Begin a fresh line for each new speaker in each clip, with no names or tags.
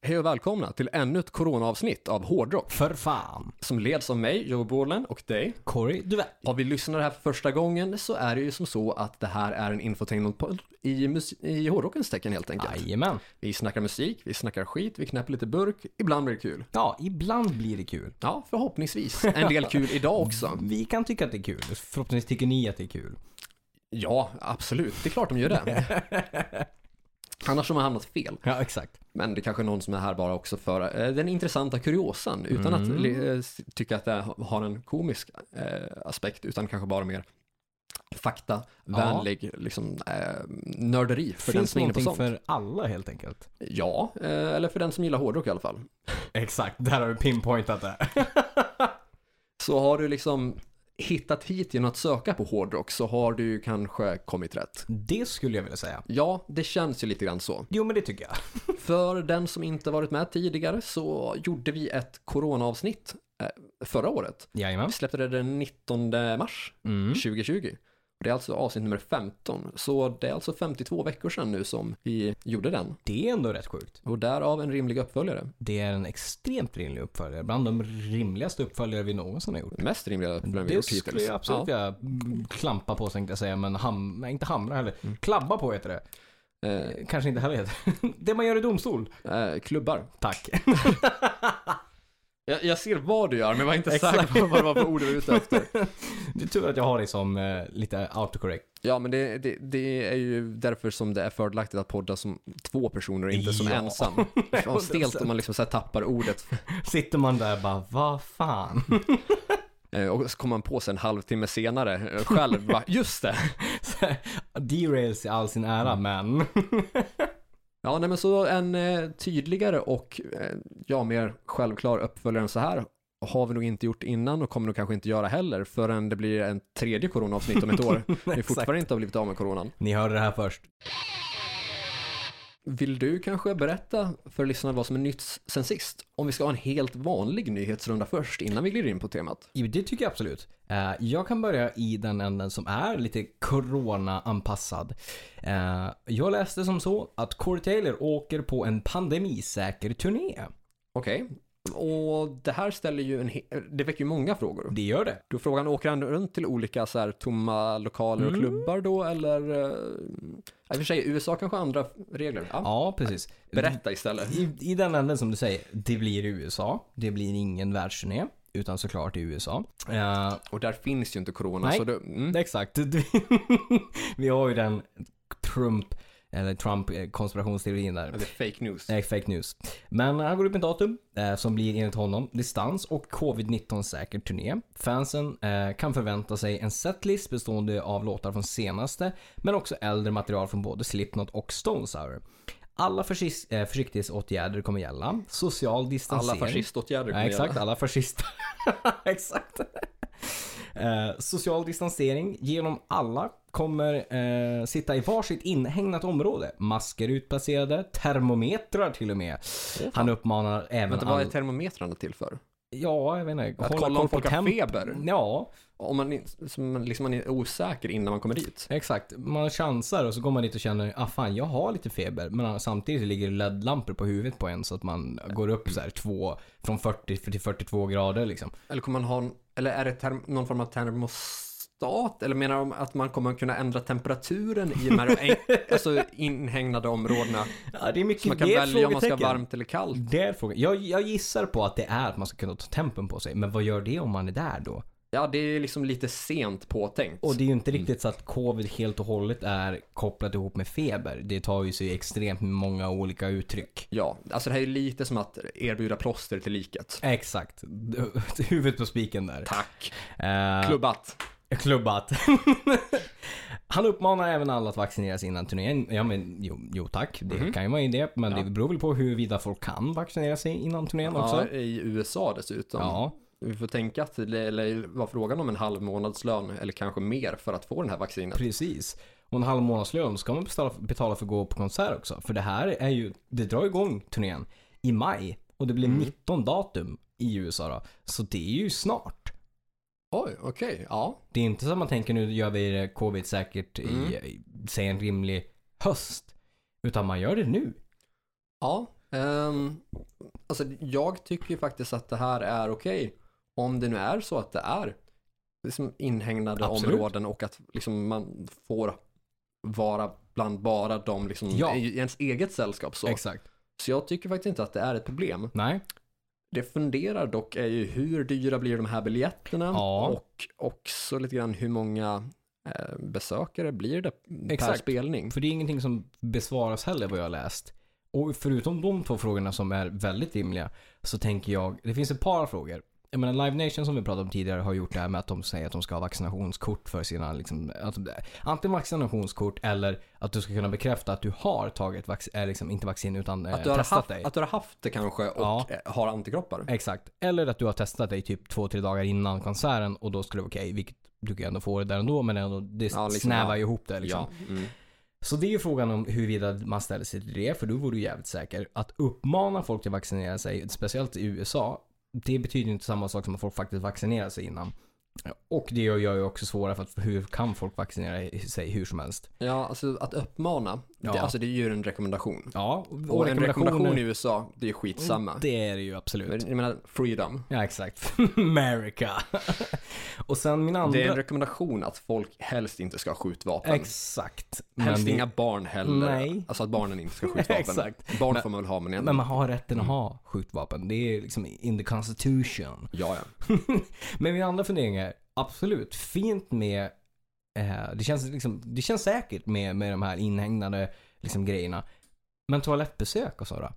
Hej och välkomna till ännu ett coronaavsnitt av Hårdrock
För fan.
som leds av mig, Joe Borland och dig.
Corey, du vet.
Om vi lyssnar här för första gången så är det ju som så att det här är en infotainmentpodd i, mus- i hårdrockens tecken helt enkelt.
Jajamän.
Vi snackar musik, vi snackar skit, vi knäpper lite burk, ibland blir det kul.
Ja, ibland blir det kul.
Ja, förhoppningsvis. En del kul idag också.
Vi kan tycka att det är kul. Förhoppningsvis tycker ni att det är kul.
Ja, absolut. Det är klart de gör det. Annars har man hamnat fel.
Ja, exakt.
Men det är kanske är någon som är här bara också för eh, den intressanta kuriosan utan att
Mm.
li- eh, s- tycka att det ha- har en komisk eh, aspekt utan kanske bara mer faktavänlig liksom, eh, nörderi för den
Finns
som är inne på
någonting
sånt.
för alla helt enkelt.
Ja, eh, eller för den som gillar hårdrock i alla fall.
Exakt, där har vi pinpointat det.
Så har du liksom hittat hit genom att söka på hårdrock så har du ju kanske kommit rätt.
Det skulle jag vilja säga.
Ja, det känns ju lite grann så.
Jo, men det tycker jag.
För den som inte varit med tidigare så gjorde vi ett coronaavsnitt eh, förra året.
Jajamän.
Vi släppte det den 19 mars
Mm.
2020. Och Det är alltså avsnitt nummer 15, så det är alltså 52 veckor sedan nu som vi gjorde den.
Det är ändå rätt sjukt.
Och därav en rimlig uppföljare.
Det är en extremt rimlig uppföljare. Bland de rimligaste uppföljare vi någonsin har gjort.
Mest rimliga uppföljare vi
Det
gjort
skulle jag absolut
Ja.
vilja mm, klampa på tänkte jag säga, men ham- nej, inte hamra heller. Klabba på heter det.
Eh,
Kanske inte heller heter. det man gör i domstol.
eh, klubbar.
Tack.
Jag, jag ser vad du gör, men var inte
Exakt.
säker på vad det var för ord du var ute efter.
Det är tur att jag har dig som eh, lite autocorrect.
Ja, men det, det, det är ju därför som det är fördelaktigt att podda som två personer och inte som
Ja.
ensam. Det var stelt om man liksom så här tappar ordet
Sitter man där bara, vad fan?
Eh, och så kommer man på sig en halvtimme senare eh, själv, bara, just det.
Så här, Derails i all sin ära, men...
Ja, nej men så en eh, tydligare och eh, ja, mer självklar uppföljare än så här har vi nog inte gjort innan och kommer nog kanske inte göra heller förrän det blir en tredje coronaavsnitt om ett år. vi fortfarande inte har blivit av med coronan.
Ni hörde det här först.
Vill du kanske berätta för lyssnarna vad som är nytt sen sist? Om vi ska ha en helt vanlig nyhetsrunda först innan vi glider in på temat.
Jo, det tycker jag absolut. Eh, jag kan börja i den änden som är lite corona-anpassad. Eh, jag läste som så att Corey Taylor åker på en pandemisäker turné.
Okej, och det här ställer ju en he- det väcker ju många frågor.
Det gör det.
Då är frågan, åker han runt till olika så här, tomma lokaler och
Mm.
klubbar då eller? eh, I och för sig, i USA kanske har andra regler. Ja.
Ja, precis.
Berätta istället.
I, I den änden som du säger, det blir i USA. Det blir ingen världsturné, utan såklart i USA. Eh,
Och där finns ju inte corona.
Nej.
Så det, mm.
Exakt. Du- Vi har ju den Trump, eller Trump eh, konspirationsteorin där.
det är fake news.
Nej, fake news. Men han går upp med datum eh, som blir enligt honom distans och covid-19 säker turné. Fansen eh, kan förvänta sig en setlist bestående av låtar från senaste men också äldre material från både Slipknot och Stone Sour. Alla försis- eh, försiktighetsåtgärder kommer gälla. Social distansering.
Alla fasciståtgärder
Ja,
kommer
exakt,
gälla.
alla fascister. exakt. Eh, social distansering genom alla kommer eh, sitta i varsitt inhägnat område. Masker utplacerade, termometrar till och med. Han uppmanar även
Vänta, vad är
all-
termometrarna till för?
Ja, jag vet inte.
Att
Hålla
kolla
koll
om
på
folk har
temp-
feber?
Ja,
Om man, är- som man- liksom man är osäker innan man kommer dit?
exakt. Man chansar och så går man dit och känner ah fan, jag har lite feber. Men samtidigt ligger det LED-lampor på huvudet på en så att man går upp så här två, från 40 till 42 grader liksom.
Eller kommer man ha, en, eller är det term, någon form av termostat? Eller menar de att man kommer kunna ändra temperaturen i de här en- alltså inhägnade områdena?
Ja, det är mycket
Så man kan
det är
välja om man ska
frågetecken.
varmt eller kallt?
Det är frågan. Jag, jag gissar på att det är att man ska kunna ta tempen på sig, men vad gör det om man är där då?
Ja, det är liksom lite sent påtänkt.
Och det är ju inte riktigt så att covid helt och hållet är kopplat ihop med feber. Det tar ju sig extremt många olika uttryck.
Ja, alltså det här är lite som att erbjuda plåster till liket.
Exakt. Huvudet på spiken där.
Tack.
Eh,
Klubbat.
Klubbat. Han uppmanar även alla att vaccinera sig innan turnén. Ja men jo, jo tack, det
Mhm.
kan ju vara en idé. Men det beror väl på huruvida folk kan vaccinera sig innan turnén också.
Ja, I USA dessutom.
Ja.
Vi får tänka att det eller var frågan om en halv månadslön eller kanske mer för att få den här vaccinet.
Precis. Och en halv månadslön ska man betala, betala för att gå på konsert också. För det här är ju, det drar igång turnén i maj. Och det blir 19 datum i USA då. Så det är ju snart.
Oj, okej. Ja.
Det är inte som man tänker nu gör vi det covid säkert i,
Mm.
i, säg en rimlig höst. Utan man gör det nu.
Ja. Ehm, alltså, jag tycker ju faktiskt att det här är okej. Om det nu är så att det är liksom inhägnade
Absolut.
områden och att liksom man får vara bland bara de liksom,
Ja.
i ens eget sällskap. Så.
Exakt.
så jag tycker faktiskt inte att det är ett problem.
Nej.
Det funderar dock är ju hur dyra blir de här biljetterna
Ja.
och också lite grann hur många eh, besökare blir det per
Exakt.
spelning.
För det är ingenting som besvaras heller vad jag har läst. Och förutom de två frågorna som är väldigt rimliga så tänker jag, det finns ett par frågor. Jag menar Live Nation som vi pratade om tidigare har gjort det här med att de säger att de ska ha vaccinationskort för sina, liksom, att, antingen vaccinationskort eller att du ska kunna bekräfta att du har tagit, vax, äh, liksom, inte vaccin utan eh,
Att du, har
testat
haft,
dig.
att du har haft det kanske och
Ja.
eh, har antikroppar.
Exakt. Eller att du har testat dig typ två, tre dagar innan konserten och då skulle det vara okej, vilket du kan ändå få det där ändå, men ändå, det
Ja, liksom,
snävar
ja.
ju ihop det liksom.
Ja. Mm.
Så det är ju frågan om huruvida man ställer sig till det, för då vore du jävligt säker. Att uppmana folk till att vaccinera sig, speciellt i USA, det betyder ju inte samma sak som att folk faktiskt vaccinerar sig innan. Och det gör gör ju också svårare för att hur kan folk vaccinera sig hur som helst?
Ja, alltså att uppmana,
Ja.
det, alltså det är ju en rekommendation.
Ja,
Och, en rekommendation i USA, det är skitsamma.
Mm, Det är det ju absolut.
Men Jag menar, freedom.
Ja, exakt. America. Och sen min andra...
Det är en rekommendation att folk helst inte ska ha skjutvapen.
Exakt.
helst
det-
inga barn heller.
Nej.
Alltså att barnen inte ska ha skjutvapen.
Exakt.
Barn får man väl ha, men,
Men man har rätten att ha skjutvapen. Det är liksom in the constitution.
ja, ja.
Men min andra fundering är, absolut, fint med, eh, det, känns liksom, det känns säkert med, med de här inhägnade liksom, grejerna. Men toalettbesök och så då?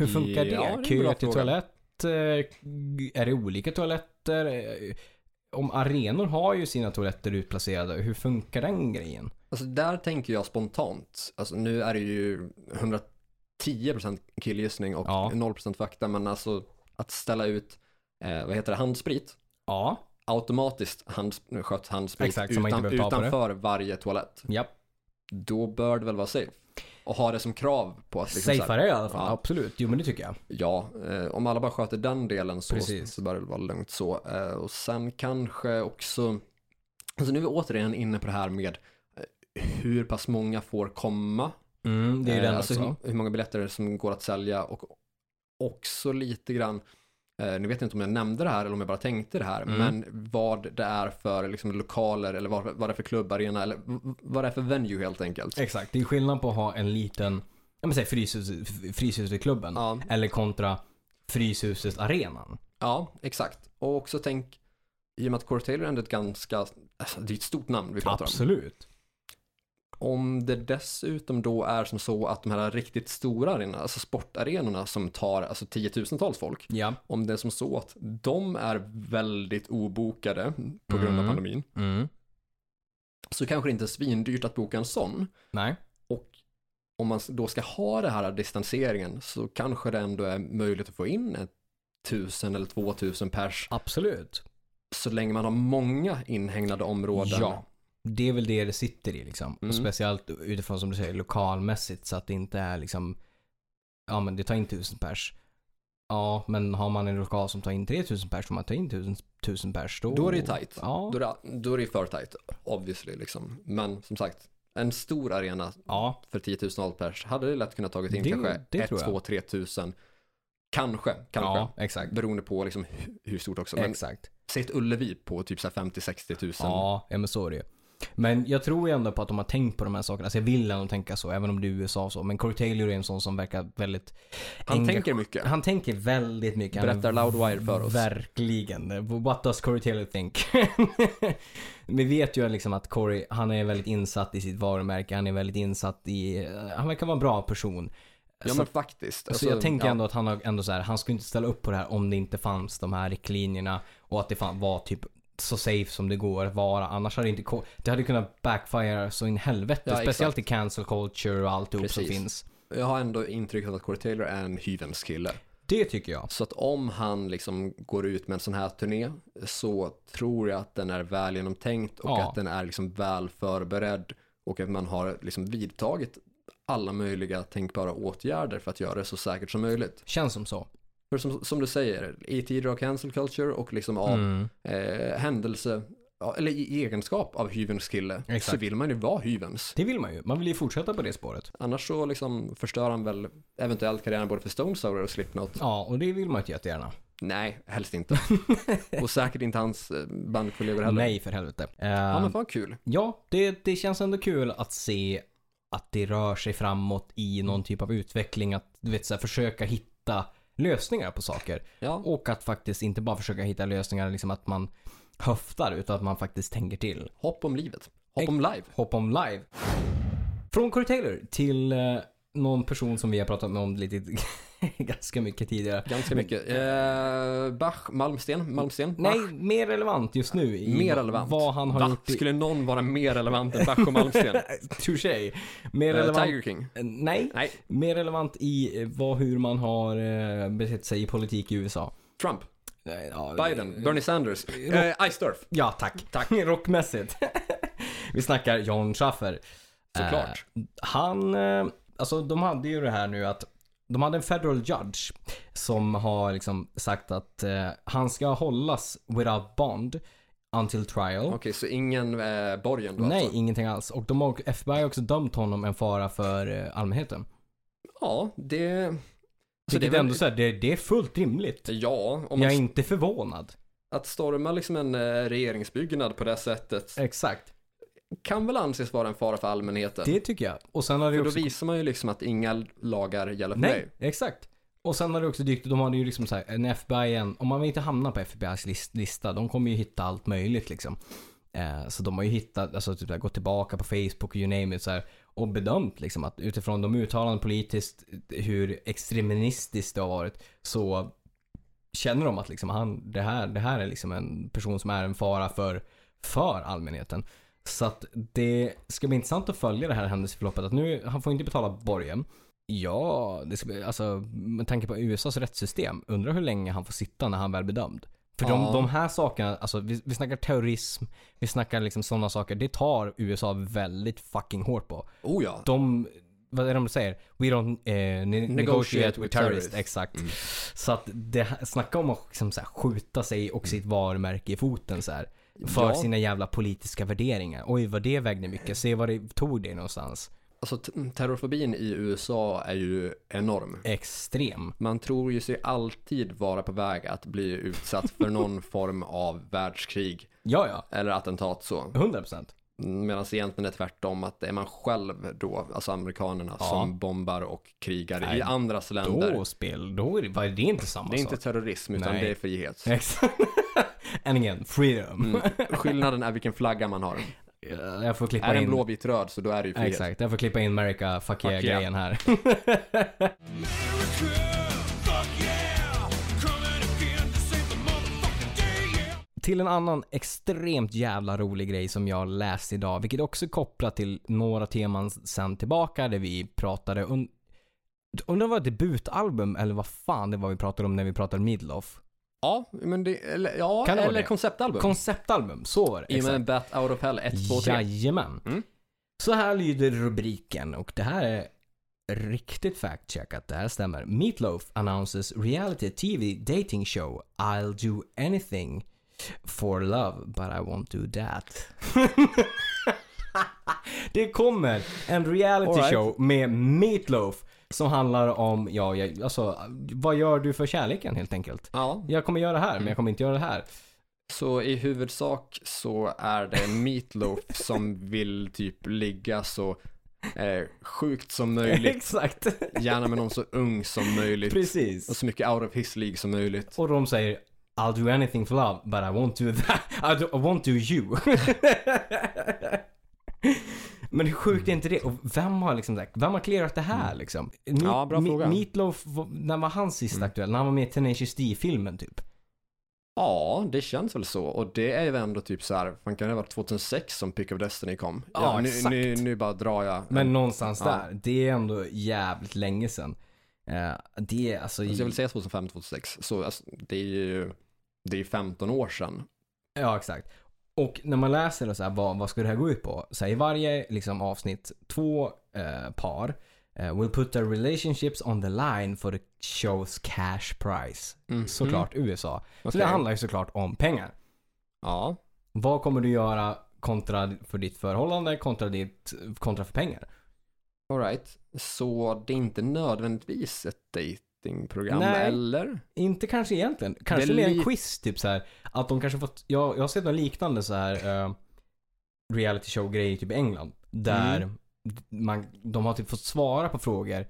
Hur
Ja,
funkar
det är en
det?
bra
Köer till
fråga.
toalett? eh, Är det olika toaletter? Eh, Om arenor har ju sina toaletter utplacerade, hur funkar den grejen?
Alltså där tänker jag spontant, alltså nu är det ju 110% killgissning och
Ja.
0% fakta, men alltså att ställa ut, eh, vad heter det, handsprit,
Ja,
automatiskt hands, skött handsprit
Exakt, så man
utan,
inte behöver ta på det.
utanför varje toalett,
japp.
då bör det väl vara safe. Och ha det som krav på att liksom så här,
Safeare i alla fall,
Ja.
absolut. Jo men det tycker jag.
ja, eh, om alla bara sköter den delen så,
Precis.
så bör det vara lugnt så. Eh, och sen kanske också, alltså nu är vi återigen inne på det här med eh, hur pass många får komma
Mm, det är ju
Eh,
den
alltså
också.
hur, hur många biljetter som går att sälja och också lite grann, eh, nu vet jag inte om jag nämnde det här eller om jag bara tänkte det här,
Mm.
men vad det är för liksom, lokaler eller vad, vad det är för klubbarena eller v- v- vad det är för venue helt enkelt.
Exakt, det är skillnad på att ha en liten, ja men säg Fryshuset, f- Fryshuset klubben.
Ja,
Eller kontra Fryshuset arenan.
ja, exakt. Och också tänk, i och med att Corey Taylor är ändå ett ganska, alltså, det är ett stort namn vi pratar
Absolut.
om. Om det dessutom då är som så att de här riktigt stora arenorna, alltså sportarenorna som tar alltså tiotusentals folk,
Ja.
om det är som så att de är väldigt obokade på grund av
Mm.
pandemin
Mm.
så kanske det inte är svindyrt att boka en sån.
Nej.
Och om man då ska ha det här distanseringen så kanske det ändå är möjligt att få in ett tusen eller två tusen pers
Absolut.
så länge man har många inhägnade områden.
Ja. Det är väl det det sitter i liksom.
Mm.
Och speciellt utifrån som du säger lokalmässigt så att det inte är liksom, ja men det tar in tusen pers. Ja, men har man en lokal som tar in 3000 pers och man tar in 1000 tusen pers då...
Då är det ju tajt.
Ja.
Då är det, då är det för tajt, obviously. Liksom. Men som sagt, en stor arena
ja.
för 10 000 pers hade det lätt kunnat tagit in
Det-
kanske
det
1,
tror jag.
2, 3 tusen. Kanske, kanske.
Ja, exakt.
Beroende på liksom hu- hur stort också. Men
Exakt.
säg ett Ullevi på typ 50-60 tusen.
Ja, ja men så är det ju. Men jag tror ju ändå på att de har tänkt på de här sakerna. Alltså jag vill ändå tänka så, även om det är USA och så. Men Corey Taylor är en sån som verkar väldigt...
Han
engage-
tänker mycket.
Han tänker väldigt mycket. Han är
Berättar Loudwire för oss.
Verkligen. What does Corey Taylor think? Vi vet ju liksom att Corey, han är väldigt insatt i sitt varumärke. Han är väldigt insatt i... eh, Han verkar vara en bra person.
Ja
Så-
men faktiskt. Alltså,
så alltså, jag tänker ändå att han har ändå så här, han skulle inte ställa upp på det här om det inte fanns de här riktlinjerna och att det fan var typ så safe som det går att vara. Annars hade det inte ko- Det hade kunnat backfire så in helvete.
Ja, exakt.
speciellt i cancel culture och alltihop som
Precis.
finns.
Jag har ändå intrycket att Corey Taylor är en hyvens kille.
Det tycker jag.
Så att om han liksom går ut med en sån här turné så tror jag att den är väl genomtänkt och
Ja.
att den är liksom väl förberedd och att man har liksom vidtagit alla möjliga tänkbara åtgärder för att göra det så säkert som möjligt.
Känns som så.
E För som, som du säger, i tider av cancel culture och liksom av
Mm.
eh, händelse ja, eller i egenskap av hyvens kille,
Exakt.
så vill man ju vara hyvens.
Det vill man ju. Man vill ju fortsätta på det spåret.
Annars så liksom förstör han väl eventuellt karriären både för Stone Sour och Slipknot.
Ja, och det vill man ju jättegärna.
Nej, helst inte. och säkert inte hans eh, bandkollegor heller.
Nej, för helvete. Eh,
Ja,
ja,
men fan kul.
det, det känns ändå kul att se att det rör sig framåt i någon typ av utveckling. Att du vet, så här, försöka hitta lösningar på saker.
Ja,
Och att faktiskt inte bara försöka hitta lösningar, liksom att man höftar, utan att man faktiskt tänker till.
hopp om livet. Hopp om live.
Hopp om live. Från Corey Taylor till eh, någon person som vi har pratat med om lite ganska mycket tidigare.
Ganska mycket. Eh, Bach, Malmsten, Malmsten.
Nej,
Bach.
mer relevant just nu. I
Mer relevant.
Vad han har
Va?
gjort. I,
Skulle någon vara mer relevant än Bach och Malmsten? Eh,
touché. Mer relevant.
Tiger King.
Eh, Nej.
Nej,
Mer relevant i eh, vad, hur man har eh, betett sig i politik i USA.
Trump,
Eh, Ja,
Biden, Bernie Sanders, eh, Ice Turf.
Ja, tack. Tack. Rockmässigt. Vi snackar John Schaffer. Eh,
Såklart.
Han, eh, alltså de hade ju det här nu att de hade en federal judge som har liksom sagt att eh, han ska hållas without bond until trial.
Okej, så ingen eh, borgen då
Nej,
alltså?
ingenting alls. Och de har, FBI har också dömt honom en fara för eh, allmänheten.
Ja, det... alltså,
Vilket
väl-
ändå så här, det, det är fullt rimligt.
Ja, om man,
Jag är inte förvånad.
att storma liksom en eh, regeringsbyggnad på det sättet
Eh. Exakt.
kan väl anses vara en fara för allmänheten.
Det tycker jag. Och sen har det
För då
också
visar man ju liksom att inga lagar gäller för
Nej,
dig.
exakt. Och sen har det också dykt, de hade ju liksom så här, en FBI, en, om man vill inte hamna på FBI's list, lista, de kommer ju hitta allt möjligt liksom. Eh, så de har ju hittat, alltså typ där, gått tillbaka på Facebook och you name it så här, och bedömt liksom att utifrån de uttalanden politiskt, hur extremistiskt det har varit, så känner de att liksom han, det här, det här är liksom en person som är en fara för, för allmänheten. Så att det ska bli intressant att följa det här händelseförloppet. Att nu, han får inte betala borgen. Ja, det ska bli, alltså med tanke på USAs rättssystem. Undrar hur länge han får sitta när han väl blir dömd. För
Ja.
de, de här sakerna, alltså vi, vi snackar terrorism, vi snackar liksom sådana saker. Det tar USA väldigt fucking hårt på.
Oh ja.
De, vad är det de säger? We don't eh, ne- negotiate, with
with
terrorists.
terrorists. Mm.
Exakt. Så att det, här- snacka om att liksom så här, skjuta sig och sitt varumärke i foten så här. För
Mm. Ja.
sina jävla politiska värderingar. Oj, vad det vägde mycket. Se vad det tog det någonstans.
Alltså t- terrorfobin i USA är ju enorm.
Extrem.
Man tror ju sig alltid vara på väg att bli utsatt för någon form av världskrig
Ja, ja.
eller attentat så.
100%.
Medan egentligen är det tvärtom att är man själv då, alltså amerikanerna
Ja.
som bombar och krigar i
Nej,
andras länder.
Då spel, då är det, vad är det inte samma
det är inte
sak?
terrorism utan
Nej.
det är frihet.
Exakt. And again, freedom.
Mm. Skillnaden är vilken flagga man har.
Jag får klippa
Är den
in.
blå, vit, röd så då är det ju frihet.
Exakt, jag får klippa in America, fuck
Fuck yeah.
yeah-grejen här.
Fuck yeah! Coming again to save the motherfucking day, yeah!
Till en annan extremt jävla rolig grej som jag läste idag, vilket också kopplar till några teman sen tillbaka där vi pratade om... Undrar om det var ett debutalbum eller vad fan det var vi pratade om när vi pratade Midlof.
Ja, men det, eller, ja,
Kan det vara
eller
det?
konceptalbum.
Konceptalbum, så var det.
I och med
Exakt.
en Bat Out of Hell 1, 2, 3.
Jajamän.
Mm.
Så här lyder rubriken och det här är riktigt fact-checkat. Det här stämmer. Meatloaf announces reality TV dating show I'll do anything for love but I won't do that. det kommer en reality
All right.
show med Meatloaf som handlar om, ja, jag, alltså vad gör du för kärleken helt enkelt?
Ja,
Jag kommer göra det här men
Mm.
jag kommer inte göra det här.
så i huvudsak så är det Meatloaf som vill typ ligga så eh, sjukt som möjligt.
Exakt,
Gärna med någon så ung som möjligt.
precis.
Och så mycket out of his league som möjligt.
Och de säger I'll do anything for love but I won't do that. I, do, I won't do you. Men hur sjukt är inte det? Och vem har liksom sagt, vem har clearat det här liksom? Meat-
Mm. Ja, bra
Me-
fråga. Mm.
Meatloaf, var- när var han sist aktuell? När han var med i Tenacious D-filmen typ?
Ja, det känns väl så. Och det är ju ändå typ så här, fan kan det ha varit 2006 som Pick of Destiny kom?
Ja,
nu,
exakt.
nu, nu bara drar jag. Alltså,
Men någonstans
Mm. Ja.
där. Det är ändå jävligt länge sedan. Eh, det är alltså...
Alltså jag vill säga 2005-2006, så alltså, det är ju det är 15 år sedan.
Ja, exakt. Och när man läser det så här, vad, vad ska det här gå ut på? Så här, I varje liksom, avsnitt, två eh, par eh, will put their relationships on the line for the show's cash prize.
Mm.
Såklart USA. Så
Okej.
det handlar ju såklart om pengar.
Ja,
Vad kommer du göra kontra för ditt förhållande, kontra, ditt, kontra för pengar?
Alright, så det är inte nödvändigtvis ett datingprogram
Nej.
eller?
Inte kanske egentligen. Kanske
Det är
mer en
li-
quiz, typ så här. Att de kanske fått, jag, jag har sett något liknande så här eh, reality show grejer typ i England. Där
Mm.
man, de har typ fått svara på frågor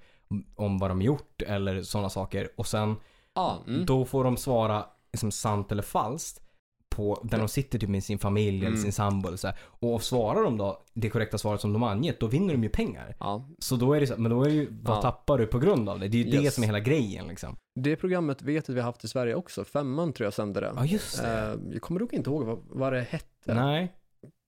om vad de gjort eller sådana saker. Och sen
Ja, mm.
då får de svara liksom, sant eller falskt. På, där de sitter typ med sin familj
Mm.
eller sin sambo eller så här. Och svarar de då det korrekta svaret som de angett, då vinner de ju pengar.
ja.
Så då är det så här, men då är det ju, vad
Ja.
tappar du på grund av det? Det är ju det
Yes.
som är hela grejen liksom.
Det programmet vet jag att vi har haft i Sverige också. Femman tror jag sände det.
Ja just det.
Eh, jag kommer dock inte ihåg vad, vad det hette.
Nej.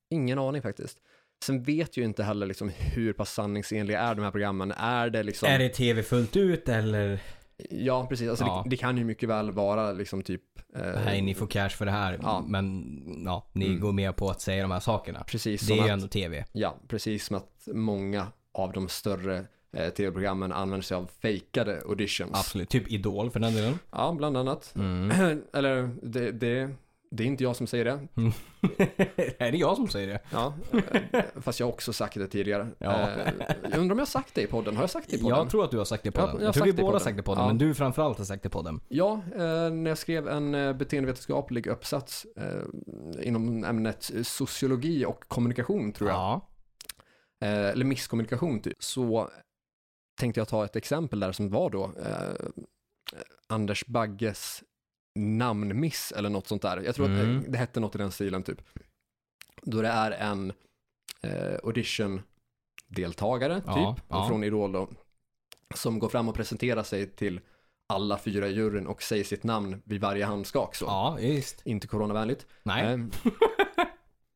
Ingen aning faktiskt. Sen vet ju inte heller liksom hur pass sanningsenliga är de här programmen. Är det liksom...
Är det tv fullt ut eller?
Ja, precis. Alltså,
Ja.
Det, det kan ju mycket väl vara liksom typ... eh,
Nej, ni får cash för det här.
Ja.
Men ja, ni
Mm.
går med på att säga de här sakerna.
Precis
Det
som
är ju
att-
ändå tv.
Ja, precis som att många av de större eh, tv-programmen använder sig av fejkade auditions.
Absolut. Mm. Typ Idol för den delen.
Ja, bland annat. Eller det, det, det är inte jag som säger det.
är det jag som säger det?
Ja, eh, fast jag har också sagt det tidigare.
Ja.
Eh, jag undrar om jag har sagt det i podden. Har jag sagt det i podden?
Jag tror att du har sagt det på
Ja,
den.
jag
Jag,
har
tror
sagt
vi
det i
båda har
podden.
sagt det på den.
Ja.
Men du framförallt har sagt det på den.
Ja, eh, när jag skrev en eh, beteendevetenskaplig uppsats eh, inom ämnet sociologi och kommunikation tror jag.
Ja.
eh, eller misskommunikation typ, så tänkte jag ta ett exempel där som var då eh, Anders Bagges namnmiss eller något sånt där. Jag tror att
Mm.
eh, det hette något i den stilen typ. Då det är en eh, audition-deltagare
Ja,
typ,
ja.
från Idol då, som går fram och presenterar sig till alla fyra i juryn och säger sitt namn vid varje handskak. Så.
Ja, just.
Inte coronavänligt.
Nej.
Eh,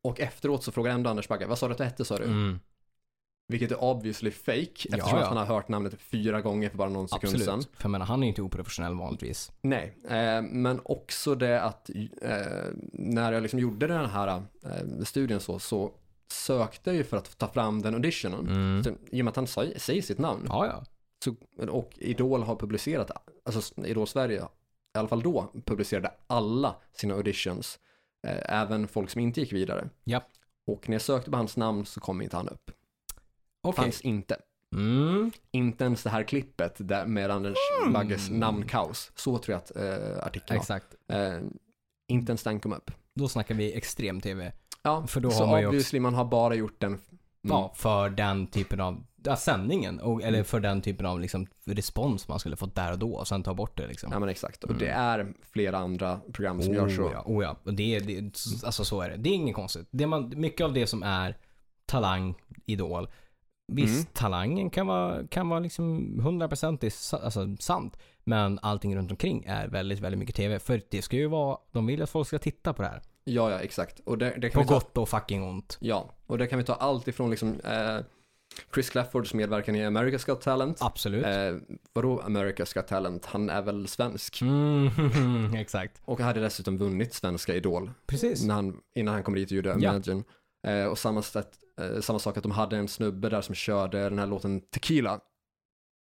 och efteråt så frågar ändå Anders Bagge, vad sa du att det hette sa du?
Mm.
Vilket är obviously fake eftersom
ja.
Att han har hört namnet fyra gånger för bara någon sekund
Absolut.
sedan.
För jag menar, han är ju inte oprofessionell vanligtvis.
Nej, eh, men också det att eh, när jag liksom gjorde den här eh, studien så, så sökte jag ju för att ta fram den auditionen.
Mm.
Så, I och med att han sa, säger sitt namn
Ja, ja.
så, och Idol har publicerat, alltså Idol Sverige, i alla fall då, publicerade alla sina auditions. Eh, även folk som inte gick vidare.
Ja.
Och när jag sökte på hans namn så kom inte han upp.
Okej.
Fanns inte.
Mm.
Inte ens det här klippet där med Anders Bagges namnkaos. Så tror jag att eh, artikeln var.
Hmm. Exakt.
Eh, inte ens den kom upp.
Då snackar vi extrem-tv.
Ja,
För då
så
har man ju också-
obviously man har bara gjort mm. den.
Ja, för den typen av ja, sändningen. Och, eller för den typen av liksom, respons man skulle fått där och då och sen ta bort det. Liksom.
Ja men exakt. Och det är flera andra program som gör så.
Oh, ja, oh, ja. Och det, är- det, är- alltså så är det. Det är inget konstigt. Det man, mycket av det som är talang, idol. Visst,
Mm.
talangen kan vara, kan vara liksom 100% i sa- alltså, sant. Men allting runt omkring är väldigt, väldigt mycket tv. För det ska ju vara, de vill att folk ska titta på det här.
Ja, ja exakt. Och det, det kan
På
vi ta,
gott och fucking ont.
Ja, och det kan vi ta allt ifrån liksom eh, Chris Claffords medverkan i America's Got Talent.
Absolut.
Eh, vadå America's Got Talent? Han är väl svensk?
Mm, exakt.
Och hade dessutom vunnit svenska Idol.
Precis.
när han, innan han kom dit och gjorde
Ja.
Imagine. Eh, och samma, sätt, eh, samma sak att de hade en snubbe där som körde den här låten Tequila.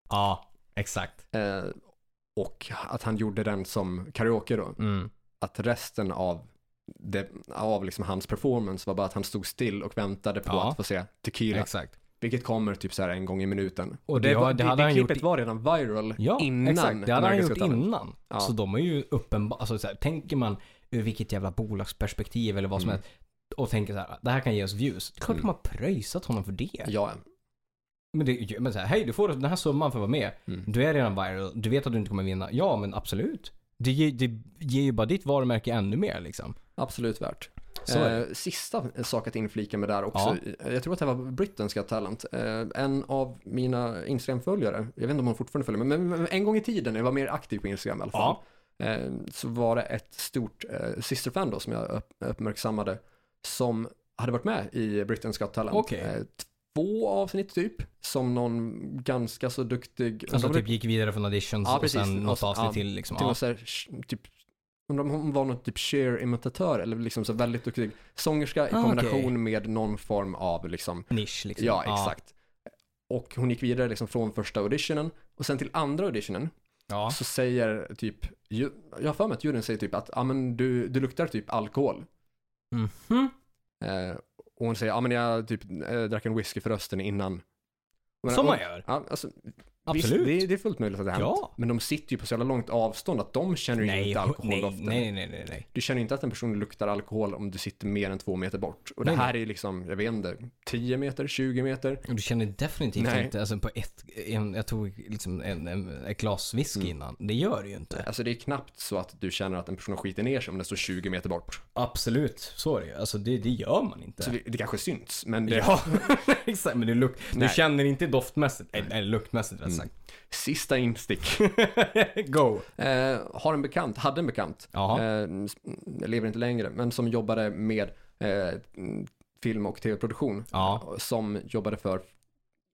Ja, exakt.
Eh, och att han gjorde den som karaoke då.
Mm.
Att resten av, det, av liksom hans performance var bara att han stod still och väntade på
Ja.
att få se Tequila.
Exakt.
Vilket kommer typ så här en gång i minuten.
Och det
var-
har- det hade han gjort
klippet
i-
var redan viral
Ja,
innan.
exakt. Det hade han
America's
gjort
Got Talent.
innan.
Ja.
Så de är ju uppenbara. Alltså, så här, tänker man ur vilket jävla bolagsperspektiv eller vad som
Mm.
helst och tänker så här, det här kan ge oss views. Det är klart de har pröjsat honom för det.
Ja,
Men, det, men så här, hej du får den här summan för att vara med.
Mm.
Du är redan viral, du vet att du inte kommer vinna. Ja, men absolut. Det ger, det ger ju bara ditt varumärke ännu mer liksom.
Absolut värt.
Så är
Eh, sista sak att inflika med där också. Jag tror att det var Britain's Got Talent. Eh, en av mina Instagram-följare, jag vet inte om hon fortfarande följer mig, men- men en gång i tiden, när jag var mer aktiv på Instagram i alla fall, eh, så var det ett stort eh, systerfan då som jag upp, uppmärksammade som hade varit med i Britain's Got Talent. Eh,
Okej.
två avsnitt typ, som någon ganska så duktig,
Alltså
undrar om
typ gick vidare från auditions
Ja,
och
precis.
sen något
Och-
avsnitt
ja,
till liksom.
det- till
Ja.
någon så här, sh- typ Undrar om hon var någon typ cheer-imitatör eller liksom så väldigt duktig sångerska i
Ah,
kombination
okej.
med någon form av liksom,
Nisch liksom.
ja exakt. Och hon gick vidare liksom från första auditionen och sen till andra auditionen
Ja.
så säger typ, ju- jag har för mig att juryn säger typ att, ja men du, du luktar typ alkohol.
Mhm.
Eh, och hon säger, ja men jag typ eh, drack en whisky för rösten innan. Men,
Som
och,
man gör.
Ja, alltså,
Absolut.
Visst, det, det är fullt möjligt att det har hänt.
Ja.
Men de sitter ju på så jävla långt avstånd att de känner ju
Nej,
inte
nej,
alkoholdoften.
nej, nej, nej, nej.
Du känner ju inte att en person luktar alkohol om du sitter mer än två meter bort. Och
Nej,
det här är liksom, jag vet inte, 10 meter, 20 meter.
Och Du känner definitivt
Nej.
inte, alltså på ett, en, jag tog liksom en, en, ett glas whisky
Mm.
innan. Det gör du ju inte.
Alltså det är knappt så att du känner att en person har skitit ner sig om den står 20 meter bort.
Absolut, så är det ju. Alltså det, det gör man inte.
Så det, det kanske syns, men det,
Ja, exakt. Men du, luk-
Nej.
du
Mm.
känner inte doftmässigt, eller, eller luktmässigt rätt sagt.
sista instick.
Go!
Eh, har en bekant, hade en bekant,
Jaha.
eh, s- lever inte längre, men som jobbade med eh, mm, film och tv-produktion.
Ja,
Som jobbade för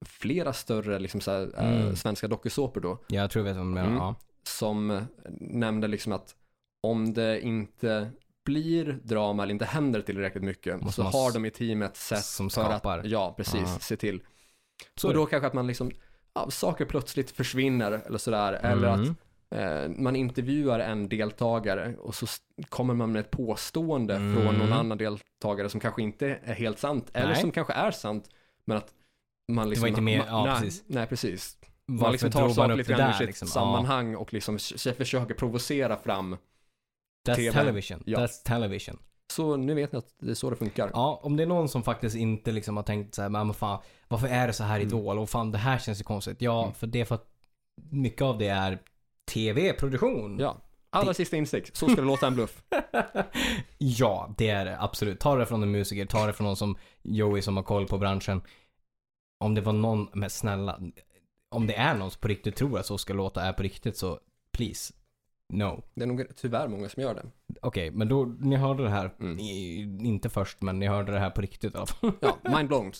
flera större liksom, så här, eh,
Mm.
svenska dokusåpor då.
jag tror jag vet vad du menar.
Mm.
Ja.
Som eh, nämnde liksom att om det inte blir drama eller inte händer tillräckligt mycket
Måste
så
man
har
s-
de i teamet sätt
som
för
skapar.
att ja, precis,
Ja.
se till.
Så
och
är det.
då kanske att man liksom, ja, saker plötsligt försvinner eller sådär. Eller att
Mm.
Eh, man intervjuar en deltagare och så s- kommer man med ett påstående
Mm.
från någon annan deltagare som kanske inte är helt sant eller
Nej.
som kanske är sant men att man liksom...
inte med-
man,
ja,
nej,
precis.
nej, precis.
Varför
Man liksom
drog
tar
man
saker
upp
lite
det
grann ur
där,
sitt
liksom? Ja.
sammanhang och liksom s- s- försöker provocera fram.
That's
TV.
television.
Ja.
That's television.
Så nu vet ni att det är så det funkar.
Ja, om det är någon som faktiskt inte liksom har tänkt så här, men fan, varför är det så här i
Mm.
Idol? Och fan, det här känns ju konstigt. Ja, för det är för att mycket av det är TV-produktion.
Ja. Allra sista insikt, så ska det låta en bluff.
Ja, det är det. Absolut. Ta det från en musiker. Ta det från någon som Joey som har koll på branschen. Om det var någon, men snälla. Om det är någon som på riktigt tror att Så ska låta är på riktigt så please. No.
Det är nog tyvärr många som gör det.
Okej, men då, ni hörde det här.
Mm.
I, inte först, men ni hörde det här på riktigt i alla fall.
Ja, mind blown.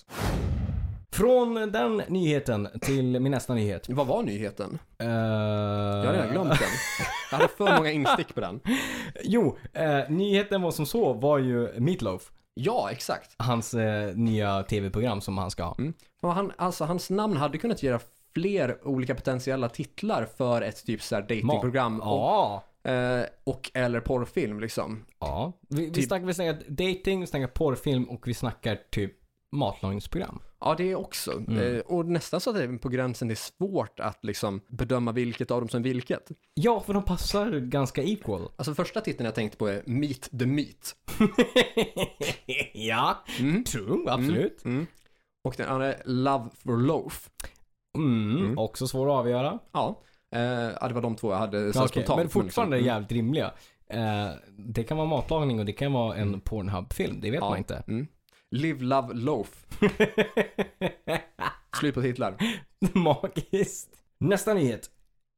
Från den nyheten till min nästa nyhet.
Vad var nyheten?
Eh,
Jag har redan glömt den. Jag hade för många instick på den.
Jo, eh, nyheten var som så var ju Meatloaf.
Ja, exakt.
Hans eh, nya tv-program som han ska ha.
Och han, alltså hans namn hade kunnat göra fler olika potentiella titlar för ett typ så här datingprogram och,
Ja.
eh, och eller porrfilm liksom.
Ja. Vi, vi,
Typ-
snackar, vi snackar dating, vi snackar porrfilm och vi snackar typ matlagningsprogram.
Ja, det är också.
Mm.
Eh, och nästan så att det är på gränsen det är svårt att liksom bedöma vilket av dem som vilket.
Ja, för de passar ganska equal.
Alltså första titeln jag tänkte på är Meet the Meat.
ja,
Mm.
true, absolut.
Och den andra är Love for Loaf.
Mm. Också svår att avgöra.
Ja, eh, ja, det var de två jag hade så
Ja,
här
okej,
spontant.
men fortfarande
liksom, mm.
jävligt rimliga. Eh, det kan vara matlagning och det kan vara en Pornhub-film, det vet man inte.
Mm. Live, Love, Loaf. Slut på titlar.
Magiskt. Nästa nyhet.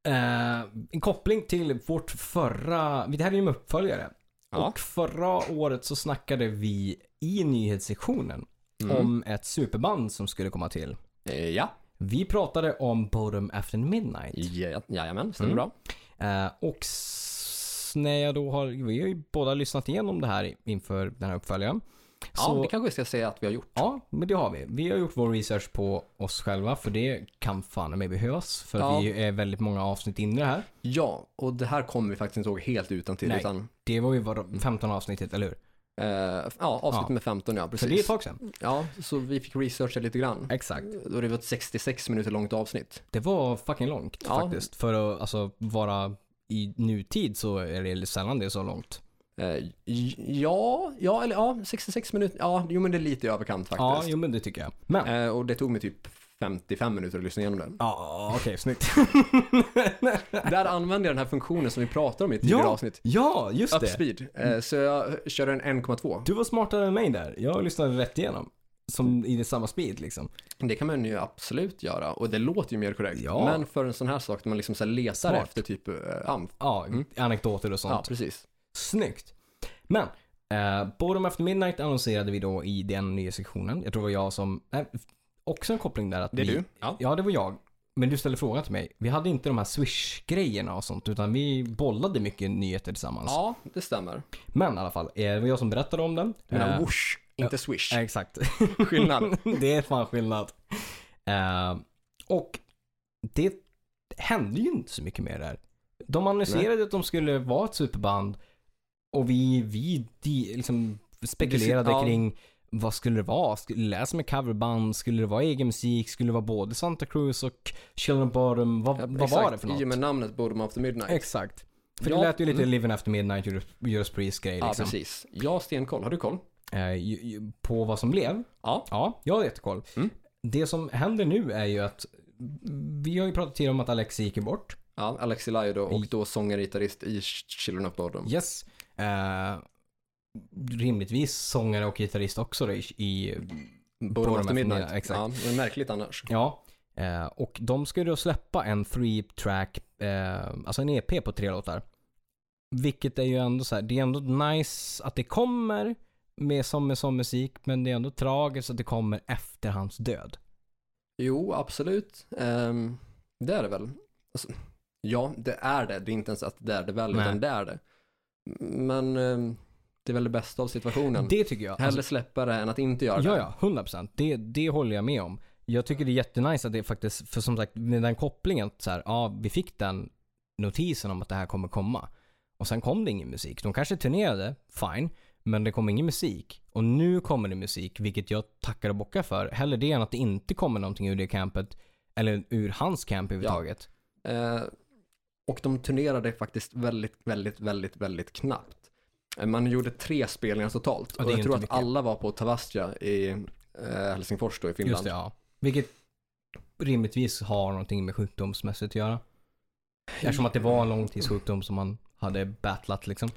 Eh, en koppling till vårt förra, det här är ju en uppföljare.
Ja.
Och förra året så snackade vi i nyhetssektionen
Mm.
om ett superband som skulle komma till.
Eh, ja.
Vi pratade om Bodom After Midnight.
Ja, jajamän, stämmer bra. Mm.
Eh, och s- när jag då har, vi har ju båda lyssnat igenom det här inför den här uppföljaren.
Ja, det kanske vi ska säga att vi har gjort.
Ja, men det har vi. Vi har gjort vår research på oss själva för det kan fan i mig behövas. För
Ja.
vi är väldigt många avsnitt in i det här.
Ja, och det här kommer vi faktiskt inte ihåg helt utan till.
Nej.
Utan,
Det var ju var 15 avsnittet, eller hur?
eh, ja, avsnitt
Ja.
med 15, ja
Så det är ett
precis.
tag sedan.
Ja, så vi fick researcha lite grann.
Exakt.
Då det var ett 66 minuter långt avsnitt.
Det var fucking långt
Ja.
faktiskt. För att alltså, vara i nutid så är det sällan det är så långt.
Eh, j- ja, ja, eller ja, 66 minuter. Ja, jo men det är lite i överkant
Ja,
faktiskt.
jo men det tycker jag. Men.
eh, och det tog mig typ 55 minuter att lyssna igenom den.
Ja, okej, snyggt.
Där använde jag den här funktionen som vi pratade om i ett tidigare
ja,
avsnitt.
ja, just det. Mm.
Upspeed. Eh, så jag körde en 1,2.
Du var smartare än mig där. Jag lyssnade rätt igenom. Som i det samma speed liksom.
Det kan man ju absolut göra och det låter ju mer korrekt.
Ja.
Men för en sån här sak där man liksom så här letar
Smart.
efter typ eh, ja,
Ja, anekdoter och sånt.
ja, precis.
Snyggt. Men, eh, Boredom After Midnight annonserade vi då i den nya sektionen. Jag tror det var jag som, nej, också en koppling där att
Det är
vi,
du. Ja.
Ja, det var jag. Men du ställde frågan till mig. Vi hade inte de här swish-grejerna och sånt utan vi bollade mycket nyheter tillsammans.
Ja, det stämmer.
Men i alla fall, eh, det var jag som berättade om den.
Du menar
Eh,
whoosh, inte swish.
eh, Exakt.
Skillnad.
det är fan skillnad. Eh, och det hände ju inte så mycket mer där. De annonserade att de skulle vara ett superband och vi, vi di- liksom spekulerade
Det- ja.
kring vad skulle det vara? Skulle läsa med coverband? Skulle det vara egen musik? Skulle det vara både Santa Cruz och Children of Bottom? Vad, vad var det för något?
I och med namnet Bottom After Midnight.
Exakt. För det
Ja.
lät ju lite Living After Midnight, Judas- Judas Priest grej
Ja,
liksom.
precis. Jag har stenkoll. Har du koll?
Eh, ju- ju- på vad som blev.
Ja.
Ja, jag har jättekoll.
Mm.
Det som händer nu är ju att vi har ju pratat tidigare om att Alex gick ju bort.
ja Alexi Laido och då sångare gitarrist i Children of Bottom.
Yes. Eh, rimligtvis sångare och gitarrist också då, i, i
Bottom After Midnight.
Exakt.
Ja, men märkligt annars.
Ja. Eh, och de skulle då släppa en three track, eh, alltså en EP på tre låtar. Vilket är ju ändå så här, det är ändå nice att det kommer med som med som musik, men det är ändå tragiskt att det kommer efter hans död.
Jo, absolut. Ehm, det är det väl. Alltså, ja, det är det. Det är inte ens att det är det väl,
Nej.
utan det är det. Men ehm, det är väl det bästa av situationen.
Det tycker jag.
Hellre släppa det än att inte göra
Ja,
det.
ja. 100 procent. Det, det håller jag med om. Jag tycker det är jättenice att det faktiskt, för som sagt, med den kopplingen, att så här, ja, vi fick den notisen om att det här kommer komma. Och sen kom det ingen musik. De kanske turnerade, fine, men det kom ingen musik. Och nu kommer det musik, vilket jag tackar och bockar för. Hellre det än att det inte kommer någonting ur det campet, eller ur hans camp överhuvudtaget.
Eh, och de turnerade faktiskt väldigt, väldigt, väldigt, väldigt knappt. Eh, Man gjorde tre spelningar totalt.
det är
Och jag
ju
tror att
inte mycket.
alla var på Tavastia i eh, Helsingfors då i Finland.
Just det, ja. Vilket rimligtvis har någonting med sjukdomsmässigt att göra. Eftersom att det var en långtidssjukdom som han hade battlat liksom.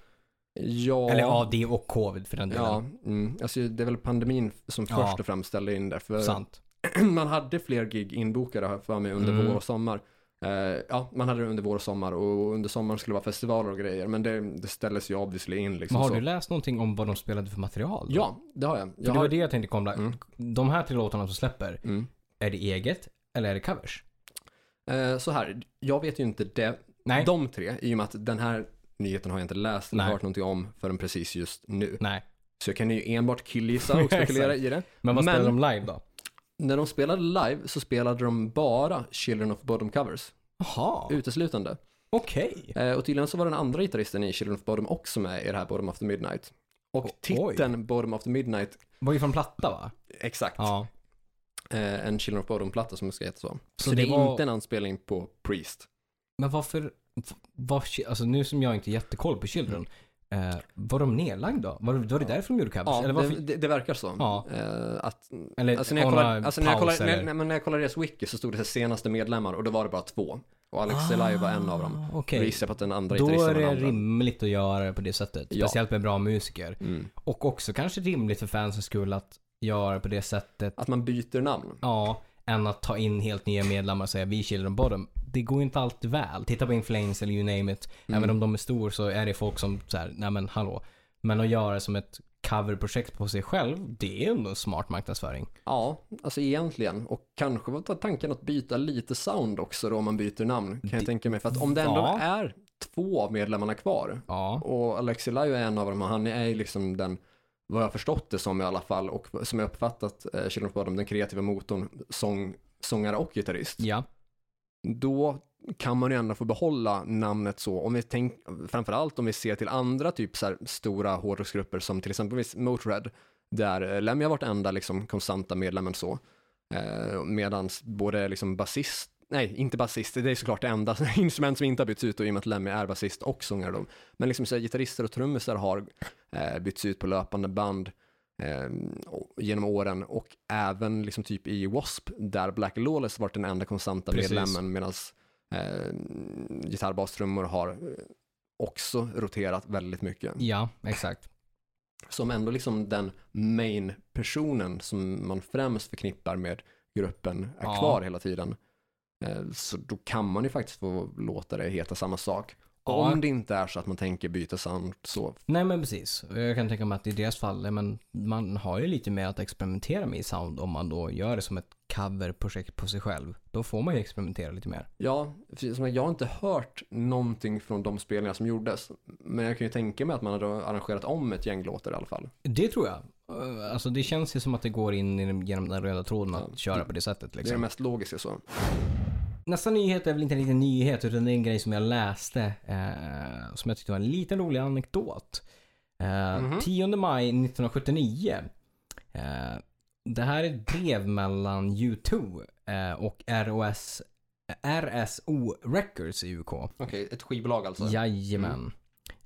Ja,
Eller ja, det och covid för den delen.
ja mm. alltså, det är väl pandemin som
Ja.
först och främst ställde in det. För
Sant.
man hade fler gig inbokade har jag för mig under
Mm.
vår och sommar. Eh, ja, man hade det under vår och sommar och under sommaren skulle det vara festivaler och grejer. Men det, det ställdes ju obviously in liksom.
Men har
så.
du läst någonting om vad de spelade för material? då?
Ja, det har jag.
För
jag
det
har...
var det jag tänkte komma.
Mm.
De här tre låtarna som släpper,
Mm.
är det eget eller är det covers?
Eh, så här, jag vet ju inte det.
Nej.
De tre, i och med att den här nyheten har jag inte läst eller
Nej.
hört någonting om förrän precis just nu.
Nej.
Så jag kan ju enbart killgissa och
Ja,
spekulera
exakt.
i det.
Men vad
Men-
spelar de live då?
När de spelade live så spelade de bara Children of Bottom covers,
Jaha,
uteslutande.
okej.
Eh, och tydligen så var den andra gitarristen i Children of Bottom också med i det här Bottom After Midnight. Och
O-
titeln Bottom After Midnight,
Var ju från platta va?
exakt,
Ja.
eh, en Children of Bottom-platta som ska heta så.
Så
Så,
det
det är
var-
inte en anspelning på Priest.
Men varför, var, alltså nu som jag inte har jättekoll på Children, eh, var de nedlagda? Var, var det därför de gjorde covers?
Ja,
eller varför,
det, det, det verkar så.
Ja.
Eh, att
eller
Alltså när jag
on
kollar,
a
alltså när jag
paus,
kollar, när,
eller?
när, men när jag kollar deras wiki så stod det så här senaste medlemmar och då var det bara två. Och Alex
Ah,
ah, var en av dem.
okej.
Då gissar jag på att den andra
Då
gitarristen
är
var den
det
andra.
rimligt att göra det på det sättet.
Ja.
Speciellt med bra musiker.
Mm.
Och också kanske rimligt för fansens skull att göra på det sättet.
Att man byter namn.
Ja, än att ta in helt nya medlemmar och säga vi är Children Bottom. Det går ju inte alltid väl. Titta på In Flames eller you name it.
Mm.
Även om de är stor så är det folk som så här, nej men hallå. Men att göra som ett coverprojekt på sig själv, det är ändå en smart marknadsföring.
Ja, alltså egentligen. Och kanske var ta- tanken att byta lite sound också då om man byter namn. Kan
Det-
jag tänka mig. För att om det ändå
Ja.
är två av medlemmarna kvar.
Ja.
Och Alexi Laiho är en av dem och han är ju liksom den, vad jag har förstått det som i alla fall. Och som jag uppfattat eh, Children of Bottom, den kreativa motorn, sång, sångare och gitarrist.
Ja.
då kan man ju ändå få behålla namnet så. Om vi tänk, framförallt om vi ser till andra typ så här stora hårdrocksgrupper som till exempelvis Motörhead, där eh, Lemmy har varit enda liksom konstanta medlemmen så. Eh, medans både liksom basist, nej inte basist, det är såklart det enda instrument som inte har bytts ut och i och med att Lemmy är basist och sångare då. Men liksom så här, gitarrister och trummisar har eh, bytts ut på löpande band eh, och- genom åren och även liksom typ i W.A.S.P. där Black Lawless varit den enda konstanta
Precis.
medlemmen medan eh, gitarr, bas, trummor har eh, också roterat väldigt mycket.
Ja, exakt.
Som ändå liksom den main personen som man främst förknippar med gruppen är
Ja.
kvar hela tiden. Eh, Så då kan man ju faktiskt få låta det heta samma sak.
Ja.
Om det inte är så att man tänker byta sound så.
Nej men precis. Jag kan tänka mig att i deras fall, men man har ju lite mer att experimentera med i sound om man då gör det som ett coverprojekt på sig själv. Då får man ju experimentera lite mer.
Ja, för som sagt, jag har inte hört någonting från de spelningar som gjordes. Men jag kan ju tänka mig att man hade arrangerat om ett gäng låtar i alla fall.
Det tror jag. Eh, Alltså det känns ju som att det går in i den- genom den röda tråden att
Ja.
köra på det sättet
Det är det
liksom.
mest logiska så.
Nästa nyhet är väl inte en liten nyhet utan det är en grej som jag läste eh, som jag tyckte var en liten rolig anekdot. Eh, 10 maj 1979. Eh, det här är ett brev mellan U2 eh, och ROS, RSO Records i UK.
Okej, ett skivbolag alltså. Mm.
Jajamän.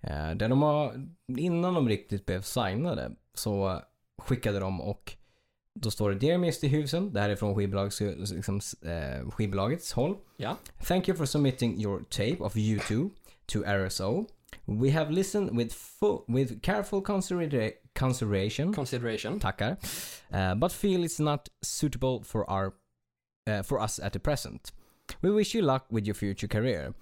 Eh, Där de har, innan de riktigt blev signade så skickade de och då står det Dear Mr. Husen, det här är från skivbolags, liksom, eh, skivbolagets håll.
Ja.
Thank you for submitting your tape of U2 to RSO. We have listened with, full, with careful considera- consideration
Consideration.
tackar. Eh, but feel it's not suitable for our eh, for us at the present. We wish you luck with your future career.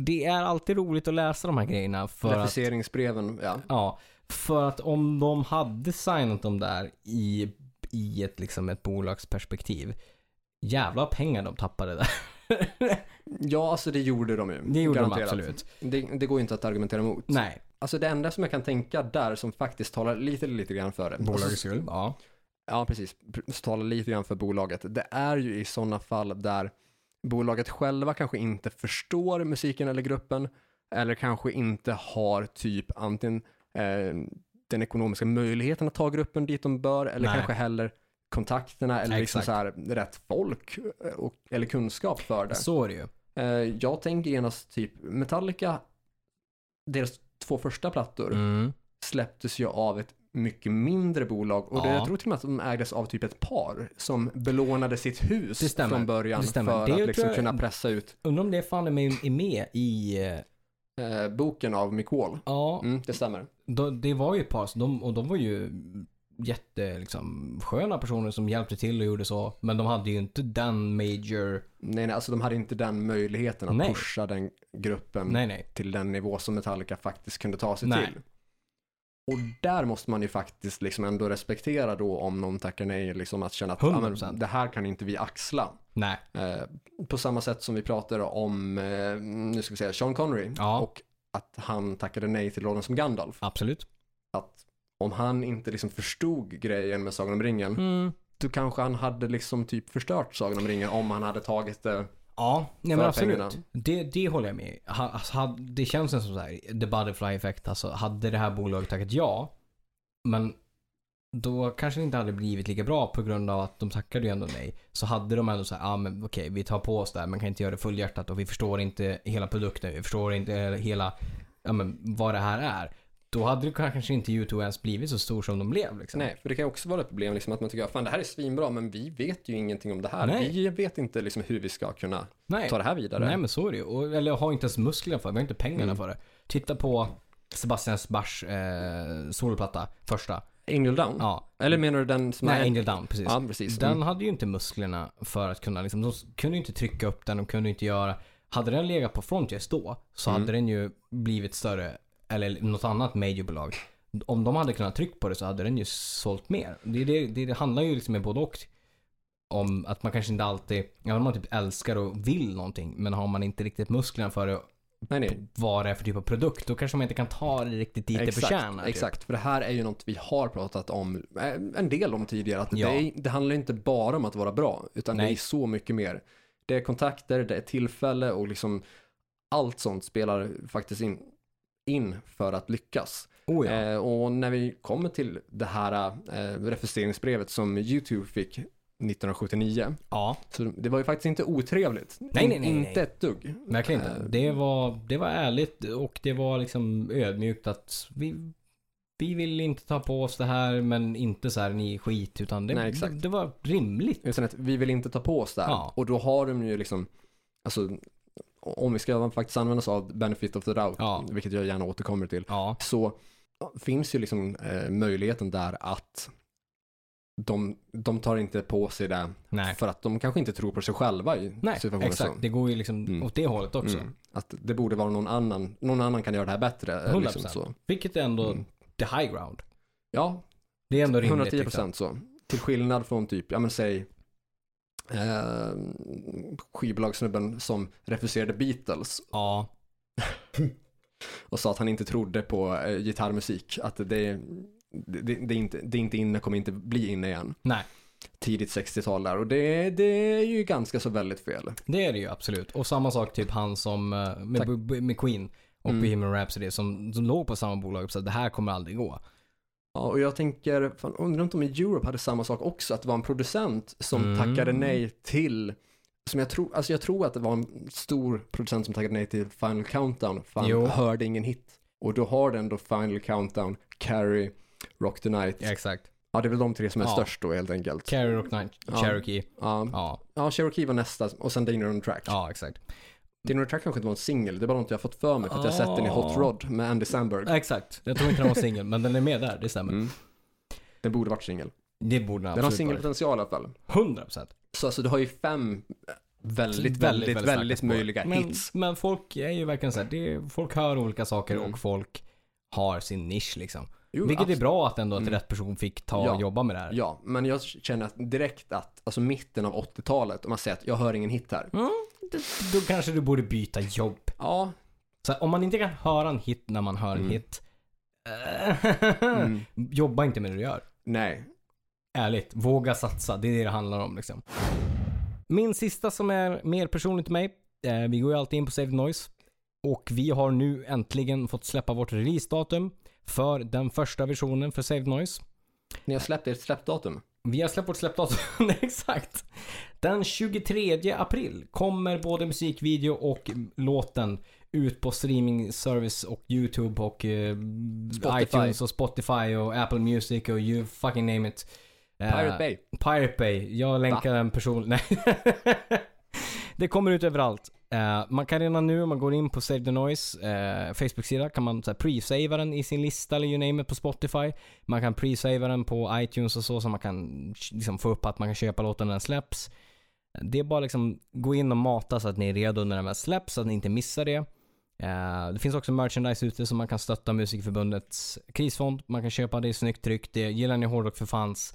Det är alltid roligt att läsa de här grejerna för att,
Refuseringsbreven, ja.
ja, för att om de hade signat dem där i, i ett, liksom ett bolagsperspektiv. Jävla pengar de tappade där.
Ja, alltså det gjorde de ju.
Det gjorde de absolut.
Det, det går ju inte att argumentera emot.
Nej.
Alltså det enda som jag kan tänka där som faktiskt talar lite, lite grann för det. Alltså,
skull. Ja.
ja, precis. Pr- Så talar lite grann för bolaget. Det är ju i sådana fall där bolaget själva kanske inte förstår musiken eller gruppen eller kanske inte har typ antingen eh, den ekonomiska möjligheten att ta gruppen dit de bör eller
Nej.
kanske heller kontakterna eller liksom
Exakt.
så här, rätt folk eh, och, eller kunskap för det.
Så är det ju.
Eh, jag tänker genast typ Metallica, deras två första plattor
Mm.
släpptes ju av ett mycket mindre bolag och det,
Ja.
jag tror till och med att de ägdes av typ ett par som belånade sitt
Det
hus
stämmer.
från början
Det stämmer.
för
Det
att
tror
liksom
jag-
kunna pressa ut
Undrar om det fan är med, är med i... eh,
eh, boken av Mick Wall.
Ja,
Mm, det stämmer.
de, det var ju ett par, så de, och de var ju jätte, liksom, sköna personer som hjälpte till och gjorde så. Men de hade ju inte den major...
Nej, nej, alltså de hade inte den möjligheten att
Nej.
pusha den gruppen
Nej, nej.
till den nivå som Metallica faktiskt kunde ta sig
Nej.
till. Och där måste man ju faktiskt liksom ändå respektera då om någon tackar nej, liksom att känna att "Ja, men
100%.
det här kan inte vi axla.
Nej.
Eh, på samma sätt som vi pratade om, eh, nu ska vi säga, Sean Connery.
Ja.
Och att han tackade nej till rollen som Gandalf.
Absolut.
Att om han inte liksom förstod grejen med Sagan om ringen,
Mm.
då kanske han hade liksom typ förstört Sagan om ringen om han hade tagit det.
Ja, nej men
För pengarna.
absolut. Det, det håller jag med i. Ha- alltså, hade- Det känns som så här, the butterfly effect. Alltså, hade det här bolaget tackat ja, men då kanske det inte hade blivit lika bra på grund av att de tackade ju ändå nej. Så hade de ändå så här, ja ah, men okej vi tar på oss det här men kan inte göra det fullhjärtat och vi förstår inte hela produkten, vi förstår inte eh, hela, ja men vad det här är. Då hade det kanske inte YouTube ens blivit så stor som de blev liksom.
Nej, för det kan också vara ett problem liksom att man tycker, fan det här är svinbra, men vi vet ju ingenting om det här.
Nej.
Vi vet inte liksom hur vi ska kunna
Nej.
ta det här vidare. Mm.
Nej men så är det ju. Och, eller jag har inte ens musklerna för det. Vi har inte pengarna för det. Titta på Sebastian Bachs eh, soloplatta. Första.
Angel Down?
Ja.
Eller menar du den som
Nej,
är...
Angel Down. Precis.
Ja, precis.
Den
Mm.
hade ju inte musklerna för att kunna liksom, de kunde ju inte trycka upp den. De kunde inte göra. Hade den legat på Frontiers då så
Mm.
hade den ju blivit större. Eller något annat majorbolag. Om de hade kunnat trycka på det så hade den ju sålt mer. Det, är det, det, det handlar ju liksom med både och. Om att man kanske inte alltid, ja man typ älskar och vill någonting. Men har man inte riktigt musklerna för det
Nej, nej.
vad det är för typ av produkt. Då kanske man inte kan ta det riktigt dit det förtjänar. typ.
Exakt, för det här är ju något vi har pratat om eh, en del om tidigare. Att
Ja.
det, är, det handlar ju inte bara om att vara bra, utan det
Nej.
är så mycket mer. Det är kontakter, det är tillfälle och liksom allt sånt spelar faktiskt in, in för att lyckas.
Oh, ja.
Eh, och när vi kommer till det här eh, refuseringsbrevet som YouTube fick 1979,
Ja,
så det var ju faktiskt inte otrevligt.
nej, nej, nej.
Inte ett dugg.
verkligen inte.
Eh,
Det
mm.
var, det var ärligt och det var liksom ödmjukt att vi, vi vill inte ta på oss det här men inte så här ni är skit utan det,
Nej, exakt.
det, det var rimligt.
Utan att vi vill inte ta på oss det här.
Ja.
Och då har de ju liksom, alltså om vi ska faktiskt använda oss av benefit of the doubt,
Ja.
vilket jag gärna återkommer till,
Ja,
så finns ju liksom eh, möjligheten där att de, de tar inte på sig det
nej.
för att de kanske inte tror på sig själva i
Nej,
situationer
exakt.
som.
Det går ju liksom
Mm.
åt det hållet också.
Mm. Att det borde vara någon annan, någon annan kan göra det här bättre. eh,
100%.
Liksom, så.
Vilket är ändå
Mm.
the high ground.
Ja,
Det är ändå rimligt.
110
liksom.
procent så. Till skillnad från typ, ja men säg eh, skivbolagssnubben som refuserade Beatles
Ja,
och sa att han inte trodde på eh, gitarrmusik. Att det, det, det, det, är inte, det är inte inne, kommer inte bli inne igen.
nej.
Tidigt 60-tal där och det, det är ju ganska så väldigt fel.
Det är det ju absolut. Och samma sak typ han som eh, med, med Queen. och
Mm.
Bohemian Rhapsody som, som låg på samma bolag. Så det här kommer aldrig gå.
Ja, och jag tänker, fan, undrar inte om Europe hade samma sak också, att det var en producent som
Mm.
tackade nej till, som jag tror, alltså jag tror att det var en stor producent som tackade nej till Final Countdown, för
Jo.
han hörde ingen hit. Och då har den då Final Countdown, Carrie, Rock the Night.
Ja, exakt.
Ja, det är väl de tre som är
Ja.
störst då helt enkelt.
Carrie Rock Night,
Ja.
Cherokee.
Ja,
Ja,
ja Cherokee var nästa, och sen Dinner on Track.
ja exakt.
Dinner on Track kanske inte var en singel, det är bara något jag har fått för mig, för att jag har sett den i Hot
Ah.
Rod med Andy Samberg.
Exakt. Jag tror inte den var singel, men den är med där, det stämmer.
Mm. Den borde varit singel.
Det borde den
Den har
absolut varit.
singelpotential i alla fall.
100%.
Så alltså du har ju fem väldigt, väldigt, väldigt,
starka spår.
möjliga
men,
hits.
Men folk är ju verkligen såhär, det är, folk hör olika saker
Mm.
och folk har sin nisch liksom.
Jo,
Vilket
abs-
är bra att ändå att
Mm.
rätt person fick ta
Ja.
och jobba med det här.
Ja, men jag känner att direkt att, alltså mitten av 80-talet, om man säger att jag hör ingen hit här.
Mm, d- då kanske du borde byta jobb.
Ja,
Så här, om man inte kan höra en hit när man hör en
Mm.
hit. eh,
mm,
jobba inte med det du gör.
nej.
Ärligt, våga satsa. Det är det det handlar om liksom. Min sista som är mer personlig till mig. Eh, vi går ju alltid in på Saved Noise. Och vi har nu äntligen fått släppa vårt releasedatum för den första versionen för Saved Noise.
Ni har släppt ert släppdatum.
Vi har släppt vårt släppdatum, exakt. Den 23 april kommer både musikvideo och låten ut på streamingservice och YouTube och eh,
Spotify.
iTunes och Spotify och Apple Music och you fucking name it. Eh,
Pirate Bay.
Pirate Bay. Jag länkar en person. Nej. det kommer ut överallt. Eh, man kan redan nu om man går in på Save the Noise eh, Facebook-sida kan man så här, pre-savea den i sin lista eller you name it på Spotify. Man kan pre-savea den på iTunes och så så man kan liksom, få upp att man kan köpa låten när den släpps. Det är bara liksom gå in och mata så att ni är redo när den väl släpps så att ni inte missar det. Eh, det finns också merchandise ute som man kan stötta Musikförbundets krisfond. Man kan köpa det i snyggt tryck. Det, gillar ni hårdrock för fans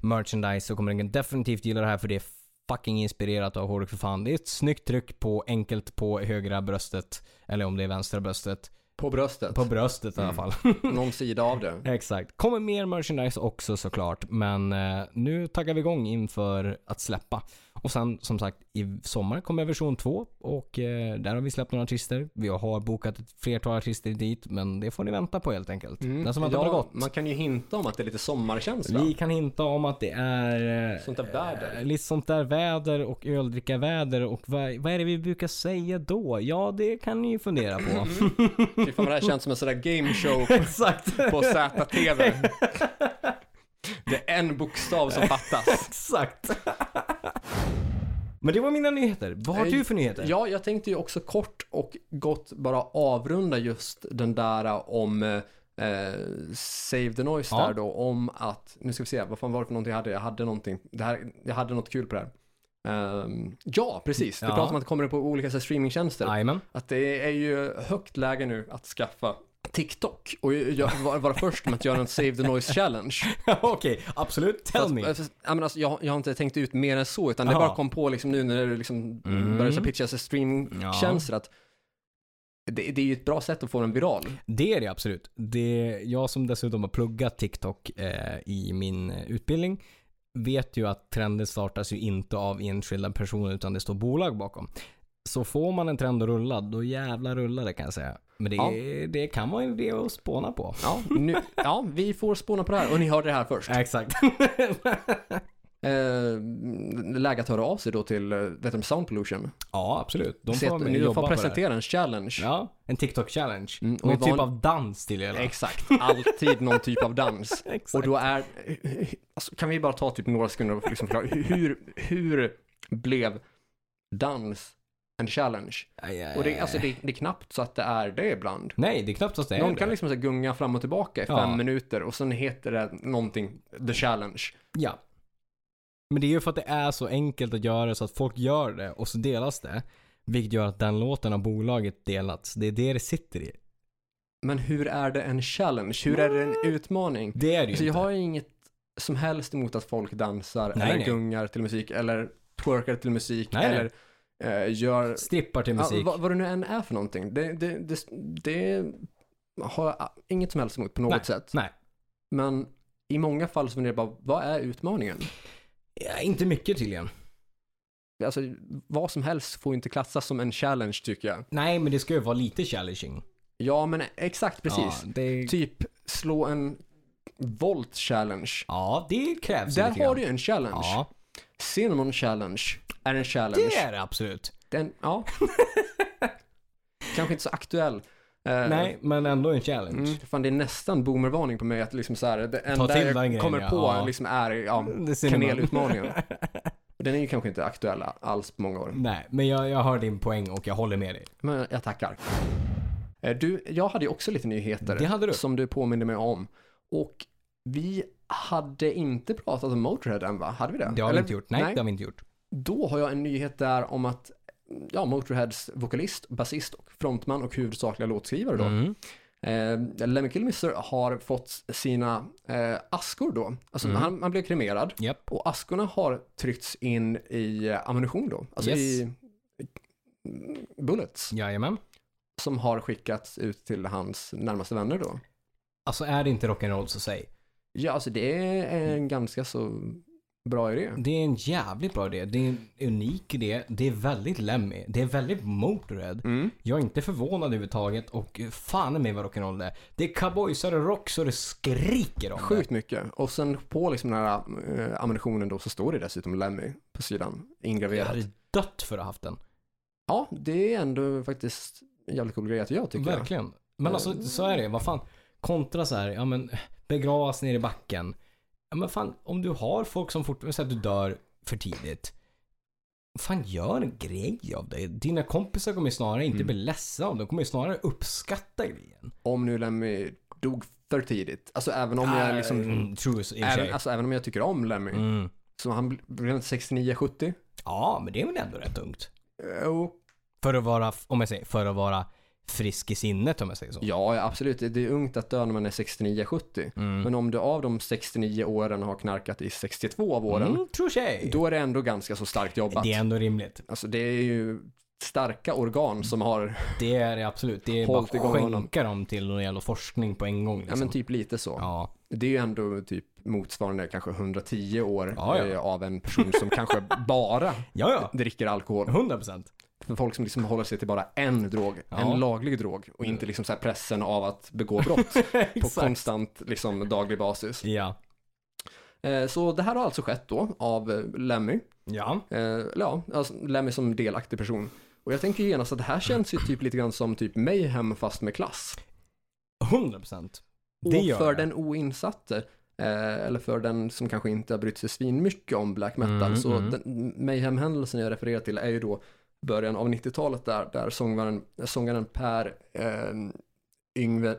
merchandise så kommer ni definitivt gilla det här för det är fucking inspirerat av Hårdrock för fan. Det är ett snyggt tryck på enkelt på högra bröstet. Eller om det är vänstra bröstet.
På bröstet.
På bröstet i alla
Mm.
fall.
Någon sida av det.
Exakt. Kommer mer merchandise också såklart. Men eh, nu taggar vi igång inför att släppa. Och sen som sagt i sommar kommer version 2 och eh, där har vi släppt några artister. Vi har bokat ett flertal artister dit men det får ni vänta på helt enkelt. Den som väntar på det gott.
Mm. man kan ju hinta om att det är lite sommarkänsla.
Vi kan hinta om att det är eh,
Sånt där väder.
eh, lite sånt där väder och öldrickarväder och vad, vad är det vi brukar säga då? Ja, det kan ni ju fundera på.
Fy fan vad det här känns som en sån där game show
Exakt.
Mm. på ZTV. Det är en bokstav som fattas.
Exakt. Men det var mina nyheter. Vad har
Eh,
du för nyheter?
Ja, jag tänkte ju också kort och gott bara avrunda just den där eh, om eh, Save the Noise
Ja.
där då, om att, nu ska vi se, vad fan var det för någonting jag hade? Jag hade någonting, det här, jag hade något kul på det här. Ehm, ja, precis. Vi
Ja.
pratade om att det kommer på olika så här, streamingtjänster.
Jajamän.
Att det är ju högt läge nu att skaffa TikTok och jag, var, vara först med att göra en Save the Noise Challenge.
Okej, absolut. Tell
Fast-
me.
fast- ja, men alltså, jag, jag har inte tänkt ut mer än så, utan det
Aha.
bara kom på liksom nu när det liksom
Mm.
började så pitchas i streamingtjänster att det, det är ju ett bra sätt att få den viral.
Det är det absolut. Det, jag som dessutom har pluggat TikTok eh, i min eh, utbildning vet ju att trender startas ju inte av enskilda personer utan det står bolag bakom. Så får man en trend att rulla, då jävlar rullar det kan jag säga. Men det, det kan vara en idé att spåna på.
Ja, nu, ja, vi får spåna på det här och ni hörde det här först.
Exakt.
Eh, läge att höra av sig då till eh, vet du, Sound Pollution.
ja, absolut. De
Se
får,
att
vara med och
ni
jobba
får
på det här.
presentera en challenge.
Ja, en TikTok-challenge.
Mm, och
Någon
i van-
typ av dans till hela.
Exakt, alltid någon typ av dans.
Exakt.
Och då är, alltså, kan vi bara ta typ några sekunder och liksom förklara, hur, hur blev dans en challenge?
Aj, aj,
Och det,
aj.
alltså, det, det är knappt så att det är det ibland.
Nej, det är knappt att det är
Någon
det.
kan liksom så här gunga fram och tillbaka i
Ja.
fem minuter och sen heter det någonting, the challenge.
Ja. Men det är ju för att det är så enkelt att göra så att folk gör det och så delas det. Vilket gör att den låten av bolaget delats. Det är det det sitter i.
Men hur är det en challenge? Hur är det en utmaning?
Det är det ju
Så jag
inte.
har ju inget som helst emot att folk dansar
Nej,
eller
nej.
gungar till musik eller twerkar till musik
Nej, nej.
eller eh, gör
Strippar till
Ja,
musik.
vad, vad det nu än är för någonting. Det, det, det, det har jag inget som helst emot på något sätt.
Nej.
Men i många fall så funderar jag bara, vad är utmaningen?
Ja, inte mycket tydligen.
Alltså, vad som helst får inte klassas som en challenge tycker jag.
Nej, men det ska ju vara lite challenging.
Ja, men exakt precis.
Ja, det,
Typ slå en volt challenge.
ja, det krävs
Där
lite grann.
har du ju en challenge.
Ja,
Cinnamon challenge är en challenge.
det är det absolut.
Den, ja. Kanske inte så aktuell. Eh,
Nej, men ändå en challenge.
Mm, fan, det är nästan boomervarning på mig att liksom så här, det
Ta
enda
till den
jag
grejen,
kommer
ja.
på
Ja.
liksom är ja,
Det är cinnamon.
kanelutmaningen. Den är ju kanske inte aktuell alls på många år.
Nej, men jag, jag har din poäng och jag håller med dig.
Men jag tackar. Eh, Du, jag hade ju också lite nyheter
Det hade du.
som du påminde mig om. Och vi hade inte pratat om Motörhead än va? Hade vi det?
Det har vi
Eller-
inte gjort. Nej, det har vi inte gjort.
Då har jag en nyhet där om att ja, Motörheads vokalist, basist och frontman och huvudsakliga låtskrivare då.
Mm.
Eh, Lemmy Kilmister har fått sina eh, askor då. Alltså
Mm.
han, han blev kremerad
Japp.
och askorna har tryckts in i eh, ammunition då. Alltså
Yes.
i mm, bullets
Jajamän.
som har skickats ut till hans närmaste vänner då.
Alltså är det inte rock'n'roll så säg.
Ja, alltså det är en ganska så bra idé.
Det är en jävligt bra idé. Det är en unik idé. Det är väldigt Lemmy. Det är väldigt Motörhead.
Mm.
Jag är inte förvånad överhuvudtaget och fan i mig vad rock'n'roll det är. Det är cowboysar och rock så det skriker om
Sjukt mycket. Och sen på liksom den här eh, ammunitionen då så står det dessutom Lemmy på sidan
det. Jag
ingraverat.
hade dött för att ha haft den.
Ja, det är ändå faktiskt en jävligt cool grej att jag tycker. jag.
Verkligen. Men alltså så är det. Vad fan. Kontra så här, ja men begravas ner i backen. Ja men fan om du har folk som fortfarande säger att du dör för tidigt. Fan gör en grej av det. Dina kompisar kommer ju snarare
Mm.
inte bli ledsna av det. De kommer ju snarare uppskatta grejen.
Om nu Lemmy dog för tidigt. Alltså även om jag liksom,
Mm, true, i och för sig.
även, alltså, även om jag tycker om Lemmy.
Mm.
Så han bl- blev 69-70.
Ja men det är väl ändå rätt ungt.
Jo,
För att vara, om jag säger, för att vara frisk i sinnet om jag säger så.
ja, ja, absolut. Det det är ungt att dö när man är 69-70.
Mm.
Men om du av de 69 åren har knarkat i 62 av åren,
Mm, true tjej.
då är det ändå ganska så starkt jobbat.
Det är ändå rimligt.
Alltså det är ju starka organ som har,
Det är det absolut. Det är
Hållt
bara
igång
att
honom.
skänka dem till någon jävla forskning på en gång.
ja
Liksom.
men typ lite så.
ja.
Det är ju ändå typ motsvarande kanske 110 år
Ja, ja.
eh, av en person som kanske bara
ja,
dricker alkohol.
ja. 100 procent.
För folk som liksom håller sig till bara en drog,
Ja. Mm.
en laglig drog och inte liksom så här pressen av att begå brott på konstant liksom daglig basis.
Ja.
Eh, Så det här har alltså skett då av eh, Lemmy,
Ja.
Eh, eller ja, alltså Lemmy som delaktig person. Och jag tänker genast att det här känns ju typ lite grann som typ Mayhem fast med klass.
100 procent. Det
och
gör
för
det.
den oinsatte, eh, eller för den som kanske inte har brytt sig svinmycket om black metal,
Mm,
så
mm.
den Mayhem-händelsen jag refererar till är ju då början av 90-talet där, där sångaren, sångaren Per eh, Yngve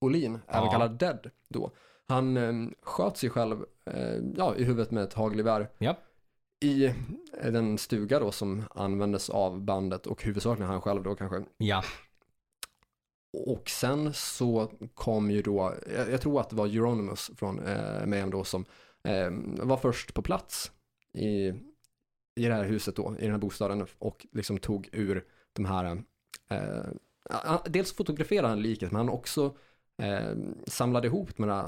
Olin, även
Ja.
kallad Dead då, han eh, sköt sig själv eh, ja, i huvudet med ett hagelgevär
Ja.
i eh, den stuga då som användes av bandet och huvudsakligen han själv då kanske.
Ja.
Och sen så kom ju då, jag, jag tror att det var Euronymous från eh, Mayhem då som eh, var först på plats i, i det här huset då, i den här bostaden och liksom tog ur de här, eh, ah, dels fotograferade han liket men han också eh, samlade ihop de här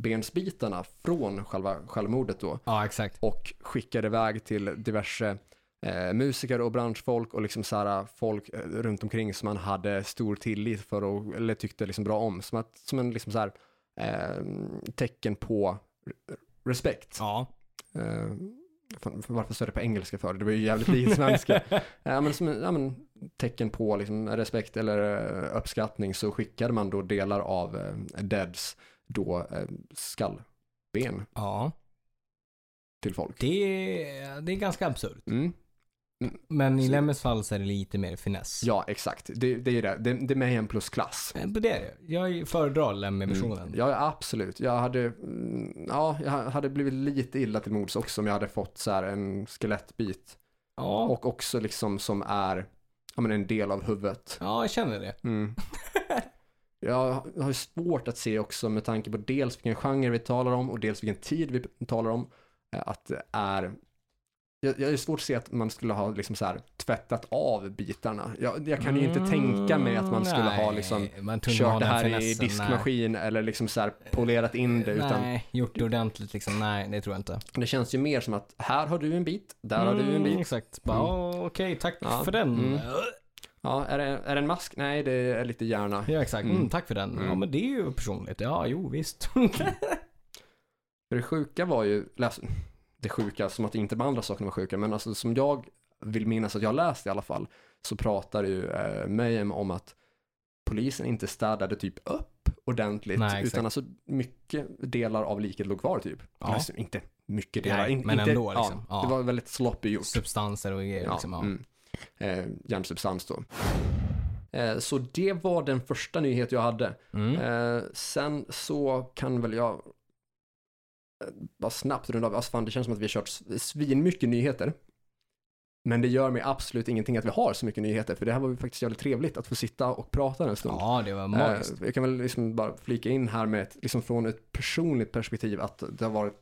skallbensbitarna från själva självmordet då
Ja, exakt.
och skickade iväg till diverse eh, musiker och branschfolk och liksom så här, folk eh, runt omkring som man hade stor tillit för och eller tyckte liksom bra om. Som, att, som en liksom så här, eh, tecken på re- respekt.
Ja.
Eh, fan, varför står det på engelska för? Det var ju jävligt likt svenska. ja, men som en- ja, men, tecken på liksom, respekt eller eh, uppskattning så skickade man då delar av eh, Deads då eh, skallben
Ja.
till folk.
Det är, det är ganska absurt.
Mm.
Men i
Så-
Lemmys fall så är det lite mer finess.
Ja, exakt. Det, det är ju det. Det, det är Mayhem plus klass.
Men Det är det. Jag föredrar Lemmy-versionen.
Mm. Ja, absolut. Jag hade, mm, ja, jag hade blivit lite illa till mods också om jag hade fått så här en skelettbit.
Ja.
Och också liksom som är ja, men en del av huvudet.
ja, jag känner det.
Mm. Jag har ju svårt att se också med tanke på dels vilken genre vi talar om och dels vilken tid vi talar om. eh, Att det är... Jag, jag har ju svårt att se att man skulle ha liksom så här tvättat av bitarna. Jag, jag kan ju inte tänka mig att man skulle ha
Mm, Nej,
liksom
man kunde ha
kört det
den
här i
finessen, nej.
diskmaskin eller liksom så här polerat in det. Utan
Nej, gjort det ordentligt liksom. Nej, det tror jag inte.
det känns ju mer som att här har du en bit, där har du en
Mm,
bit.
Exakt. Bara, "Åh, Okej, tack
Ja.
för den.
Mm. Ja, är det, är det en mask? Nej, det är lite hjärna.
Ja, exakt. Mm, tack för den. Ja,
Mm.
men det är ju personligt. Ja, jo, visst.
För det sjuka var ju, läs, det sjuka, som att inte de andra sakerna var sjuka, men alltså som jag vill minnas att jag läst i alla fall, så pratar ju eh, Mayhem om att polisen inte städade typ upp ordentligt,
Nej, exakt.
utan alltså mycket delar av liket låg kvar typ.
Ja.
Alltså, inte mycket delar,
Nej,
in,
men
inte,
ändå, liksom.
ja,
Ja.
Det var väldigt sloppy gjort.
Substanser och grejer
Ja,
liksom. Ja.
mm. eh, hjärnsubstans då. Eh, så det var den första nyhet jag hade.
Mm.
Eh, sen så kan väl jag eh, bara snabbt runda av. Alltså fan, det känns som att vi har kört s- svinmycket nyheter. Men det gör mig absolut ingenting att vi har så mycket nyheter, för det här var ju faktiskt jävligt trevligt att få sitta och prata en stund.
Ja, det var
Eh,
magiskt.
Jag kan väl liksom bara flika in här med ett, liksom från ett personligt perspektiv att det har varit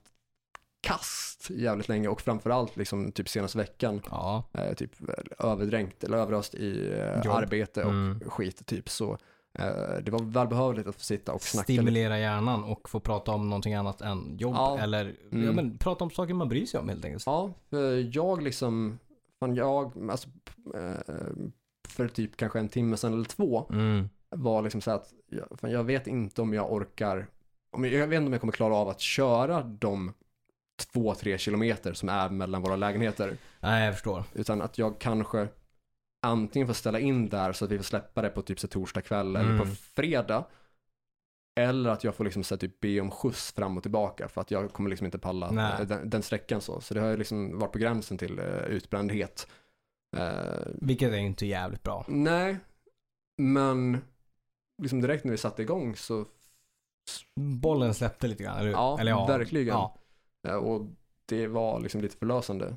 kast jävligt länge och framförallt liksom typ senaste veckan
Ja.
eh, typ överdränkt eller överöst i
Jobb.
eh, arbete och
Mm.
skit typ. Så eh, det var välbehövligt att få sitta och snacka lite.
Stimulera hjärnan och få prata om någonting annat än jobb.
Ja.
Eller ja,
Mm.
men, prata om saker man bryr sig om helt enkelt.
Ja, för jag liksom, fan jag, alltså, eh, för typ kanske en timme sedan eller två
Mm.
var liksom så här att jag, fan jag vet inte om jag orkar, om jag, jag vet inte om jag kommer klara av att köra de två, tre kilometer som är mellan våra lägenheter.
Nej, jag förstår.
Utan att jag kanske antingen får ställa in där så att vi får släppa det på typ så torsdag kväll eller
Mm.
på fredag. Eller att jag får liksom så här typ be om skjuts fram och tillbaka för att jag kommer liksom inte palla
Nej.
den, den sträckan så. Så det har ju liksom varit på gränsen till eh, utbrändhet. Eh,
Vilket är ju inte jävligt bra.
nej, men liksom direkt när vi satte igång så,
Bollen släppte lite grann. Eller,
Ja,
eller,
verkligen.
Ja.
eh, och det var liksom lite förlösande.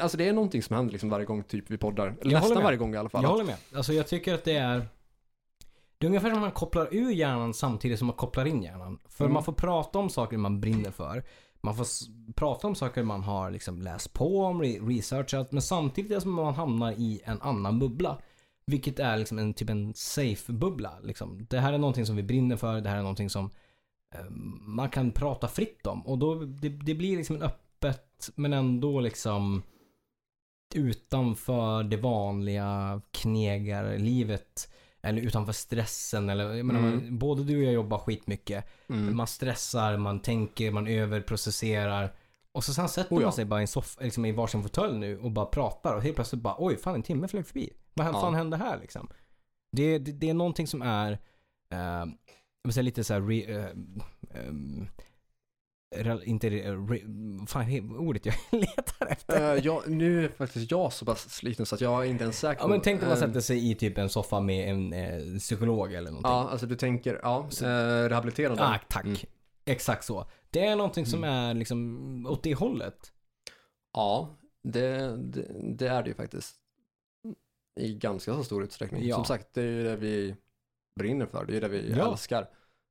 Alltså det är någonting som händer liksom varje gång typ vi poddar. Eller
håller
nästan
med.
varje gång i alla fall.
Jag
Att-
håller med. Alltså jag tycker att det är... Det är ungefär som man kopplar ur hjärnan samtidigt som man kopplar in hjärnan. För
Mm.
man får prata om saker man brinner för. Man får s- prata om saker man har liksom läst på om, re- researchat. Men samtidigt är det som att man hamnar i en annan bubbla. Vilket är liksom en, typ en safe-bubbla. Liksom. Det här är någonting som vi brinner för. Det här är någonting som eh, man kan prata fritt om. Och då, det, det blir liksom en öppet men ändå liksom utanför det vanliga knegarlivet. Eller utanför stressen. Eller, jag menar,
Mm.
man, både du och jag jobbar skitmycket.
Mm.
Man stressar, man tänker, man överprocesserar. Och så sen sätter
Oh ja.
man sig bara i, en soff, liksom i varsin fåtölj nu och bara pratar. Och helt plötsligt bara oj, fan en timme flög förbi. Vad
Ja.
fan hände här liksom? Det, det, det är någonting som är eh, jag vill säga lite så här re, eh, ehm, rel- inte re, re, fan he- ordet jag letar efter.
Eh, jag, nu är faktiskt jag så pass sliten så att jag är inte ens säker.
Ja men tänk om man
eh,
sätter sig i typ en soffa med en eh, psykolog eller någonting.
Ja, alltså du tänker, ja, eh, rehabiliterande.
Ah, tack.
Mm.
Exakt så. Det är någonting som är liksom åt det hållet.
Ja, det, det, det är det ju faktiskt. I ganska så stor utsträckning.
Ja.
Som sagt, det är ju det vi brinner för, det är ju det vi
Ja.
älskar.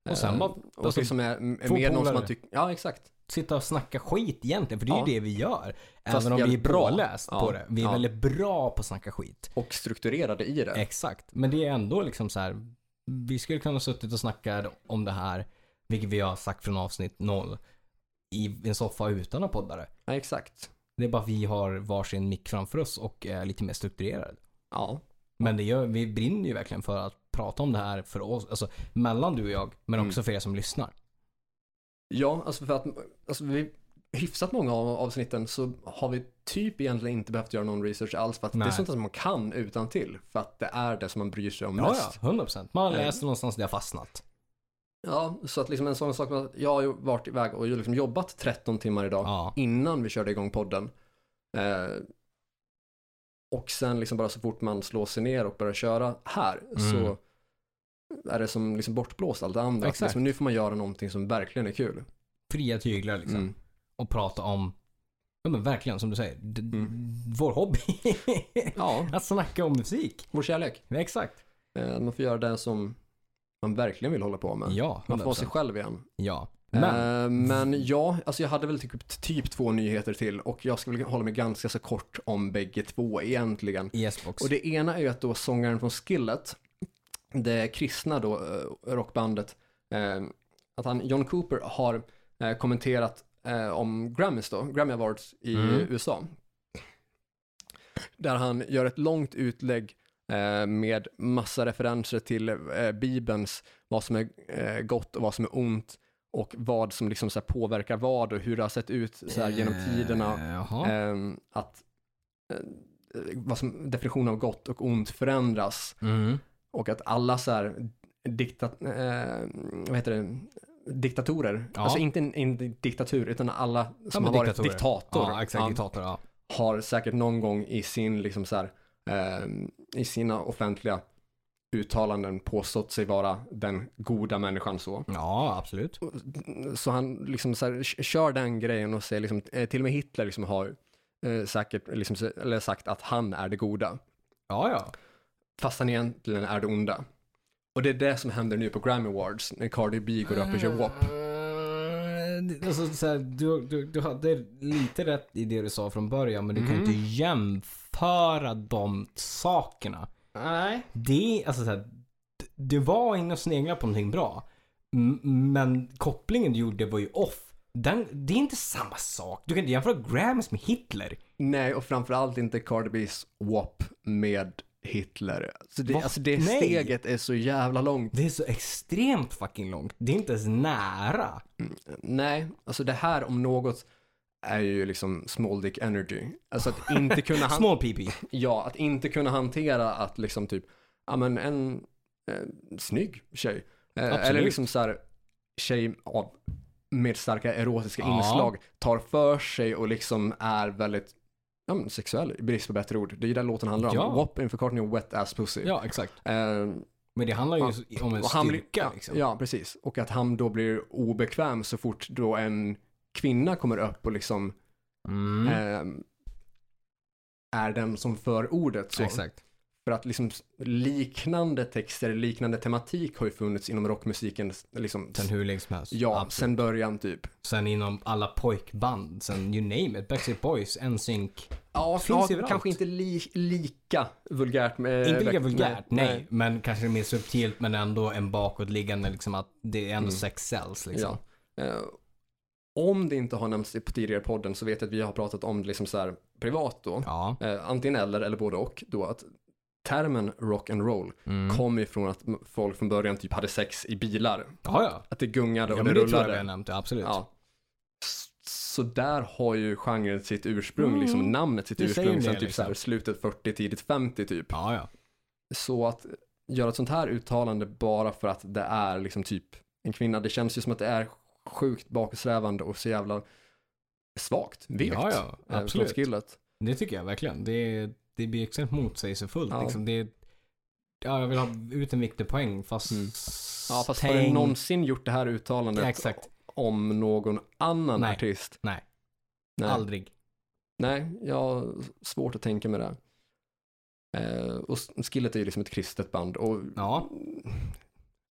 Och sen
Eh,
bara-
och
alltså,
liksom är, är
två
mer någon som man
polare.
tycker, ja exakt.
Sitta och snacka skit egentligen, för det är
Ja.
ju det vi gör.
Fast
Även om vi är
jävligt
bra
bra.
läst
Ja.
på det. Vi är
Ja.
väldigt bra på att snacka skit.
Och strukturerade i det.
Exakt. Men det är ändå liksom så här. Vi skulle kunna ha suttit och snackat om det här, vilket vi har sagt från avsnitt noll, i en soffa utan att podda det.
Ja, exakt.
Det är bara att vi har varsin mick framför oss och är lite mer strukturerade.
Ja,
Men det gör, vi brinner ju verkligen för att prata om det här för oss, alltså mellan du och jag, men
Mm.
också för er som lyssnar.
ja alltså för att alltså vi, hyfsat många av avsnitten så har vi typ egentligen inte behövt göra någon research alls för att det är
Nej.
sånt som man kan utan till För att det är det som man bryr sig om
Ja,
mest.
ja, 100%. Man har
Mm.
läst någonstans där jag fastnat.
Ja, så att liksom en sån sak som att jag har ju varit iväg och ju liksom jobbat 13 timmar idag
Ja.
innan vi körde igång podden. Eh, och sen liksom bara så fort man slår sig ner och börjar köra här så är det som liksom bortblåst allt det andra.
Mm. Exakt.
Liksom, nu får man göra någonting som verkligen är kul.
Fria tyglar liksom.
Mm.
Och prata om, ja men verkligen som du säger, d-
Mm.
vår hobby.
Ja,
att snacka om musik.
vår kärlek.
Ja, Exakt.
Eh, man får göra det som man verkligen vill hålla på med.
Ja,
man får Eh, vara sig
100%.
själv igen.
Ja. Men,
Men, men ja, alltså jag hade väl typ, typ två nyheter till och jag ska väl hålla mig ganska så kort om bägge två egentligen.
i Xbox.
Och det ena är ju att då sångaren från Skillet, det kristna då eh, rockbandet, eh, att han, John Cooper, har eh, kommenterat eh, om Grammys då, Grammy Awards i
Mm.
USA. Där han gör ett långt utlägg eh, med massa referenser till eh, Bibelns, vad som är eh, gott och vad som är ont och vad som liksom så här påverkar vad och hur det har sett ut så här genom tiderna.
Eh, Jaha.
Ehm, att eh, vad som, definitionen av gott och ont förändras
Mm.
och att alla så här dikta, eh, vad heter det, diktatorer,
Ja.
alltså inte en, en diktatur utan alla som
men
har varit
diktatorer.
diktator
Ja, exakt.
ja,
Diktator, ja.
har säkert någon gång i sin liksom så här, eh, i sina offentliga uttalanden påstått sig vara den goda människan så.
Ja, absolut.
Så han liksom så här, k- kör den grejen och säger liksom, eh, till och med Hitler liksom har eh, säkert liksom, så- eller sagt att han är det goda,
Ja, ja.
fast han egentligen är det onda. Och det är det som händer nu på Grammy Awards när Cardi B går upp och kör WAP.
Eh, Alltså, så här, du, du, du hade lite rätt i det du sa från början, men du kan
Mhm.
inte jämföra de sakerna.
Nej.
Det, alltså, så här, d- du var inne och sneglade på någonting bra, m- men kopplingen du gjorde var ju off. Den, det är inte samma sak. Du kan inte jämföra Grammys med Hitler.
Nej, och framförallt inte Cardi B's WAP med Hitler. Så det,
Va?
alltså det
Nej.
steget är så jävla långt.
Det är så extremt fucking långt. Det är inte ens nära.
Nej, alltså det här om något är ju liksom small dick energy. Alltså att inte kunna, han-
Small PP.
ja, att inte kunna hantera att liksom typ, ja men en eh, snygg tjej. Eh, eller
Absolut.
liksom så här tjej av, med starka erotiska
Ja.
inslag tar för sig och liksom är väldigt ja, men sexuell, i brist på bättre ord. Det är ju det låten handlar om.
Ja.
WAP är en förkortning av wet ass pussy.
Ja, exakt.
Eh,
Men det handlar ju om en
och han blir,
styrka
ja,
liksom.
ja, precis. Och att han då blir obekväm så fort då en kvinna kommer upp och liksom
Mm.
ehm, är den som för ordet. Så.
Exakt.
För att liksom liknande texter, liknande tematik har ju funnits inom rockmusiken. Liksom,
Sen hur länge som helst.
ja,
Absolut.
sen början typ.
Sen inom alla pojkband, sen you name it, Backstreet Boys, NSYNC.
Ja,
Finns överallt.
kanske inte li, lika vulgärt. Med,
Inte lika vulgärt, Eh, nej, Men kanske mer subtilt men ändå en bakåtliggande liksom att det är ändå
Mm.
sex cells liksom.
Ja. Eh, om det inte har nämnts i tidigare podden så vet jag att vi har pratat om det liksom så här privat då.
Ja.
Eh, antingen eller eller både och då att termen rock and roll
Mm.
kom ifrån att m- folk från början typ hade sex i bilar.
Ja, ja.
Att det gungade och
Ja,
det
men det tror jag vi har
rullade.
nämnt, ja, absolut.
Ja. S- Så där har ju genren sitt ursprung, liksom namnet sitt
Du säger
ursprung
Mm. det,
sen typ
liksom.
så här slutet 40, tidigt 50 typ.
Ja, ja.
Så att göra ett sånt här uttalande bara för att det är liksom typ en kvinna, det känns ju som att det är sjukt bakåtsträvande och så jävla svagt, vekt.
Ja, ja,
eh, från
absolut.
skillet.
Det tycker jag verkligen. Det, det blir extremt motsägelsefullt.
Ja.
Liksom, det, ja, jag vill ha ut en viktig poäng fast...
Mm. Ja, fast har du
tänk-
någonsin gjort det här uttalandet
Ja, exakt.
om någon annan
Nej.
artist?
Nej.
Nej.
Aldrig.
Nej, jag har svårt att tänka mig det. Eh, och Skillet är ju liksom ett kristet band och
Ja,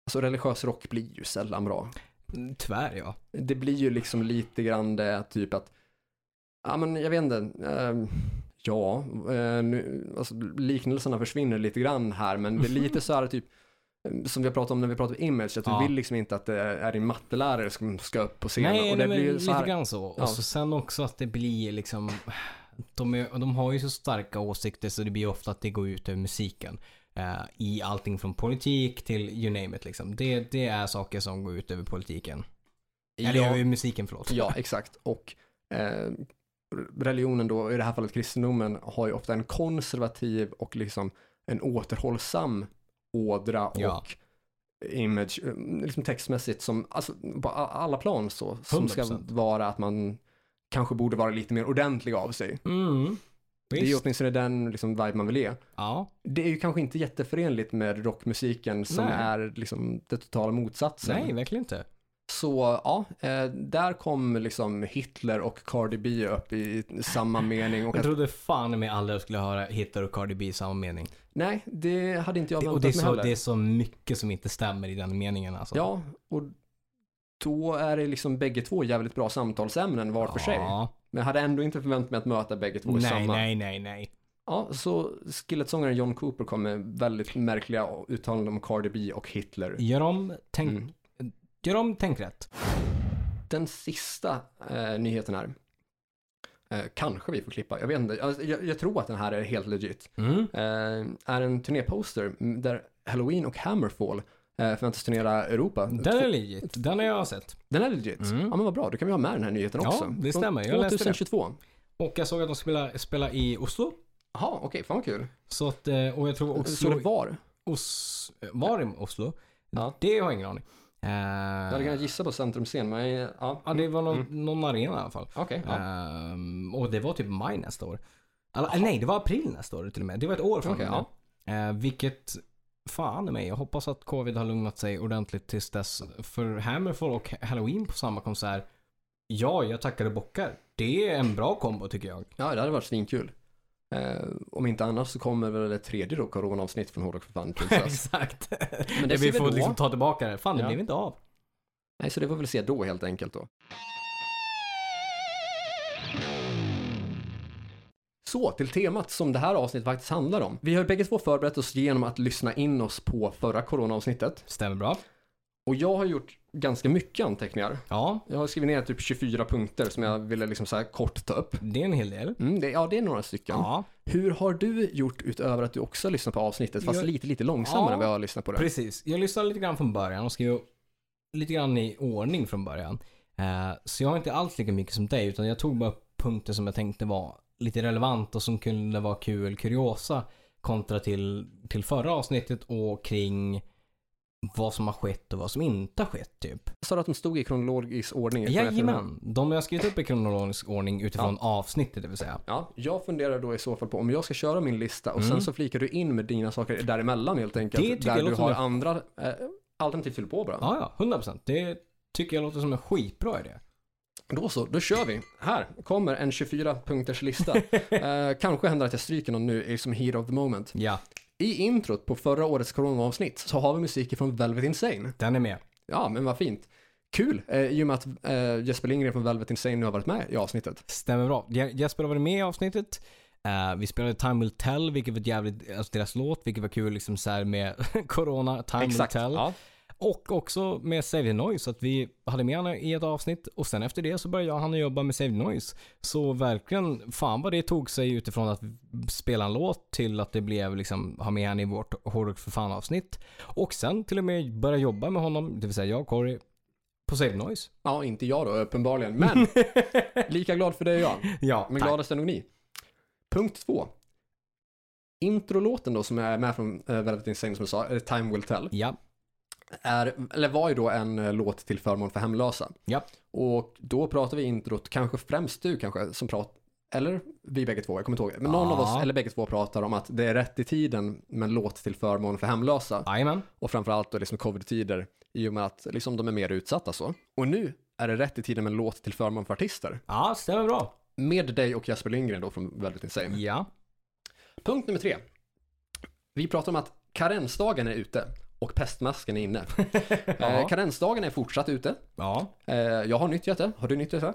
alltså, religiös rock blir ju sällan bra.
tyvärr ja.
Det blir ju liksom lite grann det typ att, ja men jag vet inte, eh, ja, eh, nu, alltså, liknelserna försvinner lite grann här men det är lite så här typ, eh, som vi har pratat om när vi pratar om image, att
Ja.
du vill liksom inte att det är din mattelärare som ska upp på scenen.
Nej,
och det
nej,
blir
men
ju så här,
lite grann så.
Ja.
Och så sen också att det blir liksom, de, är, de har ju så starka åsikter så det blir ofta att det går ut över musiken. Eh, I allting från politik till you name it liksom. Det, det är saker som går ut över politiken. Eller
Ja.
över musiken förlåt.
Ja, exakt. Och eh, religionen då, i det här fallet kristendomen, har ju ofta en konservativ och liksom en återhållsam ådra
Ja.
och image, eh, liksom textmässigt som, alltså på a- alla plan så, som ska
100%.
vara att man kanske borde vara lite mer ordentlig av sig.
Mm.
Det är ju
Visst.
åtminstone den liksom, vibe man vill ge.
Ja.
Det är ju kanske inte jätteförenligt med rockmusiken som
Nej.
är liksom det totala motsatsen.
Nej, verkligen inte.
Så ja, eh, där kom liksom Hitler och Cardi B upp i samma mening. Och
Jag
att,
trodde fan med aldrig jag skulle höra Hitler och Cardi B i samma mening.
nej, det hade inte jag
Det,
väntat
och det är,
mig
så,
heller.
det är så mycket som inte stämmer i den meningen alltså.
Ja, och då är det liksom bägge två jävligt bra samtalsämnen var för sig.
Ja.
Men jag hade ändå inte förväntat mig att möta bägge två i
Nej,
samma.
nej, nej, nej.
Ja, så skilletsångaren John Cooper kom med väldigt märkliga uttalanden om Cardi B och Hitler.
Gör om, tänk,
Mm.
gör om, tänk rätt.
Den sista eh, nyheten här Eh, kanske vi får klippa, jag vet inte. Alltså, jag, jag tror att den här är helt legit.
Mm.
Eh, är en turnéposter mm, där Halloween och Hammerfall eh, förväntas turnera Europa.
Den är legit. Den har jag sett.
Den är legit. Ja men vad bra, då kan vi ha med den här nyheten
Ja,
också.
det
Från
stämmer. Jag läste det.
2022.
Och jag såg att de spelar spela i Oslo.
Jaha, okej, fan vad kul.
Så att, eh, och jag tror
Så,
Oslo...
det var?
Os, var det Oslo?
Ja.
Det har jag ingen aning. Eh,
Jag hade kunnat gissa på centrumscen, men jag- ja.
ja, det var någon, någon arena i alla fall.
Okej, ja.
Ehm, och det var typ maj nästa år. Alla, eh, nej, det var april nästa år till och med. Det var ett år från
Okej,
nu. Eh, vilket, fan i mig, jag hoppas att covid har lugnat sig ordentligt tills dess. För Hammerfall och Halloween på samma konsert, ja, jag tackar och bockar. Det är en bra kombo tycker jag.
ja, det hade varit svinkul. Eh, om inte annars så kommer väl det tredje då coronaavsnitt från Hårdrock för fan tills dess.
Exakt.
Men
Det
det
vi
ser vi
får
då.
liksom ta tillbaka det. Fan, det
Ja.
blev inte av.
Nej, så det får vi väl se då helt enkelt då. Så, till temat som det här avsnittet faktiskt handlar om. Vi har ju bägge två förberett oss genom att lyssna in oss på förra coronaavsnittet.
Stämmer bra.
Och jag har gjort ganska mycket anteckningar.
Ja,
Jag har skrivit ner typ 24 punkter som jag ville liksom så här kort ta upp.
det är en hel del.
Mm, det, ja, det är några stycken.
Ja,
Hur har du gjort utöver att du också lyssnar på avsnittet, fast
Jag-
lite, lite långsammare
Ja.
än vad jag har lyssnat på det?
precis. Jag lyssnade lite grann från början och skrev lite grann i ordning från början. Eh, Så jag har inte alls lika mycket som dig utan jag tog bara punkter som jag tänkte var lite relevant och som kunde vara kul, kuriosa kontra till, till förra avsnittet och kring vad som har skett och vad som inte har skett typ.
Sa du att de stod i kronologisk ordning? från ett till en annan?
Jajamän, de jag har skrivit upp i kronologisk ordning utifrån avsnittet det vill säga.
Ja, jag funderar då i så fall på om jag ska köra min lista och sen så flikar du in med dina saker däremellan helt enkelt.
Mm. Det tycker jag
där du
låter
har
som
andra eh, alternativ fyll på bara.
Ja, ja, 100%. Det tycker jag låter som en skitbra idé.
Då så, då kör vi. Här kommer en 24-punkters lista. eh, kanske händer att jag stryker någon nu i som heat of the moment.
Ja,
I introt på förra årets coronaavsnitt så har vi musik från Velvet Insane.
den är med.
Ja, men vad fint. Kul, eh, i och med att eh, Jesper Lindgren från Velvet Insane nu har varit med i avsnittet.
Stämmer bra. Je- Jesper har varit med i avsnittet. Eh, vi spelade Time Will Tell, vilket var ett jävligt, alltså deras låt, vilket var kul liksom så här med Corona, Time Will Tell.
Ja.
Och också med Save the Noise, att vi hade med honom i ett avsnitt och sen efter det så började jag och han jobba med Save the Noise. Så verkligen, fan vad det tog sig utifrån att spela en låt till att det blev liksom, ha med honom i vårt Hårdrock för fan avsnitt. Och sen till och med börja jobba med honom, det vill säga jag och Corey, på Save the Noise.
ja, inte jag då uppenbarligen, men lika glad för det är jag.
Ja,
Men
tack.
gladast är nog ni. Punkt två. Introlåten då som är med från eh, Velvet Insane som jag sa, eh, Time Will Tell,
Ja,
är, eller var ju då en eh, låt till förmån för hemlösa.
ja.
Och då pratar vi introt, kanske främst du kanske, som pratar, eller vi bägge två, jag kommer inte ihåg. Men någon av
Ja.
oss, eller bägge två, pratar om att det är rätt i tiden med en låt till förmån för hemlösa.
Jajamän.
Och framförallt då liksom covid-tider, i och med att liksom de är mer utsatta så. Och nu är det rätt i tiden med en låt till förmån för artister.
Ja, stämmer bra.
Med dig och Jesper Lindgren då från Velvet Insane.
Ja.
Punkt nummer tre. Vi pratar om att karensdagen är ute och pestmasken är inne. eh, karensdagen är fortsatt ute.
ja.
Eh, jag har nyttjat det. Har du nyttjat det?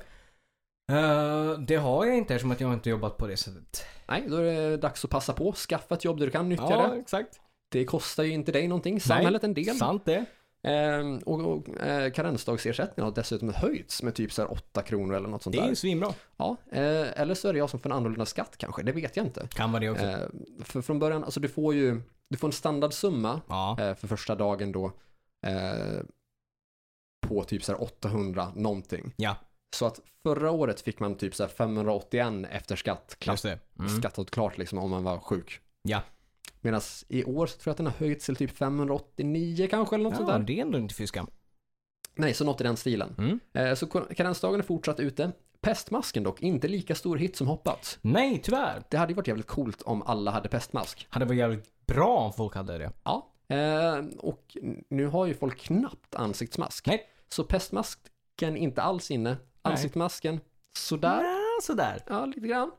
Eh, det har jag inte eftersom att jag inte jobbat på det sättet.
Nej, då är det dags att passa på. Skaffa ett jobb där du kan nyttja det.
exakt.
Det kostar ju inte dig någonting. Samhället en del.
Sant det.
Eh, och och eh, karensdagsersättningen har dessutom höjts med typ så här 8 kronor eller något sånt
Det är
där.
ju svinbra.
Ja, eh, eller så är det jag som får en annorlunda skatt kanske. Det vet jag inte.
Kan vara det också.
Eh, för från början, alltså du får ju, du får en standardsumma
ja.
eh, för första dagen då eh, på typ så här 800 någonting.
ja,
Så att förra året fick man typ så här 581 efter skatt, klass,
just det. Mm.
skattat klart liksom om man var sjuk.
Ja.
Medan i år så tror jag att den har höjts till typ 589 kanske eller något sånt
ja,
där.
det är ändå inte fy skam.
Nej, så något i den stilen.
Mm.
Eh, så kar- karensdagen är fortsatt ute. Pestmasken dock, inte lika stor hit som hoppats.
Nej, tyvärr.
Det hade ju varit jävligt coolt om alla hade pestmask.
Hade varit jävligt bra om folk hade det.
Ja, eh, och nu har ju folk knappt ansiktsmask.
Nej.
Så pestmasken inte alls inne. Ansiktsmasken sådär,
Ja, sådär.
ja lite grann.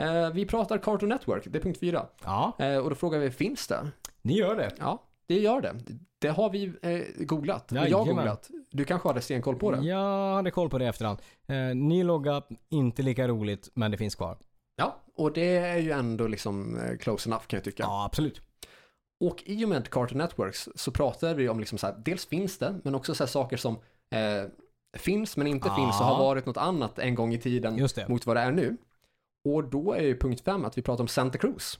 Eh, vi pratar Cartoon Network, det är punkt fyra.
Ja,
Eh, och då frågar vi, finns det?
ni gör det.
Ja, det gör det. Det har vi eh, googlat. Och jag har
Jajamän.
googlat. Du kanske hade stenkoll på det?
Jag hade koll på det i efterhand. Eh, ny logga, inte lika roligt, men det finns kvar.
Ja, och det är ju ändå liksom eh, close enough kan jag tycka.
Ja, absolut.
Och i och med Cartoon Networks så pratar vi om liksom så här, dels finns det, men också så här saker som eh, finns men inte
Ja.
finns och har varit något annat en gång i tiden
Just det.
mot vad det är nu. Och då är ju punkt fem att vi pratar om Santa Cruz.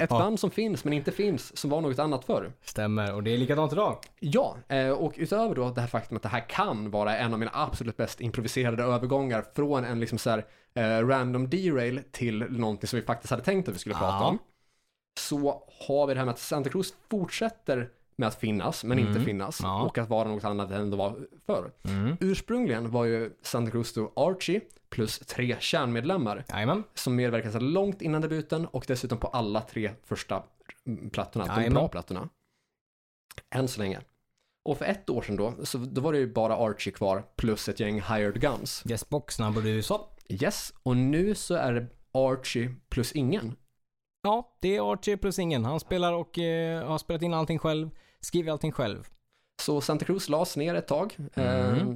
Ett band som finns men inte finns, som var något annat förr.
Stämmer, och det är likadant idag.
Ja, eh, och utöver då det här faktum att det här kan vara en av mina absolut bäst improviserade övergångar från en liksom så här eh, random derail till någonting som vi faktiskt hade tänkt att vi skulle prata
Ja.
om. Så har vi det här med att Santa Cruz fortsätter med att finnas, men inte finnas,
Mm. Ja. Mm.
och att vara något annat än det var förr. Ursprungligen var ju Santa Cruz då Archie plus tre kärnmedlemmar
Jajamän.
som medverkade så här långt innan debuten och dessutom på alla tre första mm, plattorna, de
Jajamän.
bra plattorna. Än så länge. Och för ett år sedan då, så då var det ju bara Archie kvar plus ett gäng hired guns.
Yes box, snabb och du sa.
Yes, och nu så är det Archie plus ingen.
Ja, det är Archie plus ingen. Han spelar och eh, har spelat in allting själv. Skriver allting själv.
Så Santa Cruz lades ner ett tag
Mm.
eh,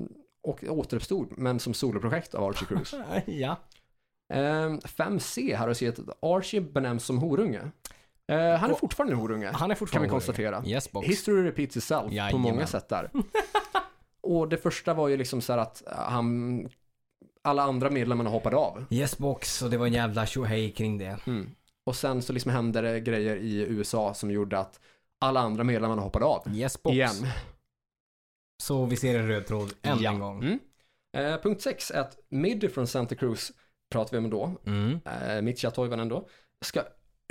och återuppstod, men som soloprojekt av Archie Cruz.
ja.
Eh, 5C här har sett att Archie benämns som horunge. Eh, han är
Och-
fortfarande en horunge.
Han är
kan vi
fortfarande
konstatera.
Yes box.
History repeats itself på
Jajamän.
många sätt där. Och det första var ju liksom så här att han, alla andra medlemmarna hoppade av.
Yes box, och det var en jävla tjohej kring det.
Och sen så liksom hände det grejer i USA som gjorde att alla andra medlemmarna hoppade av.
Yes box.
Igen.
Så vi ser en röd tråd än
Ja.
en gång.
Mm. Eh, punkt 6 är att Middy från Santa Cruz, pratar vi om då,
Mm.
eh, Mitja Toivonen då, ska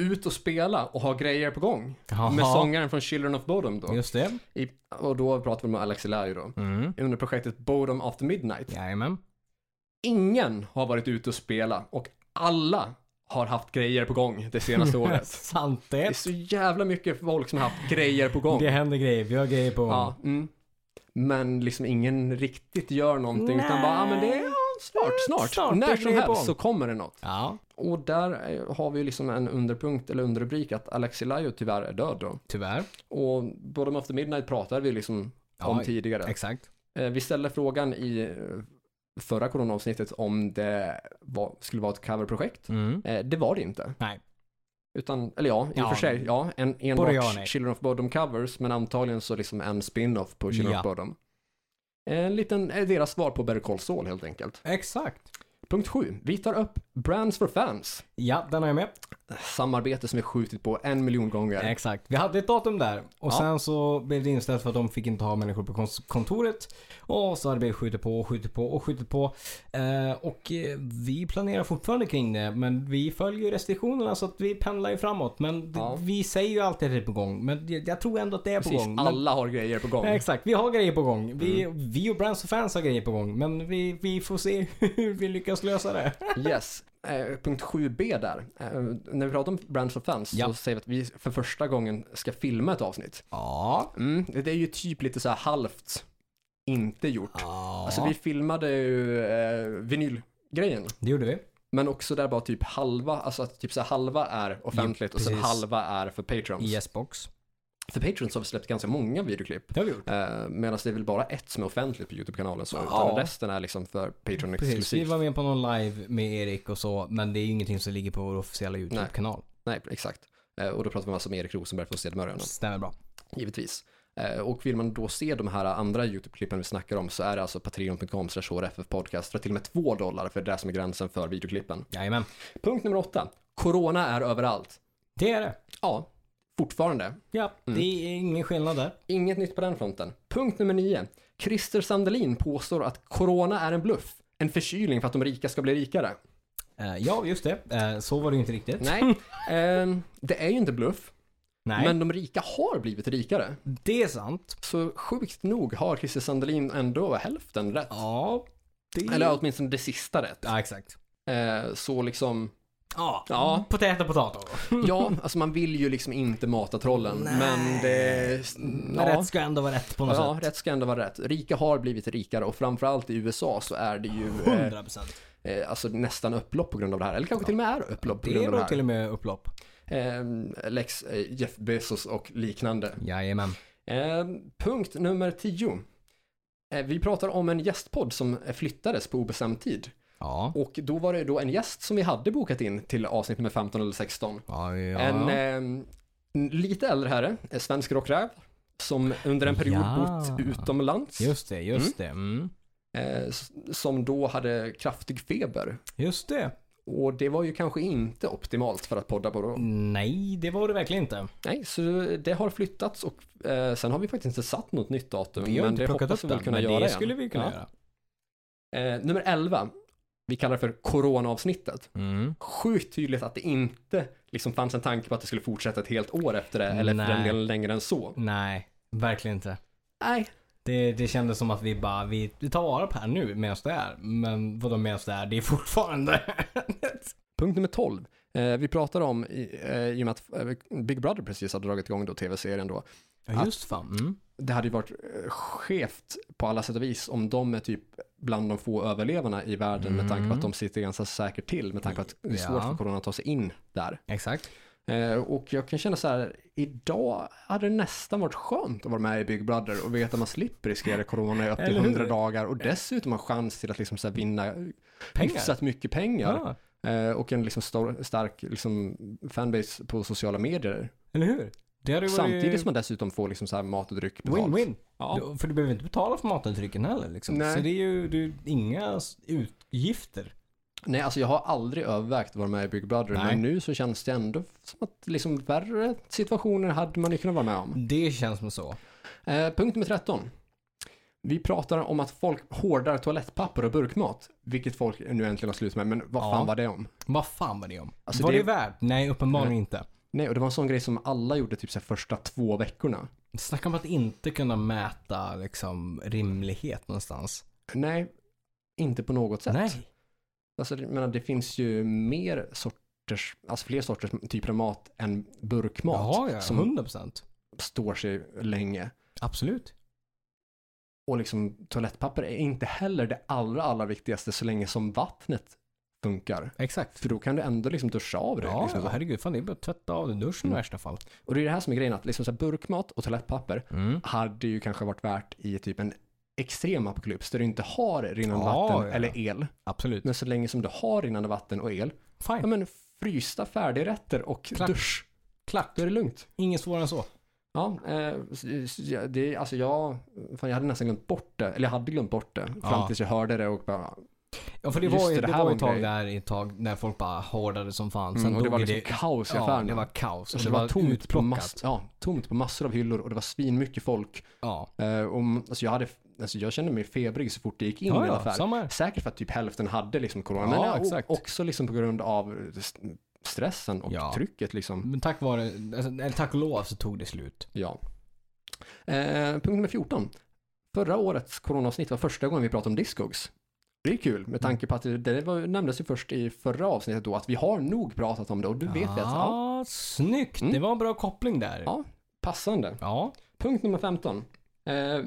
ut och spela och ha grejer på gång.
Jaha.
Med sångaren från Children of Bodom då.
Just det.
I, och då pratar vi om Alex Elayo då.
Mm.
Under projektet Bodom After Midnight.
Jajamän.
Ingen har varit ute och spela och alla har haft grejer på gång det senaste året.
Sant
Det är
det.
så jävla mycket folk som har haft grejer på gång.
Det händer grejer. Vi har grejer på gång.
Ja, mm. Men liksom ingen riktigt gör någonting utan
Nej.
bara, ah, men det är snart, snart.
Snart, det
När
är
som
grejer på
helst så
gång.
kommer det något.
ja.
Och där eh, har vi ju liksom en underpunkt eller underrubrik att Alexi Lajo tyvärr är död då.
Tyvärr.
Och Bottom After Midnight pratade vi liksom om
Ja,
tidigare.
Exakt.
Eh, Vi ställde frågan i eh, förra coronaavsnittet om det var, skulle vara ett coverprojekt.
Mm.
Eh, Det var det inte.
Nej.
Utan, eller ja, i och
Ja.
för sig, ja, en,
Både ja
enbart
och nej.
Children of Bodom covers, men antagligen så liksom en spin-off på Children
Ja.
of Bodom. En liten, eh, deras svar på Better Call Saul helt enkelt.
Exakt.
Punkt 7. Vi tar upp Brands for Fans.
Ja, den har jag med.
Samarbete som är skjutit på en miljon gånger.
Exakt. Vi hade ett datum där och
Ja.
sen så blev det inställt för att de fick inte ha människor på kons- kontoret. Och så hade vi skjutit på och skjutit på och skjutit på. Eh, och eh, vi planerar fortfarande kring det men vi följer ju restriktionerna så att vi pendlar ju framåt. Men d-
Ja.
vi säger ju alltid att det är på gång. Men jag, jag tror ändå att det är på
Precis,
gång. Men-
alla Mm. har grejer på gång.
Ja, Exakt, vi har grejer på gång. Vi, vi och Brands och fans har grejer på gång. Men vi, vi får se hur vi lyckas lösa det.
Yes. Eh, punkt 7b där. Eh, när vi pratar om Brands for Fans så
Ja.
säger vi att vi för första gången ska filma ett avsnitt.
Ja.
Mm, det är ju typ lite så här halvt inte gjort. Alltså vi filmade ju eh, vinylgrejen.
Det gjorde vi.
Men också där bara typ halva, alltså att typ så här halva är offentligt och sen
precis.
halva är för Patrons.
I Yesbox.
För Patrons har vi släppt ganska många videoklipp.
Det har vi gjort.
Eh, Medan det är väl bara ett som är offentligt på YouTube-kanalen så.
Ja.
Utan resten är liksom för Patreon
Precis, vi
exklusivt.
var med på någon live med Erik och så. Men det är ju ingenting som ligger på vår officiella YouTube-kanal.
Nej, exakt. Eh, Och då pratar vi alltså om Erik Rosenberg från Cedermörarna.
Stämmer bra.
givetvis. Eh, Och vill man då se de här andra YouTube-klippen vi snackar om så är det alltså patreon.com podcast för till och med 2 dollar för det där som är gränsen för videoklippen.
Jajamän.
Punkt nummer 8. Corona är överallt.
Det är det.
Ja, fortfarande.
Ja,
Mm.
det är ingen skillnad där.
Inget nytt på den fronten. Punkt nummer 9. Christer Sandelin påstår att corona är en bluff. En förkylning för att de rika ska bli rikare.
Eh, ja, just det. Eh, så var det ju inte riktigt.
Nej, ehm, det är ju inte bluff.
Nej.
Men de rika har blivit rikare.
det är sant.
Så sjukt nog har Christer Sandelin ändå hälften rätt.
Ja. Det...
Eller åtminstone det sista rätt.
Ja, exakt.
Eh, Så liksom,
Ja.
Ja.
Potäta, potato.
ja, alltså man vill ju liksom inte mata trollen, men det...
Men
Ja,
rätt ska ändå vara rätt på något
ja,
sätt.
rätt ska ändå vara rätt. Rika har blivit rikare och framförallt i USA så är det ju eh,
100 procent.
eh, alltså nästan upplopp på grund av det här. Eller kanske till och med är upplopp på
Det
grund
är
av det
då till
här.
och med upplopp.
Eh, Lex, eh, Jeff Bezos och liknande.
Jajamän.
Eh, punkt nummer 10. Eh, vi pratar om en gästpodd som eh, flyttades på obestämd tid.
Ja.
Och då var det då en gäst som vi hade bokat in till avsnitt nummer 15 eller 16.
ja, ja.
En eh, n- lite äldre herre, eh, svensk rockräv, som under en period
Ja.
bott utomlands.
Just det, just det. Mm.
eh, s- som då hade kraftig feber.
Just det.
Och det var ju kanske inte optimalt för att podda på då.
Nej, det var det verkligen inte.
Nej, så det har flyttats och eh, sen har vi faktiskt inte satt något nytt datum.
Vi har
men
inte
det
plockat
hoppas vi
upp
väl
den,
kunna
men
göra
det
igen.
skulle vi kunna
Ja.
göra.
Eh, nummer 11. Vi kallar det för coronaavsnittet.
Mm.
Sjukt tydligt att det inte liksom fanns en tanke på att det skulle fortsätta ett helt år efter det, eller för den
Nej.
delen längre än så.
Nej, verkligen inte.
Nej,
Det, det kändes som att vi bara, vi, vi tar vara på det här nu medan det är. Men vadå medan det är? Det är fortfarande.
Punkt nummer 12. Eh, vi pratade om, i, eh, i och med att eh, Big Brother precis hade dragit igång då tv-serien då,
Ja, just fan. Mm.
det hade ju varit eh, skevt på alla sätt och vis om de är typ bland de få överlevarna i världen med tanke på att de sitter ganska säkert till med tanke på att det är svårt
Mm. Ja.
för corona att ta sig in där.
Exakt.
Eh, och jag kan känna så här, idag hade det nästan varit skönt att vara med i Big Brother och veta att man slipper riskera corona i upp till
Eller hur?
100 dagar och dessutom ha chans till att liksom så här vinna
Pengar.
hyfsat mycket pengar.
Ja,
Eh, och en liksom stor, stark liksom, fanbase på sociala medier.
eller hur? Det hade ju varit-
Samtidigt som man dessutom får liksom så här mat och dryck betalt.
Win-win.
Ja.
Du- För du behöver inte betala för matintrycken heller liksom.
Nej.
Så det är ju det är ju inga s- utgifter.
Nej, alltså jag har aldrig övervägt att vara med i Big Brother,
Nej.
men nu så känns det ändå som att liksom värre situationer hade man ju kunnat vara med om.
Det känns som så.
Eh, punkt nummer 13. Vi pratar om att folk hårdar toalettpapper och burkmat, vilket folk nu äntligen har slut med, men vad
Ja.
fan var det om?
Vad fan var det om?
Alltså,
var
det-
det, värt? Nej, uppenbarligen inte.
Nej, och det var en sån grej som alla gjorde typ så här första två veckorna.
Snacka om att inte kunna mäta liksom rimlighet någonstans.
Nej, inte på något sätt.
Nej.
Alltså, jag menar, det finns ju mer sorters, alltså fler sorters typer av mat än burkmat
Jaha, ja. Mm.
som
100%.
står sig länge.
Absolut.
Och liksom toalettpapper är inte heller det allra, allra viktigaste så länge som vattnet funkar.
Exakt.
För då kan du ändå liksom duscha av det.
Ja,
liksom så. Mm.
ja, herregud. Fan, det är bara att tvätta av det i duschen i värsta fall.
Och det är det här som är grejen, att liksom så här burkmat och toalettpapper hade ju kanske varit värt i typ en extrem apokalyps där du inte har rinnande
Ja,
vatten
ja.
eller el.
Absolut.
Men så länge som du har rinnande vatten och el, ja
Fine.
men frysta färdigrätter och
Klart.
dusch,
Klart.
då är det lugnt.
Inget svårare än så.
Ja, eh, s- s- ja, det, alltså jag, fan, jag hade nästan glömt bort det, eller jag hade glömt bort det fram
Ja.
tills jag hörde det och bara,
Ja, för det
Just
var,
det,
ju
det
det
här
var
var
ju
en
ett tag
grej.
där, ett tag när folk bara hårdade som fan. Sen
mm, och det
dog
var
ju
liksom kaos i
Ja,
affären.
det var kaos.
Och
Och
det var tomt på,
utplockat.
mass, ja, tomt på massor av hyllor och det var svinmycket folk.
Ja,
Eh, och, alltså jag, hade, alltså jag kände mig febrig så fort det gick in
Ja,
i en
ja,
affär.
samma här.
Säkert för att typ hälften hade liksom corona,
Ja,
men ja,
exakt.
och, också liksom på grund av st- stressen och
Ja.
trycket liksom.
men tack vare, alltså, eller tack och lov så tog det slut.
Ja. Eh, punkt nummer 14. Förra årets coronaavsnitt var första gången vi pratade om Discogs. Det är kul med tanke på att det, det var, nämndes ju först i förra avsnittet då att vi har nog pratat om det och du vet att ja,
ah, snyggt. Det var en bra koppling där.
Ja. passande.
Ja.
Punkt nummer 15. Eh,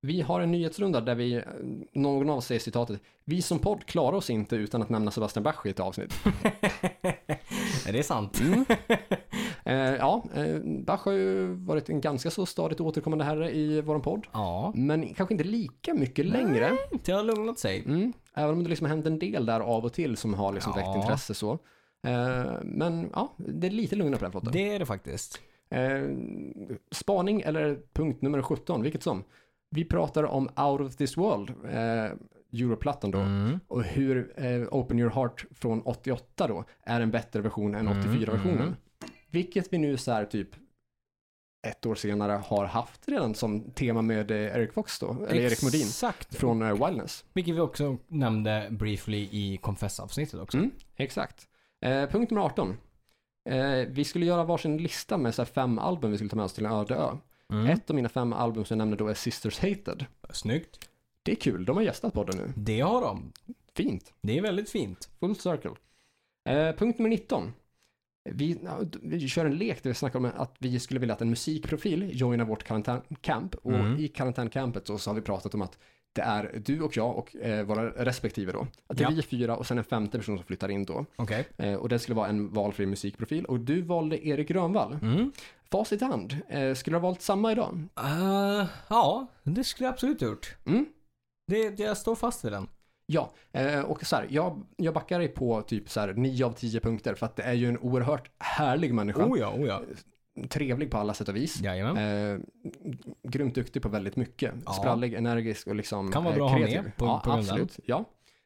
vi har en nyhetsrunda där vi, eh, någon av oss säger citatet, vi som podd klarar oss inte utan att nämna Sebastian Bach i ett avsnitt.
det är sant.
Eh, ja, eh, Bach har ju varit en ganska så stadigt återkommande herre i vår podd,
Ja.
men kanske inte lika mycket längre.
Det har lugnat sig.
Mm. Även om det liksom har hänt en del där av och till som har liksom
Ja.
väckt intresse så. Eh, men ja, det är lite lugnare på den fronten.
Det är det faktiskt.
Eh, spaning eller punkt nummer 17, vilket som. Vi pratar om Out of this world, eh, Europlattan då.
Mm.
Och hur eh, Open Your Heart från 88 då är en bättre version än 84-versionen.
mm.
Vilket vi nu så här typ ett år senare har haft redan som tema med eh, Eric Fox då, eller Erik Modin
Exakt.
från eh, Wildness.
Vilket vi också nämnde briefly i Confess-avsnittet också.
Mm, exakt. Eh, punkt nummer 18. Eh, vi skulle göra varsin lista med så här fem album vi skulle ta med oss till en öde ö.
Mm.
Ett av mina fem album som jag nämnde då är Sisters Hated.
Snyggt.
Det är kul, de har gästat podden nu.
Det har de.
Fint,
Det är väldigt fint.
full circle. Eh, punkt nummer 19. Vi, ja, d- vi kör en lek där vi snackar om att vi skulle vilja att en musikprofil joinar vårt karantänkamp. Och
Mm.
i karantänkampet så, så har vi pratat om att det är du och jag och eh, våra respektive då. Att det är
Ja.
vi fyra och sen en femte person som flyttar in då.
Okej.
Eh, Och det skulle vara en valfri musikprofil. Och du valde Erik Grönvall.
Mm.
Facit i hand. eh, Skulle du ha valt samma idag?
Eh, ja, det skulle jag absolut ha gjort.
Mm.
Det, det, jag står fast vid den.
Ja, eh, och så här, jag, jag backar dig på typ så här 9 av 10 punkter för att det är ju en oerhört härlig människa.
ja, oh ja.
trevlig på alla sätt och vis.
Jajamän.
Eh, grymt duktig på väldigt mycket.
Ja.
Sprallig, energisk och liksom
Kan vara
eh,
bra att ha med
kreativ.
på-
ja,
på grund av
absolut. Ja.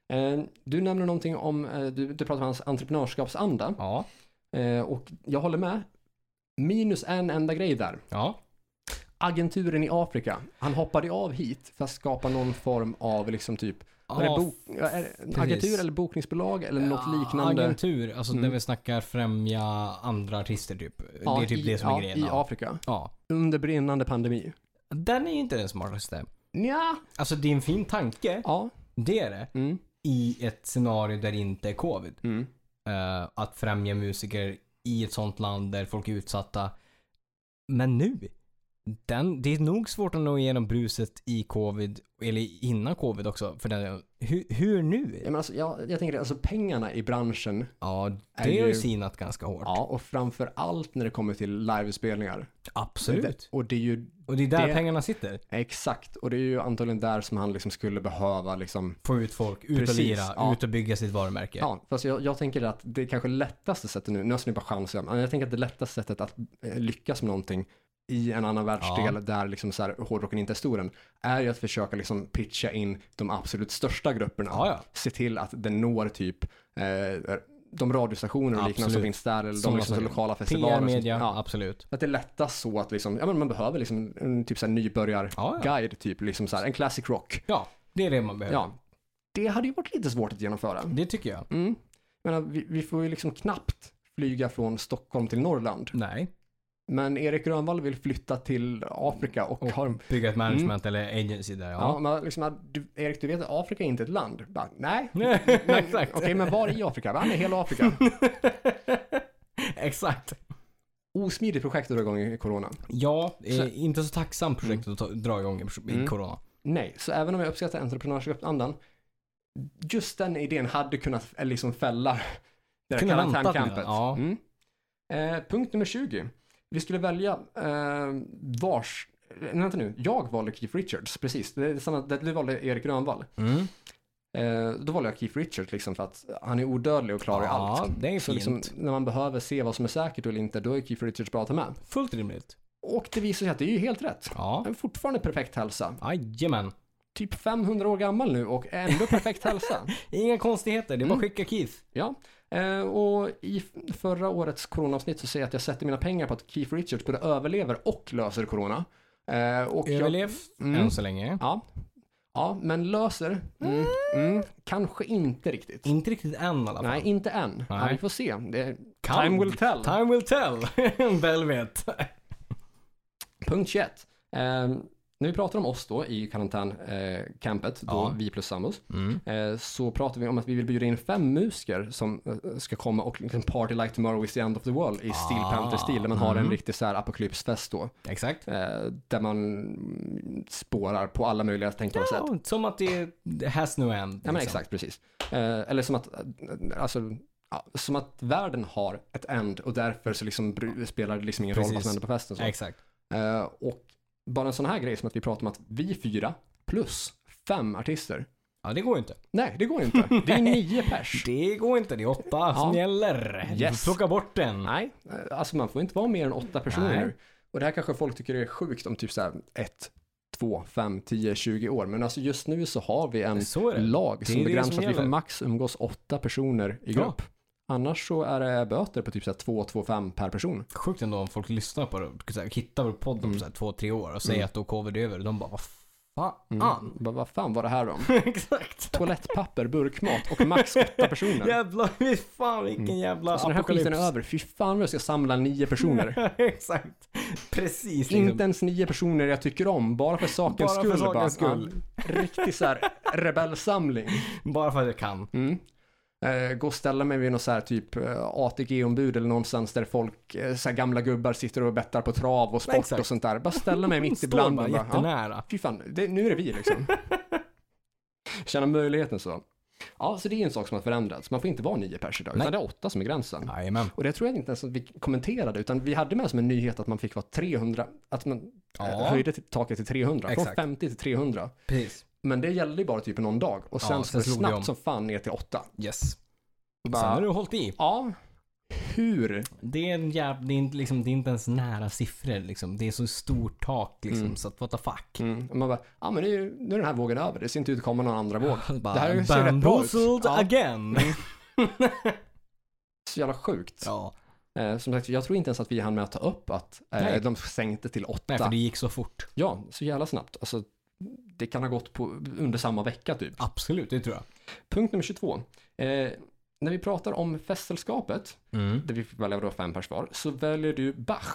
Eh, du nämner någonting om, eh, du, du pratar om hans entreprenörskapsanda.
Ja.
Eh, och jag håller med. Minus en enda grej där.
Ja.
Agenturen i Afrika. Han hoppade av hit för att skapa någon form av liksom typ vad är det, bok, ja, är det agentur eller bokningsbolag eller något liknande.
Agentur, alltså
Mm.
där vi snackar främja andra artister typ.
Ja,
det är typ
i,
det som är
ja,
grejen.
I
ja.
Afrika.
ja.
Under brinnande pandemi.
Den är ju inte den smartaste.
Ja.
Alltså det är en fin tanke,
Ja.
det är det.
Mm.
I ett scenario där det inte är covid.
Mm.
Eh, att främja musiker i ett sånt land där folk är utsatta. Men nu? Den, det är nog svårt att nå igenom bruset i covid, eller innan covid också för den hur, hur nu?
Jag, alltså, jag, jag tänker det, alltså pengarna i branschen,
Ja,
Är
det har ju
ju-
sinat ganska hårt.
ja, och framför allt när det kommer till livespelningar.
Absolut.
Och det är ju
Och det är där
Det-
pengarna sitter.
exakt, och det är ju antagligen där som han liksom skulle behöva liksom
Få ut folk, ut och
Precis,
lira,
ja.
ut och bygga sitt varumärke.
Ja, fast jag, jag tänker att det kanske lättaste sättet nu, nu har jag bara chansen, men jag tänker att det lättaste sättet att eh, lyckas med någonting i en annan världsdel där liksom så här, hårdrocken inte är stor än, är ju att försöka liksom pitcha in de absolut största grupperna.
Ja, ja.
Se till att den når typ eh, de radiostationer och liknande som
Absolut.
finns där, eller
Såna
de liksom,
saker.
lokala festivaler.
PR,
och sånt.
media,
Ja.
absolut.
Att det är lättast så att liksom, ja, men man behöver liksom en typ så här
Ja, ja.
nybörjarguide, typ liksom så här, en classic rock.
Ja, det är det man behöver.
Ja. Det hade ju varit lite svårt att genomföra.
Det tycker jag.
Mm. Jag menar, vi, vi får ju liksom knappt flyga från Stockholm till Norrland.
Nej.
Men Erik Grönvall vill flytta till Afrika och,
Och
har...
bygga ett management eller agency där.
Mm. Ja,
Ja.
men liksom, du, Erik, du vet att Afrika är inte ett land? Bara, nej.
Nej,
Men,
exakt.
Okej, men var i Afrika? Va? Nej, hela Afrika.
Exakt.
Osmidigt projekt att dra igång i corona.
Ja, eh,
Så-
inte så tacksam projekt att ta, dra igång i i
Mm.
corona.
Nej, så även om jag uppskattar entreprenörskapsandan, just den idén hade kunnat eh, liksom fälla det där
Kunde väntat med den,
karantäncampet.
ja.
Mm. Eh, punkt nummer 20. Vi skulle välja eh, vars... Nej, vänta nu. Jag valde Keith Richards, precis. Det är samma, det, du valde Erik Grönvall.
Mm.
Eh, då valde jag Keith Richards liksom för att han är odödlig och klarar
Ja,
allt.
det är
Så
fint.
liksom, när man behöver se vad som är säkert eller inte, då är Keith Richards bra att ha med.
Fullt rimligt.
Och det visar sig att det är ju helt rätt.
Ja.
Han är fortfarande perfekt hälsa
Jajamän.
typ 500 år gammal nu och ändå perfekt hälsa.
Inga konstigheter, det är bara att
Mm.
skicka Keith.
Ja, eh, och i f- förra årets coronaavsnitt så säger jag att jag sätter mina pengar på att Keith Richards både överlever och löser corona. Eh, och jag-
Överlev
Mm.
än så länge.
Ja, ja, men löser? Mm, mm, kanske inte riktigt.
Inte riktigt än i alla fall.
Nej, inte än. Ja,
Nej.
vi får se. Det,
Kan-
time will tell.
Time will tell. Velvet.
Punkt 21. Eh, när vi pratar om oss då i karantäncampet, då
Ja.
vi plus sambos,
Mm.
eh, så pratar vi om att vi vill bjuda in fem musiker som eh, ska komma och liksom party like tomorrow is the end of the world i Steel
Ah,
Panther-stil där man har en
mm.
riktig så här apokalypsfest då.
Exakt.
Eh, där man mm, spårar på alla möjliga tänkbara sätt.
Ja, som att det det has no end.
Ja men
liksom.
exakt, precis. Eh, eller som att, eh, alltså, ja, som att världen har ett end och därför så liksom bru- spelar det liksom ingen roll vad
Precis.
som händer på festen. Så.
Exakt.
Eh, och bara en sån här grej som att vi pratar om att vi fyra plus fem artister.
Ja, det går ju inte.
Nej, det går ju inte. Det är nio pers.
Det går inte. Det är åtta som gäller. Du
Yes.
får plocka bort den.
Nej, eh, alltså man får inte vara mer än åtta personer.
Nej.
Och det här kanske folk tycker är sjukt om typ så här ett, två, fem, tio, tjugo år. Men alltså just nu så har vi en
Så är det.
lag
Det är
som
det
begränsar
som
att vi får
gäller.
max umgås åtta personer i
Ja.
grupp. Annars så är det böter på typ så här två, två, fem per person.
Sjukt ändå om folk lyssnar på det och så här, hittar vår podd om så här, två, tre år och säger att då covid är över. Och de bara, vad fan?
Vad vad fan var det här om?
Exakt.
Toalettpapper, burkmat och max åtta personer.
Jävlar, fy fan vilken jävla
Alltså den här skiten är över. Fy fan vad jag ska samla nio
Liksom.
personer.
Exakt. Precis. Liksom.
Inte ens nio personer jag tycker om, bara för sakens
Bara för
skull.
sakens
bara,
skull.
Ja, riktig så här rebellsamling.
Bara för att jag kan.
Eh, gå och ställa mig vid någon så här typ eh, ATG-ombud eller någonstans där folk, eh, så här gamla gubbar sitter och bettar på trav och sport
exakt.
och sånt där. Bara ställa mig mitt
Står
ibland
bara
och bara, ja,
jättenära.
fy fan, det, nu är det vi liksom. Känna möjligheten så. Ja, så det är en sak som har förändrats. Man får inte vara nio pers idag,
Nej.
utan det är åtta som är gränsen.
Jajamän.
Och det tror jag inte ens att vi kommenterade, utan vi hade med som en nyhet att man fick vara 300, att man eh,
Ja.
höjde till, taket till 300,
Exakt.
från 50 till 300.
Precis.
Men det gällde ju bara typ någon dag och sen,
sen
så var det
slog det om.
snabbt som fan ner till åtta.
Yes.
Bara,
Sen har du hållit i.
Ja, Hur?
Det är, en jäv, det, är inte, liksom, det är inte ens nära siffror. Liksom. Det är så stort tak liksom, så att what the fuck.
Mm. Och Man bara, ja ah, men nu, är ju- nu är den här vågen över, det ser inte ut att komma någon andra våg.
Bara,
Det här ser rätt bra ut.
Bamboozled
Ja.
again.
Så jävla sjukt.
Ja.
Eh, som sagt, jag tror inte ens att vi hann med att ta upp att eh,
Nej.
de sänkte till åtta.
Nej, för det gick så fort.
Ja, så jävla snabbt. Alltså, det kan ha gått på, under samma vecka typ.
Absolut, det tror jag.
Punkt nummer 22. Eh, när vi pratar om festsällskapet,
Mm.
där vi får välja då fem pers var, så väljer du Bach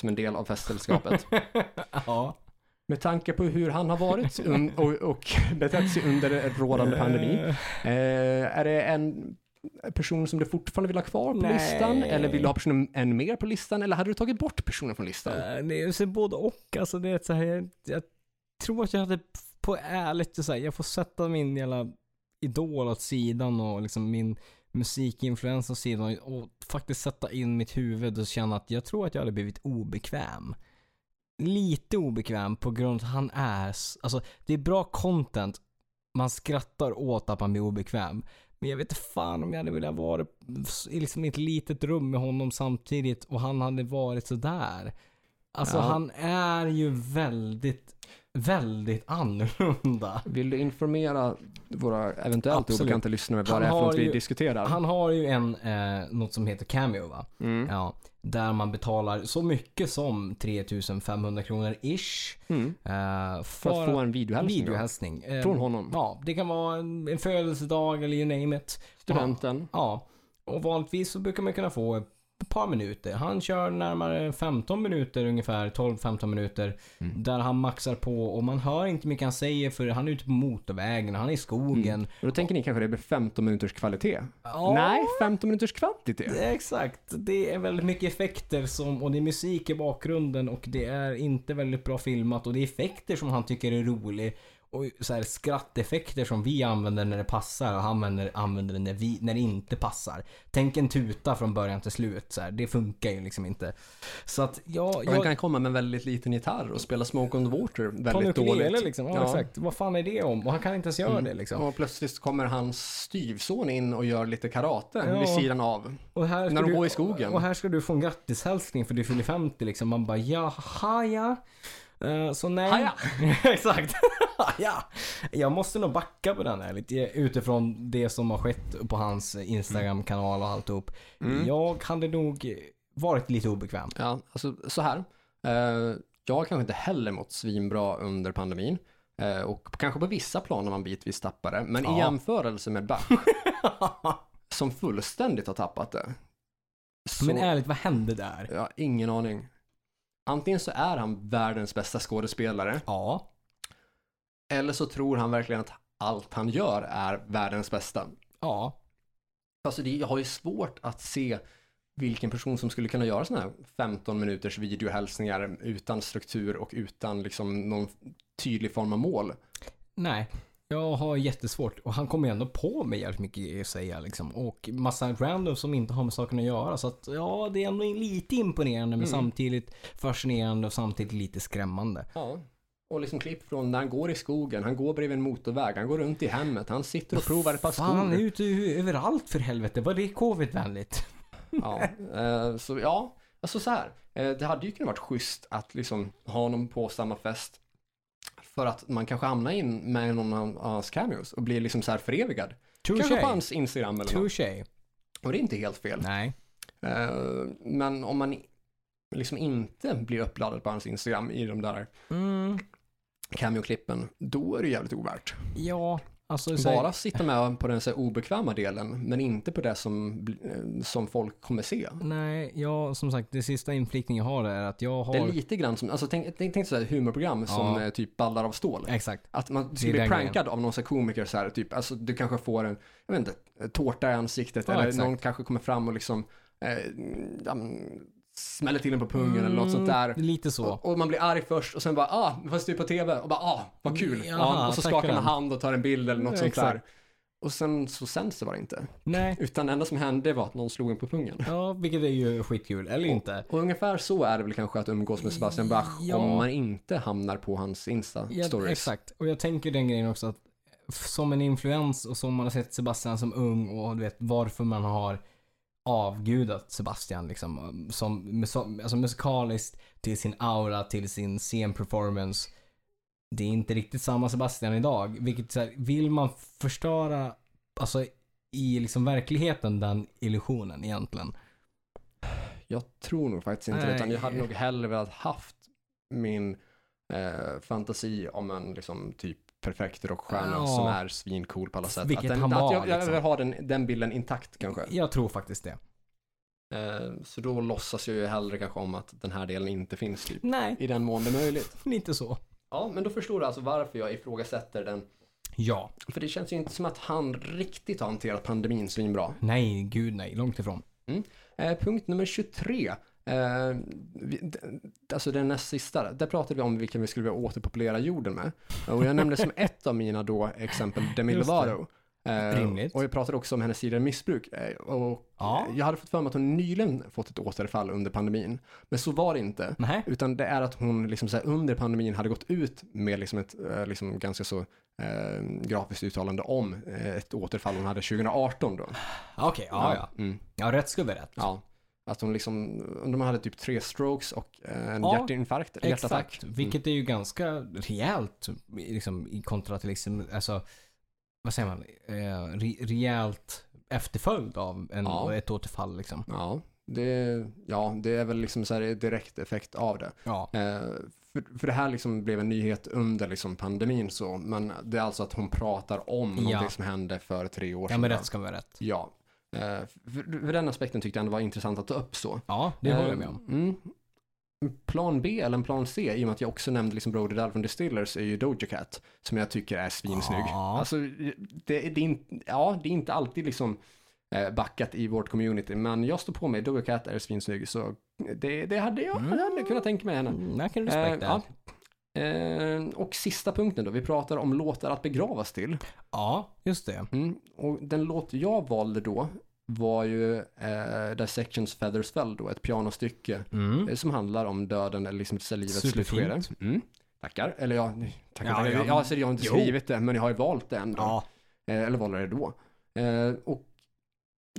som en del av festsällskapet.
Ja.
Med tanke på hur han har varit un- och, och betett sig under en rådande pandemi.
Eh,
Eh, är det en person som du fortfarande vill ha kvar på
Nej.
listan? Eller vill du ha personen än mer på listan? Eller hade du tagit bort personen från listan?
Eh, Det är så både och. Alltså, det är så här, jag, jag tror att jag hade på ärligt att säga, jag får sätta min jävla idol åt sidan och liksom min musikinfluens åt sidan och faktiskt sätta in mitt huvud och känna att jag tror att jag hade blivit obekväm. Lite obekväm på grund av att han är, s- alltså det är bra content, man skrattar åt att man blir obekväm. Men jag vet inte fan om jag hade velat vara i liksom ett litet rum med honom samtidigt och han hade varit sådär. Alltså
Ja.
han är ju väldigt, väldigt annorlunda.
Vill du informera våra eventuellt
Absolut.
obekanta lyssnare med
Han
vad det är för
har
något vi
ju-
diskuterar?
Han har ju en, eh, något som heter Cameo va?
Mm.
Ja, där man betalar så mycket som 3500 kronor ish.
Mm.
Eh, för,
För att få en videohälsning. då.
videohälsning. Eh,
Från honom.
Ja, det kan vara en, en födelsedag eller you name it.
Studenten.
Ja, och vanligtvis så brukar man kunna få ett par minuter. Han kör närmare 15 minuter ungefär, 12-15 minuter. Där han maxar på och man hör inte mycket han säger för han är ute på motorvägen, han är i skogen.
Och då tänker ni kanske det blir 15 minuters kvalitet?
Ja. Eh,
Nej, 15 minuters kvantitet.
Exakt. Det är väldigt mycket effekter som, och det är musik i bakgrunden och det är inte väldigt bra filmat och det är effekter som han tycker är rolig. Och så här skratteffekter som vi använder när det passar och han använder, använder det när, vi, när det inte passar. Tänk en tuta från början till slut. Så här. Det funkar ju liksom inte. Så att ja,
Och han
jag...
kan komma med en väldigt liten gitarr och spela Smoke on the Water
Tony
väldigt
Ukulele
dåligt.
liksom. Ja, exakt. Vad fan är det om? Och han kan inte ens göra det liksom.
Och plötsligt kommer hans styvson in och gör lite karate
Ja.
vid sidan av.
Och här ska
När de
du,
går i skogen.
Och här ska du få en grattishälsning för du fyller 50 liksom. Man bara jaha ja. Eh, Så nej.
Haja.
Exakt. ja. Jag måste nog backa på den här lite utifrån det som har skett på hans Instagram-kanal och alltihop.
Mm.
Jag hade nog varit lite obekväm.
Ja, alltså så här. Eh, jag kanske inte heller mått svinbra under pandemin. Eh, och kanske på vissa plan har man bitvis tappat det. Men i
Ja.
jämförelse med Bach, som fullständigt har tappat det. Så,
Men ärligt, vad hände där?
jag har ingen aning. Antingen så är han världens bästa skådespelare.
Ja.
Eller så tror han verkligen att allt han gör är världens bästa.
Ja.
Alltså det, jag har ju svårt att se vilken person som skulle kunna göra sådana här 15 minuters videohälsningar utan struktur och utan liksom någon tydlig form av mål.
Nej. Jag har jättesvårt och han kommer ju ändå på mig jävligt mycket att säga liksom. Och massa random som inte har med saken att göra. Så att ja, det är ändå lite imponerande
Mm.
men samtidigt fascinerande och samtidigt lite skrämmande.
Ja. Och liksom klipp från när han går i skogen, han går bredvid en motorväg, han går runt i hemmet, han sitter och provar ett par skor.
Fan, han är ute i- överallt för helvete. Var det covidvänligt?
Ja, eh, så ja, alltså så här. Eh, det hade ju kunnat varit schysst att liksom ha honom på samma fest. För att man kanske hamnar in med någon av hans cameos och blir liksom så här förevigad. Kanske på hans Instagram eller något.
Touché.
Och det är inte helt fel.
Nej.
Eh, men om man i- liksom inte blir uppladdad på hans Instagram i de där
Mm,
cameo-klippen, då är det jävligt ovärt.
ja, alltså så här-
Bara sitta med på den så här obekväma delen, men inte på det som, bli- eh, som folk kommer se.
Nej, jag som sagt det sista inflikning jag har är att jag har...
Det är lite grann som, alltså tänk, tänk, tänk sådär humorprogram som
Ja.
eh, typ ballar av stål.
Exakt.
Att man
Det är
skulle bli
den
prankad av någon sån här komiker så här, typ, alltså du kanske får en, jag vet inte, tårta i ansiktet
Ja,
eller
exakt.
någon kanske kommer fram och liksom eh, ja, men, smäller till en på pungen eller något sånt där.
Lite så.
Och, och man blir arg först och sen bara, ah, fast du är på tv och bara, ah, vad kul.
Mm, Jaha,
ja, och så
tack
skakar
för
man
den.
hand och tar en bild eller något
Ja,
sånt
exakt.
där. Och sen så sänds det bara inte.
Nej.
Utan det enda som hände var att någon slog en på pungen.
Ja, vilket är ju skitkul. Eller inte.
Och ungefär så är det väl kanske att umgås med Sebastian Bach
Ja.
om man inte hamnar på hans
Ja,
Insta-stories.
Exakt. Och jag tänker den grejen också att f- som en influens och som man har sett Sebastian som ung och du vet varför man har avgudat Sebastian liksom. Som, som alltså musikaliskt, till sin aura, till sin scenperformance. Det är inte riktigt samma Sebastian idag. Vilket så här, vill man förstöra, alltså i liksom verkligheten, den illusionen egentligen?
Jag tror nog faktiskt inte det, utan jag hade
Nej.
nog hellre velat haft min eh, fantasi om en liksom typ perfekt rockstjärna
Ja.
som är svincool på alla sätt.
Vilket
att den,
han var,
att jag, jag
liksom.
vill ha den, den bilden intakt kanske.
Jag tror faktiskt det.
Eh, så då låtsas jag ju hellre kanske om att den här delen inte finns typ.
Nej,
I den mån det är möjligt.
inte så.
Ja, men då förstår du alltså varför jag ifrågasätter den.
Ja.
För det känns ju inte som att han riktigt har hanterat pandemin svinbra.
Nej, gud nej. Långt ifrån.
Eh, punkt nummer 23. Eh, vi, d- alltså den näst sista, där. där pratade vi om vilken vi skulle vilja återpopulera jorden med. Och jag nämnde som ett av mina då exempel Demi
Just det.
Lovato. Eh,
Rimligt.
Och jag pratade också om hennes tidigare missbruk. Eh, och
Ja.
Jag hade fått för mig att hon nyligen fått ett återfall under pandemin. Men så var det inte.
Nej.
Utan det är att hon liksom så här under pandemin hade gått ut med liksom ett eh, liksom ganska så eh, grafiskt uttalande om eh, ett återfall hon hade 2018 då.
Okej, ja, ja.
Mm.
Ja, rätt ska vara rätt.
Ja. Alltså, Att hon liksom, de hade typ tre strokes och eh, en
Ja,
hjärtinfarkt, eller hjärtattack. Mm.
Exakt. Vilket är ju ganska rejält liksom, i kontra till liksom, alltså, vad säger man, eh, re, rejält efterföljd av en,
Ja.
ett återfall liksom.
Ja, det, ja, det är väl liksom så här direkt effekt av det.
Ja.
Eh, för, för det här liksom blev en nyhet under liksom pandemin så, men det är alltså att hon pratar om
Ja.
någonting som hände för tre år
Ja
sedan.
men rätt ska vara rätt.
Ja. Eh, för, för den aspekten tyckte jag ändå var intressant att ta upp så.
Ja, det håller
Eh,
jag med om.
Mm. Plan B eller en plan C, i och med att jag också nämnde liksom Brody Dull från Distillers, är ju Doja Cat, som jag tycker är svinsnygg.
Ja.
Alltså, det, det, är inte, ja, det är inte alltid liksom eh, backat i vårt community, men jag står på mig, Doja Cat är svinsnygg, så det, det hade jag, jag hade kunnat tänka mig henne.
Mm, Jag kan respektera.
Eh, ja. Eh, och sista punkten då, vi pratar om låtar att begravas till.
ja, just det.
Mm. Och den låt jag valde då var ju eh, Dissections Feathers Fell då, ett pianostycke
Mm.
eh, som handlar om döden eller liksom så här livets
Superfint.
slutskede. Mm. Tackar. Eller ja, tackar,
Ja,
tackar.
ja.
Ja, alltså, jag har inte
Jo.
skrivit det, men jag har ju valt det ändå.
Ja.
Eh, eller valde det då. Eh, och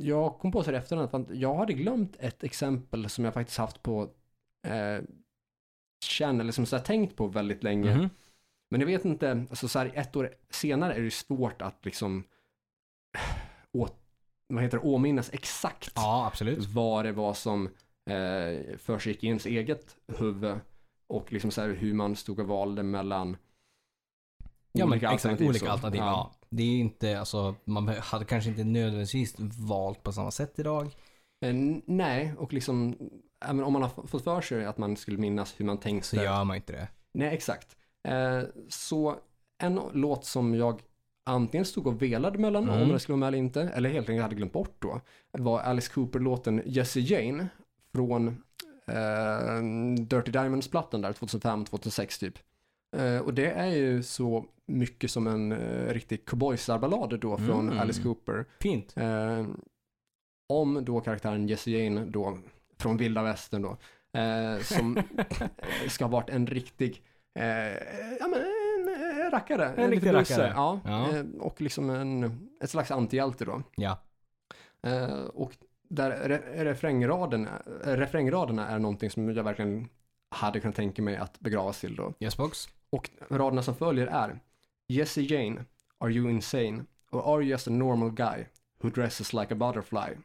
jag kom på så här i efterhand att jag hade glömt ett exempel som jag faktiskt haft på eh, känn eller som jag har tänkt på väldigt länge.
Mhm.
Men jag vet inte, alltså så här ett år senare är det ju svårt att liksom å, vad heter det, åminnas exakt
Ja, absolut.
vad det var som eh, försiggick i ens eget huvud och liksom så här hur man stod och valde mellan
Ja, men exakt. olika
så.
alternativ. Ja.
Ja.
Det är ju inte, alltså, man hade kanske inte nödvändigtvis valt på samma sätt idag.
Eh, nej, och liksom även om man har f- fått för sig att man skulle minnas hur man tänkte.
Så gör man inte det.
Nej, exakt. Eh, så en låt som jag antingen stod och velade mellan
Mm.
om det skulle vara med eller inte, eller helt enkelt hade glömt bort då, var Alice Cooper-låten Jesse Jane från eh, Dirty Diamonds-plattan där 2005-2006 typ. Eh, och det är ju så mycket som en eh, riktig cowboysarballad då från
Mm.
Alice Cooper.
Fint.
Eh, om då karaktären Jesse Jane då, från vilda västern då, eh, som ska ha varit en riktig, eh, ja men en eh, rackare. En,
riktig
liten busse,
rackare.
Ja,
Ja.
Eh, och liksom en, ett slags antihjälte då.
Ja.
Eh, och där re, refrängraden, eh, refrängraderna är någonting som jag verkligen hade kunnat tänka mig att begravas till då.
Yes box.
Och raderna som följer är Jesse Jane, are you insane? Or are you just a normal guy who dresses like a butterfly?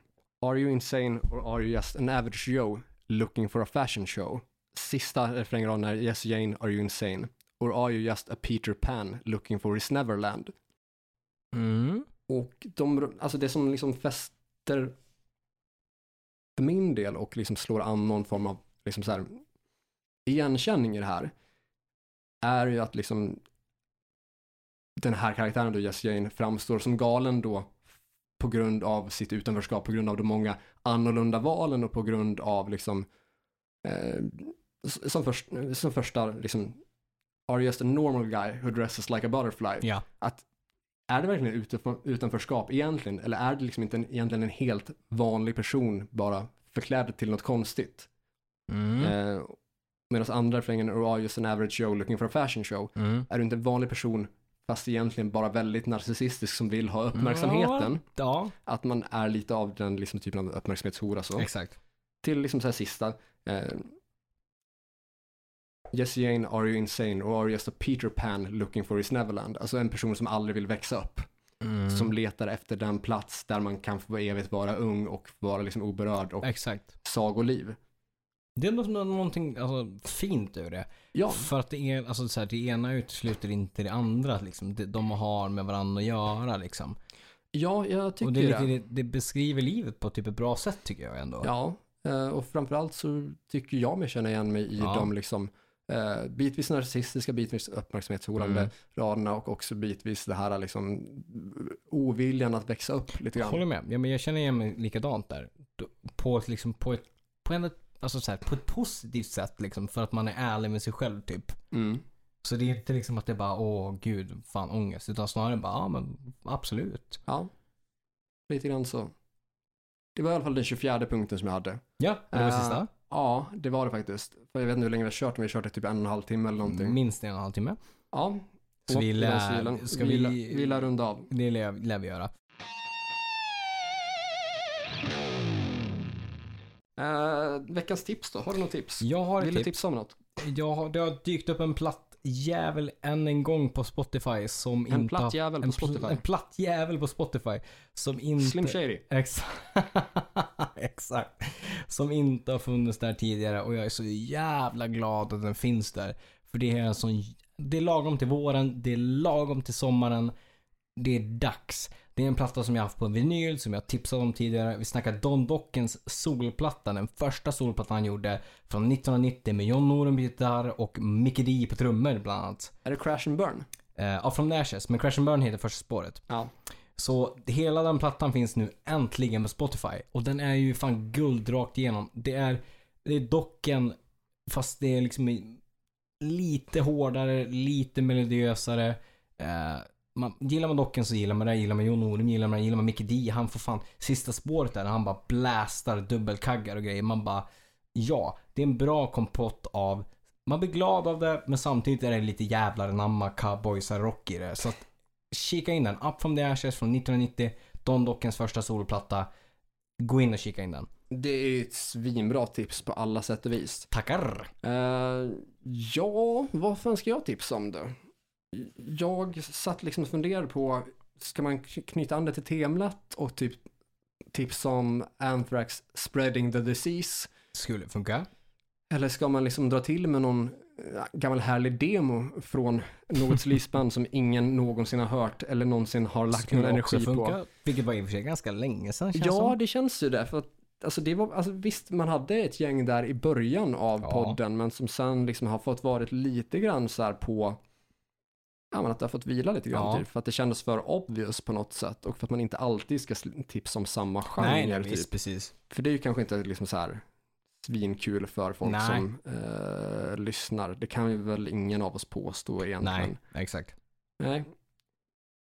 Are you insane or are you just an average Joe looking for a fashion show? Sista refrängraden är Jesse Jane, are you insane? Or are you just a Peter Pan looking for his Neverland?
Mm.
Och de, alltså det som liksom fäster för min del och liksom slår an någon form av liksom så här igenkänning i det här är ju att liksom den här karaktären då, Jess Jane, framstår som galen då på grund av sitt utanförskap, på grund av de många annorlunda valen och på grund av liksom eh, s- som, först, som första liksom Are you just a normal guy who dresses like a butterfly?
Ja.
är det verkligen ett utanför- utanförskap egentligen? Eller är det liksom inte en, egentligen en helt vanlig person bara förklädd till något konstigt?
Mm.
Eh, "Oh, Medan andra refrängen, or are you just an average Joe looking for a fashion show?
Mm.
Är du inte en vanlig person fast egentligen bara väldigt narcissistisk som vill ha uppmärksamheten.
Ja,
Att man är lite av den liksom, typen av uppmärksamhetshora så.
ja exakt.
Till liksom så här sista. Eh, Jesse Jane, are you insane? Or are you just a Peter Pan looking for his Neverland? Alltså en person som aldrig vill växa upp.
Mm.
Som letar efter den plats där man kan få evigt vara ung och vara liksom oberörd och
Exakt.
sagoliv.
Det är ändå nå- någonting alltså, fint över det.
Ja,
För att det, är, alltså, så här, det ena utesluter inte det andra. Liksom. De, de har med varandra att göra. Liksom.
ja jag tycker
Och det, är lite, det, det beskriver livet på typ ett bra sätt tycker jag ändå.
Ja, eh, och framförallt så tycker jag mig känna igen mig i
Ja.
de liksom eh, bitvis narcissistiska, bitvis uppmärksamhetshorande
Mm.
raderna och också bitvis det här liksom oviljan att växa upp lite
Håller
grann.
med. Ja, men jag känner igen mig likadant där. Då- På ett, liksom, på ett, på en, alltså, så här, på ett positivt sätt liksom, för att man är ärlig med sig själv typ.
Mm.
Så det är inte liksom att det är bara åh gud, fan ångest. Utan snarare bara ja men absolut.
Ja, lite grann så. Det var i alla fall den 24 punkten som jag hade.
Ja, det var
Eh,
sista.
Ja, det var det faktiskt. För jag vet inte hur länge vi har kört, men vi har kört i typ en och en halv timme eller någonting.
Minst en och en halv timme.
Ja.
Så vi lär-
Återgångsvilan.
ska
vi...
vi-
lär- vi lär runda av.
Det lär, lär vi göra.
Eh, veckans tips då? Har du något tips?
Jag har ett
Vill du
tips.
tipsa om något?
Jag har, det har dykt upp en platt jävel än en gång på Spotify som inte
En platt
har-
jävel på
en,
Spotify.
En platt jävel på Spotify. Som inte...
Slim Shady.
Exakt. Exakt. Som inte har funnits där tidigare och jag är så jävla glad att den finns där. För det är en sån... Det är lagom till våren, det är lagom till sommaren. Det är dags. Det är en platta som jag haft på vinyl som jag tipsade om tidigare. Vi snackar Don Dockens solplatta. Den första solplattan han gjorde från 1990 med John Norum på gitarr och Mickey D på trummor bland annat.
Är det Crash and Burn?
Eh, Ja, från Nashes. Men Crash and Burn heter första spåret.
Ja.
Så hela den plattan finns nu äntligen på Spotify. Och den är ju fan guld rakt igenom. Det är, det är docken fast det är liksom i- lite hårdare, lite melodiösare. Eh, man, gillar man docken så gillar man det. Gillar man Jon Orum gillar man det. Gillar man Mickey D. Han får fan sista spåret där när han bara blästar dubbelkaggar och grejer. Man bara ja, det är en bra kompott av man blir glad av det men samtidigt är det lite jävlar namma cowboysar rock i det. Så att kika in den. Up from the Ashes från 1990. Don Dockens första soloplatta. Gå in och kika in den.
Det är ett svinbra tips på alla sätt och vis.
Tackar!
Eh, ja, vad fan ska jag tipsa om då? Jag satt liksom och funderade på, ska man kn- knyta an det till temat och typ tips om Anthrax spreading the disease?
Skulle funka.
Eller ska man liksom dra till med någon eh, gammal härlig demo från något sleazeband som ingen någonsin har hört eller någonsin har lagt någon
Skulle också
energi på?
funka. Vilket var i och för sig ganska länge sedan känns
Ja,
som.
det känns ju det. För att, alltså, det var, alltså, visst, man hade ett gäng där i början av
Ja.
podden, men som sen liksom har fått varit lite grann så här på Ja, men att det har fått vila lite grann
Ja.
typ, för att det kändes för obvious på något sätt och för att man inte alltid ska sl- tipsa om samma genre.
Nej, nej,
typ.
visst, precis.
För det är ju kanske inte liksom så här svinkul för folk
Nej.
som eh, lyssnar. Det kan ju väl ingen av oss påstå egentligen.
Nej, exakt.
Nej.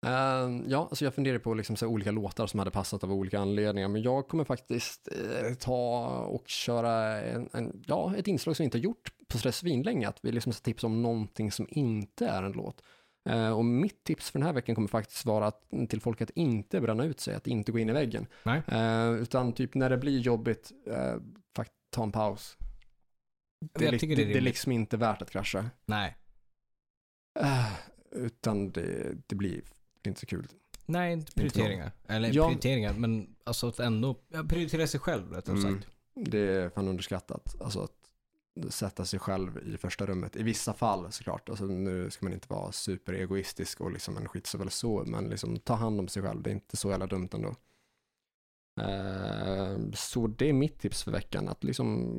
Ehm, ja, alltså jag funderar på liksom så här olika låtar som hade passat av olika anledningar, men jag kommer faktiskt eh, ta och köra en, en, ja, ett inslag som vi inte har gjort på sådär svinlänge, att vi liksom ska tipsa om någonting som inte är en låt. Eh, och mitt tips för den här veckan kommer faktiskt vara att, mm, till folk att inte bränna ut sig, att inte gå in i väggen.
Nej.
Eh, utan typ när det blir jobbigt, eh, fakt- ta en paus. Det, är
Jag
li-
tycker
det,
det är
det är
rimligt.
liksom inte värt att krascha.
Nej.
Eh, utan det, det blir inte så kul.
Nej, inte prioriteringar. Eller
Ja.
prioriteringar, men alltså att ändå ja, prioritera sig själv rättare
Mm.
sagt.
Det är fan underskattat. Alltså att sätta sig själv i första rummet. I vissa fall såklart. Alltså nu ska man inte vara superegoistisk och liksom en skit så väl så. Men liksom ta hand om sig själv. Det är inte så jävla dumt ändå. Eh, Så det är mitt tips för veckan. Att liksom,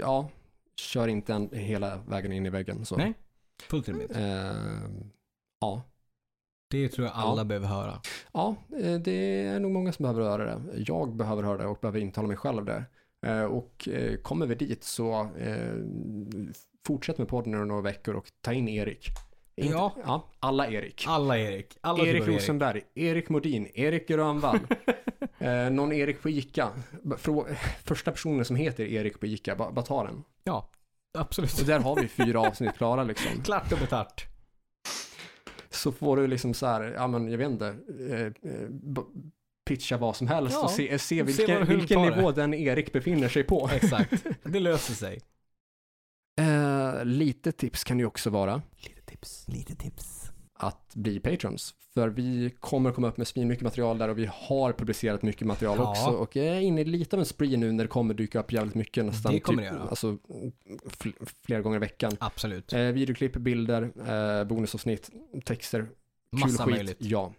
ja, kör inte en, hela vägen in i väggen. Så.
Nej. Fullt rimligt.
Eh, Ja.
Det tror jag alla
Ja.
behöver höra.
Ja, eh, det är nog många som behöver höra det. Jag behöver höra det och behöver intala mig själv det. Eh, Och eh, kommer vi dit så eh, fortsätt med podden under några veckor och ta in Erik. Inte-
Ja.
ja. Alla Erik.
Alla Erik. Alla
Erik
typer av
Rosenberg, Erik Modin, Erik Grönvall, eh, någon Erik på Ica. B- frå- Första personen som heter Erik på Ica, ba- bara ta den.
Ja, absolut.
Och där har vi fyra avsnitt klara liksom.
Klart och betart.
så får du liksom så här, ja men jag vet inte, eh, eh, b- pitcha vad som helst
Ja.
och se, se
vad-
vilken,
hur de
vilken
tar det.
nivå den Erik befinner sig på.
Exakt. Det löser sig.
Eh, lite tips kan ju också vara
Lite tips. Lite tips.
att bli patrons. För vi kommer komma upp med svinmycket material där och vi har publicerat mycket material
Ja.
också. Och jag är inne i lite av en spree nu när det kommer dyka upp jävligt mycket nästan.
Det kommer det göra.
Alltså fl- flera gånger i veckan.
Absolut.
Eh, videoklipp, bilder, eh, bonusavsnitt, texter, kul
Massa
skit.
möjligt.
Ja.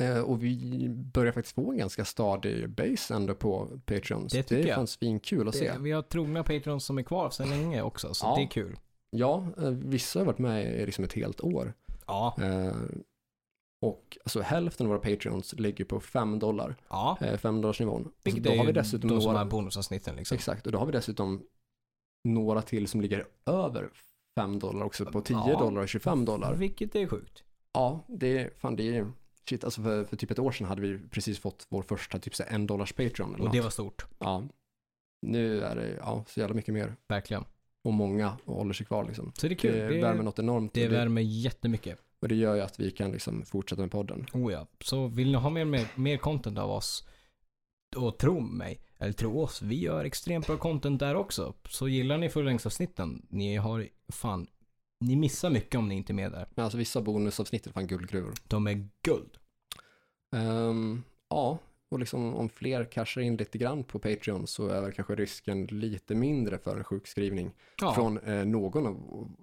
Eh, och vi börjar faktiskt få en ganska stadig base ändå på Patreon. Så
Det tycker
det är
jag.
fan svinkul att se.
Det, vi har trogna patrons som är kvar sedan länge också, så
Ja.
det är kul.
Ja, eh, vissa har varit med i liksom ett helt år.
Ja.
Eh, och alltså hälften av våra Patreons ligger på 5 dollar,
Ja.
eh, 5 dollarsnivån.
Vilket
då
är
har vi
ju
dessutom
de som
några,
har bonusavsnitten liksom.
exakt, och då har vi dessutom några till som ligger över 5 dollar också på 10
Ja.
dollar och 25 dollar.
Vilket är sjukt.
Ja, det är, fan det är, shit alltså för, för typ ett år sedan hade vi precis fått vår första typ så här en dollars Patreon eller
Och det
något.
var stort.
Ja. Nu är det, ja, så jävla mycket mer.
Verkligen.
Och många håller sig kvar liksom.
Så det är kul.
Det,
Det,
värmer
det,
något enormt. och det,
värmer jättemycket.
och det gör ju att vi kan liksom fortsätta med podden.
Oh ja. Så vill ni ha mer, mer, mer content av oss, och tro mig, eller tro oss, vi gör extremt bra content där också. Så gillar ni fullängdsavsnitten, ni har fan, ni missar mycket om ni inte är med där.
Men alltså vissa bonusavsnitt är fan guldgruvor.
De är guld.
Ehm, ja, och liksom om fler cashar in lite grann på Patreon så är väl kanske risken lite mindre för en sjukskrivning
Ja,
från eh, någon av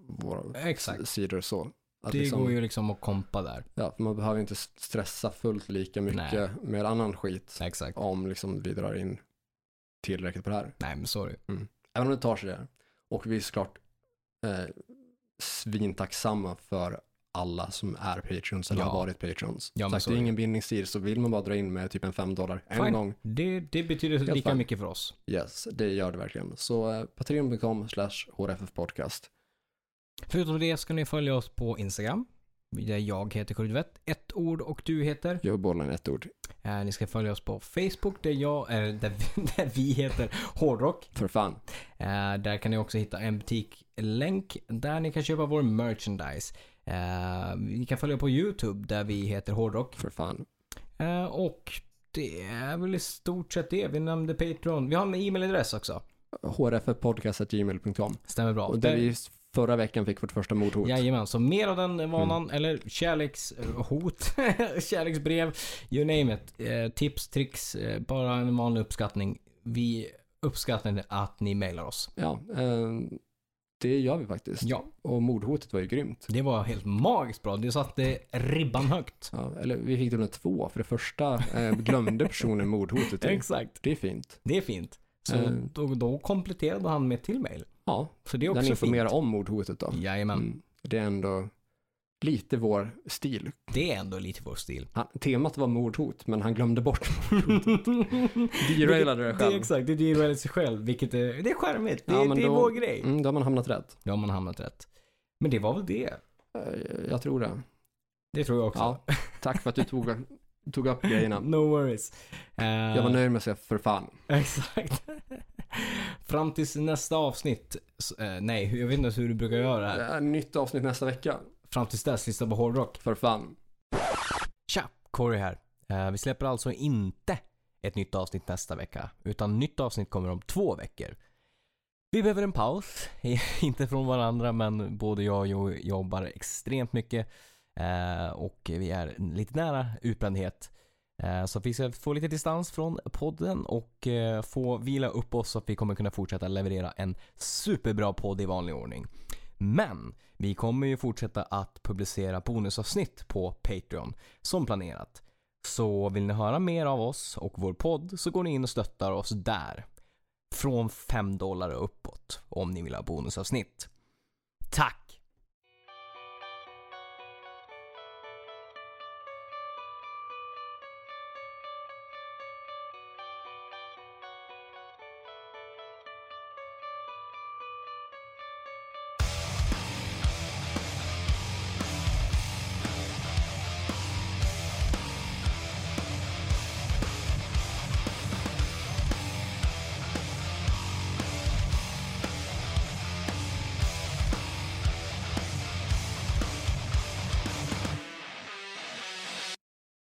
våra
exakt.
s- sidor så. Att
Det
liksom-
går ju liksom att kompa där.
Ja, man behöver inte stressa fullt lika mycket
Nej.
med annan skit
Exakt.
om liksom vi drar in tillräckligt på det här.
Nej men sorry.
Även om det tar sig där. Och vi är såklart eh, svintacksamma för alla som är patreons eller
Ja.
har varit patreons.
Ja, men
Sagt,
så
det
är
är
det.
ingen bindningstid så vill man bara dra in med typ en 5 dollar en
Fine.
gång,
Det, det betyder
Helt
lika
fine.
mycket för oss.
yes, det gör det verkligen. Så eh, patreon.com slash hrffpodcast.
Förutom det ska ni följa oss på Instagram. Där jag heter Kurridvett, ett ord och du heter.
Jag och bollen ett ord.
Eh, ni ska följa oss på Facebook där jag, eh, där, vi, där vi heter Hårdrock.
För fan.
Eh, där kan ni också hitta en butiklänk där ni kan köpa vår merchandise. Eh, ni kan följa på YouTube där vi heter Hårdrock.
För fan.
Eh, och det är väl i stort sett det. Vi nämnde Patreon. Vi har en e-mailadress också.
hrffpodcast.gmail.com.
Stämmer bra.
Och där vi förra veckan fick vårt första mordhot.
Jajamän, så mer av den vanan
Mm.
eller kärlekshot, kärleksbrev, you name it. Eh, tips, tricks, eh, bara en vanlig uppskattning. Vi uppskattar att ni mejlar oss.
Ja, eh, det gör vi faktiskt.
Ja,
Och mordhotet var ju grymt.
det var helt magiskt bra. Det satte ribban högt.
Ja, eller vi fick till och med två, för det första eh, glömde personen mordhotet. till.
Exakt.
Det är fint.
Det är fint. Så
Eh.
då, då kompletterade han med ett till mejl.
Ja,
Så det är
den
också
informerar
fint.
om mordhotet då.
Jajamän,
Mm. Det är ändå lite vår stil.
det är ändå lite vår stil.
Han, temat var mordhot, men han glömde bort mordhotet. Derailade det
Det är
själv.
exakt, det derailar sig själv, vilket är, det är charmigt. Det,
Ja, men
det är
då-
vår grej.
Mm, då har man hamnat rätt.
Då har man hamnat rätt. Men det var väl det.
Eh, Jag tror det.
Det tror jag också.
Ja, tack för att du tog, tog upp grejerna.
No worries. Eh,
Jag var nöjd med att säga för fan.
Exakt. Fram tills nästa avsnitt. s- eh, nej, hur- jag vet inte ens hur du brukar göra här.
Eh, Nytt avsnitt nästa vecka.
Fram tills dess, lyssna på hårdrock.
För fan.
Tja, Corey här. Eh, vi släpper alltså inte ett nytt avsnitt nästa vecka. Utan nytt avsnitt kommer om två veckor. Vi behöver en paus. inte från varandra, men både jag och Joe jobbar extremt mycket. Eh, och vi är lite nära utbrändhet. Eh, så vi ska få lite distans från podden och eh, få vila upp oss så att vi kommer kunna fortsätta leverera en superbra podd i vanlig ordning. Men vi kommer ju fortsätta att publicera bonusavsnitt på Patreon som planerat. Så vill ni höra mer av oss och vår podd så går ni in och stöttar oss där. Från 5 dollar och uppåt om ni vill ha bonusavsnitt. Tack!